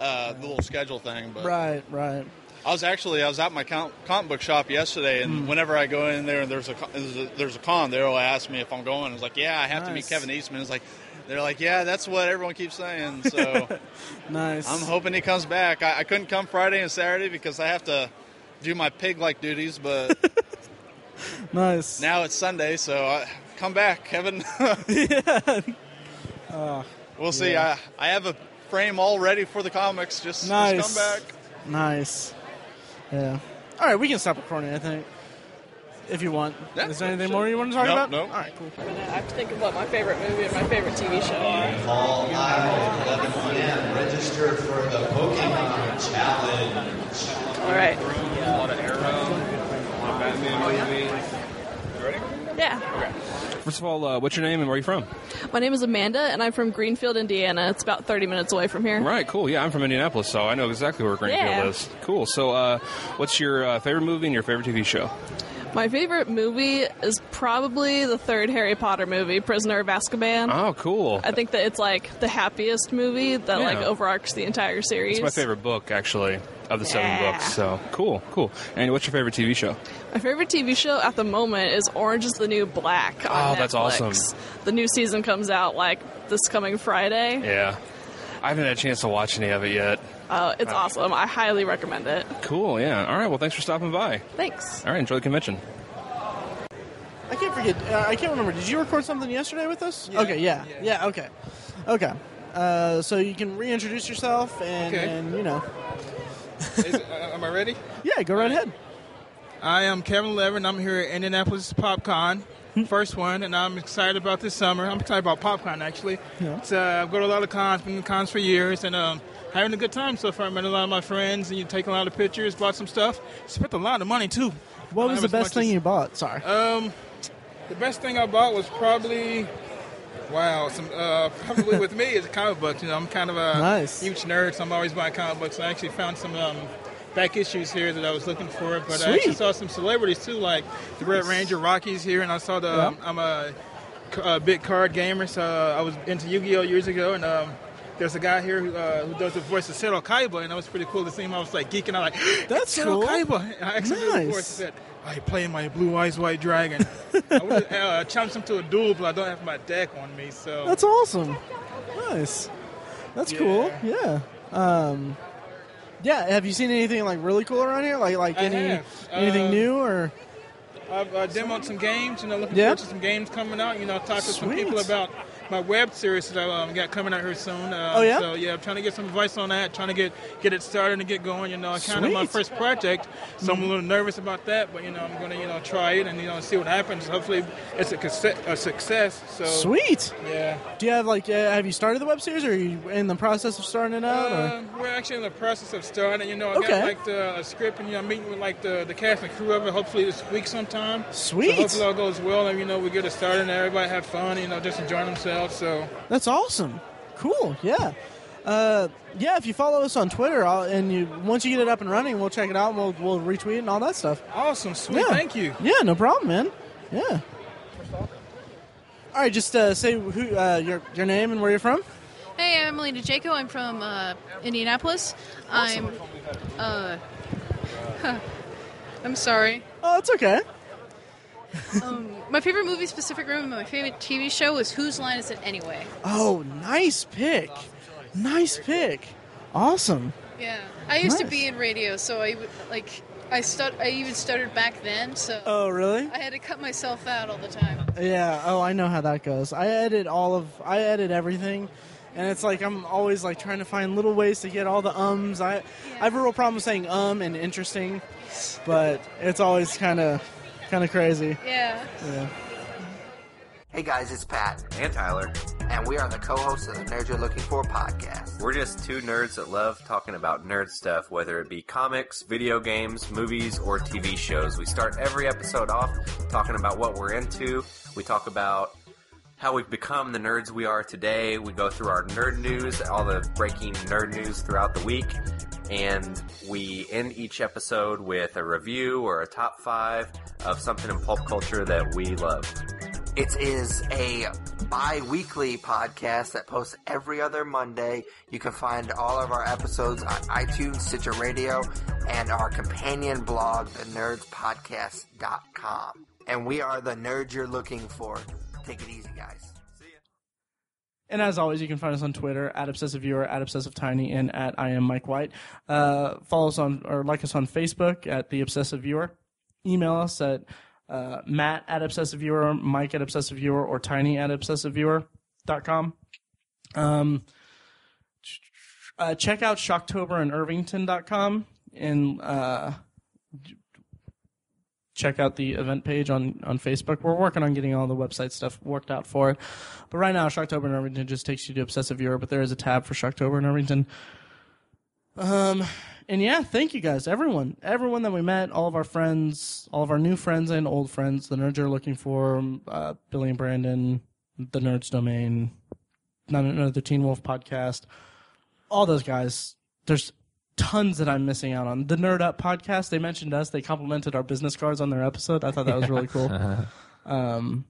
S12: uh, little schedule thing, but
S1: Right, right.
S12: I was actually I was at my com- comic book shop yesterday,
S1: Hmm.
S12: and whenever I go in there and there's a co- there's a, there's a con, they'll ask me if I'm going. I was like, yeah, I have to meet
S1: Nice.
S12: Kevin Eastman. It's like they're like, yeah, that's what everyone keeps saying. So
S1: Nice.
S12: I'm hoping he comes back. I, I couldn't come Friday and Saturday because I have to do my pig like duties, but
S1: nice.
S12: now it's Sunday, so I, come back, Kevin.
S1: Ah,
S12: we'll see.
S1: yeah.
S12: I, I have a frame all ready for the comics. Just,
S1: Nice.
S12: just come back.
S1: Nice. Yeah. All right, we can stop recording. I think, if you want. Is there anything more you want to talk
S12: Nope,
S1: about?
S12: nope.
S1: All right, cool.
S13: I have to think of what my favorite movie and my favorite TV show are.
S22: All live at 11 p.m. Register for the Pokemon Challenge.
S13: All right. Oh,
S5: A lot of Arrow, a lot of Batman movie. You ready?
S13: Yeah.
S5: First of all, uh, what's your name and where are you from?
S47: My name is Amanda, and I'm from Greenfield, Indiana. It's about 30 minutes away from here.
S5: Right, cool. Yeah, I'm from Indianapolis, so I know exactly where Greenfield
S47: Yeah.
S5: is. Cool. So, uh, what's your uh, favorite movie and your favorite TV show?
S47: My favorite movie is probably the third Harry Potter movie, Prisoner of Azkaban.
S5: Oh, cool.
S47: I think that it's like the happiest movie that
S5: Yeah.
S47: like overarchs the entire series.
S5: It's my favorite book, actually, of the seven books. So, cool, cool. And what's your favorite TV show?
S47: My favorite TV show at the moment is Orange is the New Black.
S5: Oh,
S47: on
S5: that's
S47: Netflix.
S5: awesome.
S47: The new season comes out like this coming Friday.
S5: Yeah. I haven't had a chance to watch any of it yet.
S47: Uh, it's
S5: Uh,
S47: awesome. I highly recommend it.
S5: Cool, yeah. All right, well, thanks for stopping by.
S47: Thanks.
S5: All right, enjoy the convention.
S1: I can't forget. Uh, I can't remember. Did you record something yesterday with us? Okay. Yeah. Yeah. okay. Okay. Uh, so you can reintroduce yourself and,
S35: Okay.
S1: and you know.
S35: Is, uh, am I ready?
S1: Yeah. Go right ahead.
S35: I am Kevin Levin. I'm here at Indianapolis PopCon,
S1: Hmm.
S35: first one, and I'm excited about this summer. I'm excited about PopCon actually.
S1: Yeah.
S35: It's, uh, I've gone to a lot of cons, been to cons for years, and um, having a good time so far. I met a lot of my friends, and you take a lot of pictures, bought some stuff, spent a lot of money too.
S1: What was the best thing
S35: you
S1: you bought? Sorry.
S35: Um, the best thing I bought was probably, wow, some uh, probably with me is comic books. You know, I'm kind of a
S1: Nice.
S35: huge nerd, so I'm always buying comic books. I actually found some um, back issues here that I was looking for, but I actually
S1: Sweet.
S35: saw some celebrities too, like the Red Ranger Rockies here, and I saw the um, I'm a, c- a big card gamer, so I was into Yu-Gi-Oh years ago, and. Um, there's a guy here who, uh, who does the voice of Settle Kaiba, and that was pretty cool to see him. I was like geeking out, like, that's Settle
S1: cool.
S35: Kaiba. I actually did the voice.
S1: Nice.
S35: I said, I play my blue eyes white dragon. I would have uh, challenged him to a duel, but I don't have my deck on me, so.
S1: That's awesome. Nice. That's cool. Yeah. Um, yeah. Have you seen anything like really cool around here? Like like
S35: I
S1: any
S35: have.
S1: anything
S35: Uh,
S1: new or?
S35: I've uh, demoed some games, you know, looking
S1: Yeah.
S35: forward to some games coming out. You know, talked to some
S1: Sweet.
S35: people about my web series that I um, got coming out here soon. Um,
S1: Oh, yeah?
S35: So, yeah, I'm trying to get some advice on that, trying to get get it started and get going. You know, I kind of my
S1: Sweet.
S35: first project, so I'm a little nervous about that, but, you know, I'm going to, you know, try it and, you know, see what happens. Hopefully, it's a, conse- a success. So
S1: Sweet.
S35: Yeah.
S1: Do you have like uh, have you started the web series or are you in the process of starting it out? or?
S35: Uh, we're actually in the process of starting. You know, I
S1: Okay.
S35: got like the a script, and you know, I'm meeting with like the, the cast and crew of it. Hopefully this week sometime.
S1: Sweet.
S35: So hopefully all goes well, and you know, we get it started, and everybody have fun. You know, just enjoying themselves. So
S1: That's awesome. Cool. Yeah. Uh, yeah. If you follow us on Twitter, I'll, and you once you get it up and running, we'll check it out and we'll we'll retweet it and all that stuff.
S35: awesome, sweet.
S1: yeah.
S35: Thank you.
S1: Yeah. No problem, man. Yeah. All right. Just uh, say who uh, your your name and where you're from.
S27: Hey, I'm Melina Jaco. I'm from uh, Indianapolis. I'm. Uh, I'm sorry.
S1: Oh, it's okay.
S27: Um, my favorite movie, Pacific Rim, and my favorite TV show is Whose Line Is It Anyway?
S1: Oh, nice pick. Nice pick. Awesome.
S27: Yeah, I used to
S1: Nice.
S27: be in radio, so I would- like I stud- I even stuttered back then. So.
S1: Oh, really?
S27: I had to cut myself out all the time.
S1: Yeah. Oh, I know how that goes. I edit all of. I edit everything, and it's like I'm always like trying to find little ways to get all the ums. I I have a real problem saying um and interesting, but it's always kind of kind of crazy.
S27: Yeah.
S1: Yeah.
S28: Hey guys, it's Pat.
S48: And Tyler.
S28: And we are the co-hosts of the Nerd You're Looking For podcast.
S48: We're just two nerds that love talking about nerd stuff, whether it be comics, video games, movies, or TV shows. We start every episode off talking about what we're into. We talk about how we've become the nerds we are today. We go through our nerd news, all the breaking nerd news throughout the week. And we end each episode with a review or a top five of something in pulp culture that we love.
S28: It is a bi-weekly podcast that posts every other Monday. You can find all of our episodes on iTunes, Stitcher Radio, and our companion blog, thenerdspodcast.com. And we are the nerd you're looking for. Take it easy, guys.
S1: And as always, you can find us on Twitter at Obsessive Viewer, at Obsessive Tiny, and at I Am Mike White. Uh, follow us on or like us on Facebook at The Obsessive Viewer. Email us at uh, Matt at Obsessive Viewer, Mike at Obsessive Viewer, or Tiny at Obsessive Viewer dot com. Um, uh, check out Shocktober and Irvington.com and uh, j- check out the event page on, on Facebook. We're working on getting all the website stuff worked out for it. But right now, Shocktober and Irvington just takes you to Obsessive Europe, but there is a tab for Shocktober and Irvington. Um, and yeah, thank you guys, everyone, everyone that we met, all of our friends, all of our new friends and old friends, the nerds you're looking for, um, uh, Billy and Brandon, the Nerds Domain, not another Teen Wolf podcast, all those guys. There's tons that I'm missing out on. The Nerd Up podcast, they mentioned us, they complimented our business cards on their episode. I thought that was really cool. Um,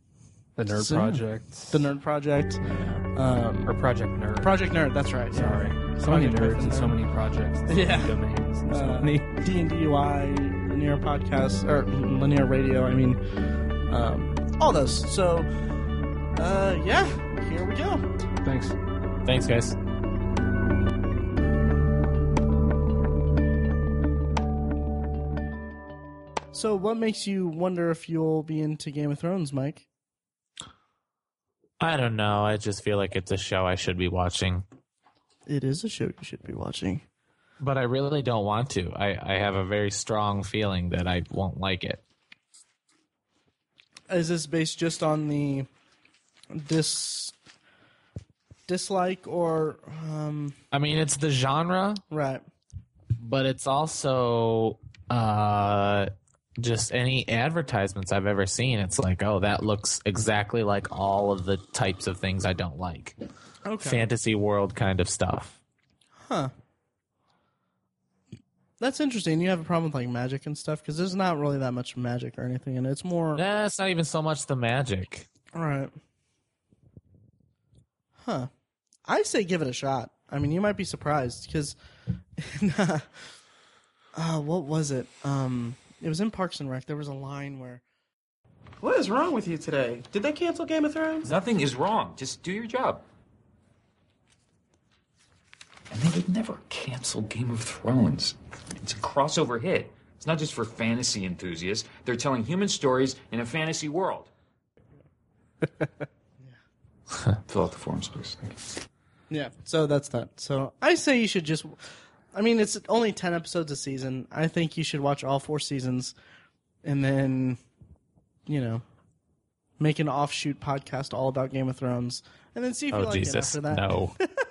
S2: The Nerd
S1: so, yeah.
S2: Project.
S1: the Nerd Project, um,
S2: or Project Nerd.
S1: Project Nerd. That's right.
S2: Sorry.
S1: Yeah.
S2: So many
S1: Project
S2: nerds and so
S1: Nerd.
S2: many projects and so
S1: Yeah. Uh,
S2: many domains and so many-
S1: D and DUI, linear podcast or linear radio. I mean, um, all those. So, uh, yeah, here we go.
S2: Thanks.
S3: Thanks, guys.
S1: So, what makes you wonder if you'll be into Game of Thrones, Mike?
S3: I don't know. I just feel like it's a show I should be watching,
S1: It is a show you should be watching.
S3: but I really don't want to. I, I have a very strong feeling that I won't like it.
S1: Is this based just on the dis dislike or um,
S3: I mean, it's the genre,
S1: right?
S3: But it's also uh, just any advertisements I've ever seen. It's like, oh, that looks exactly like all of the types of things I don't like.
S1: Okay.
S3: Fantasy world kind of stuff.
S1: Huh. That's interesting. You have a problem with like magic and stuff because there's not really that much magic or anything, and it's more
S3: Nah, it's not even so much the magic.
S1: right. Huh. I say give it a shot. I mean, you might be surprised because, uh, what was it? Um, it was in Parks and Rec. There was a line where
S49: What is wrong with you today? Did they cancel Game of Thrones?
S50: Nothing is wrong. Just do your job. And they would never cancel Game of Thrones. It's a crossover hit. It's not just for fantasy enthusiasts. They're telling human stories in a fantasy world. Fill out the forms, please. Thank you.
S1: Yeah. So that's that. So I say you should just. I mean, it's only ten episodes a season. I think you should watch all four seasons, and then, you know, make an offshoot podcast all about Game of Thrones, and then see if you
S3: oh
S1: like it
S3: Jesus!
S1: after that.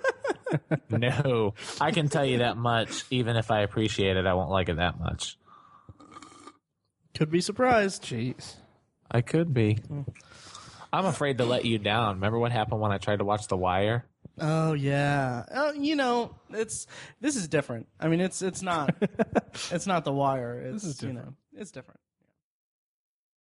S3: No, no. I can tell you that much. Even if I appreciate it, I won't like it that much.
S1: Could be surprised.
S2: Jeez.
S3: I could be. I'm afraid to let you down. Remember what happened when I tried to watch The Wire?
S1: Oh yeah. Uh, you know, it's this is different. I mean, it's it's not it's not The Wire. It's,
S2: This is
S1: you
S2: different.
S1: know, it's different.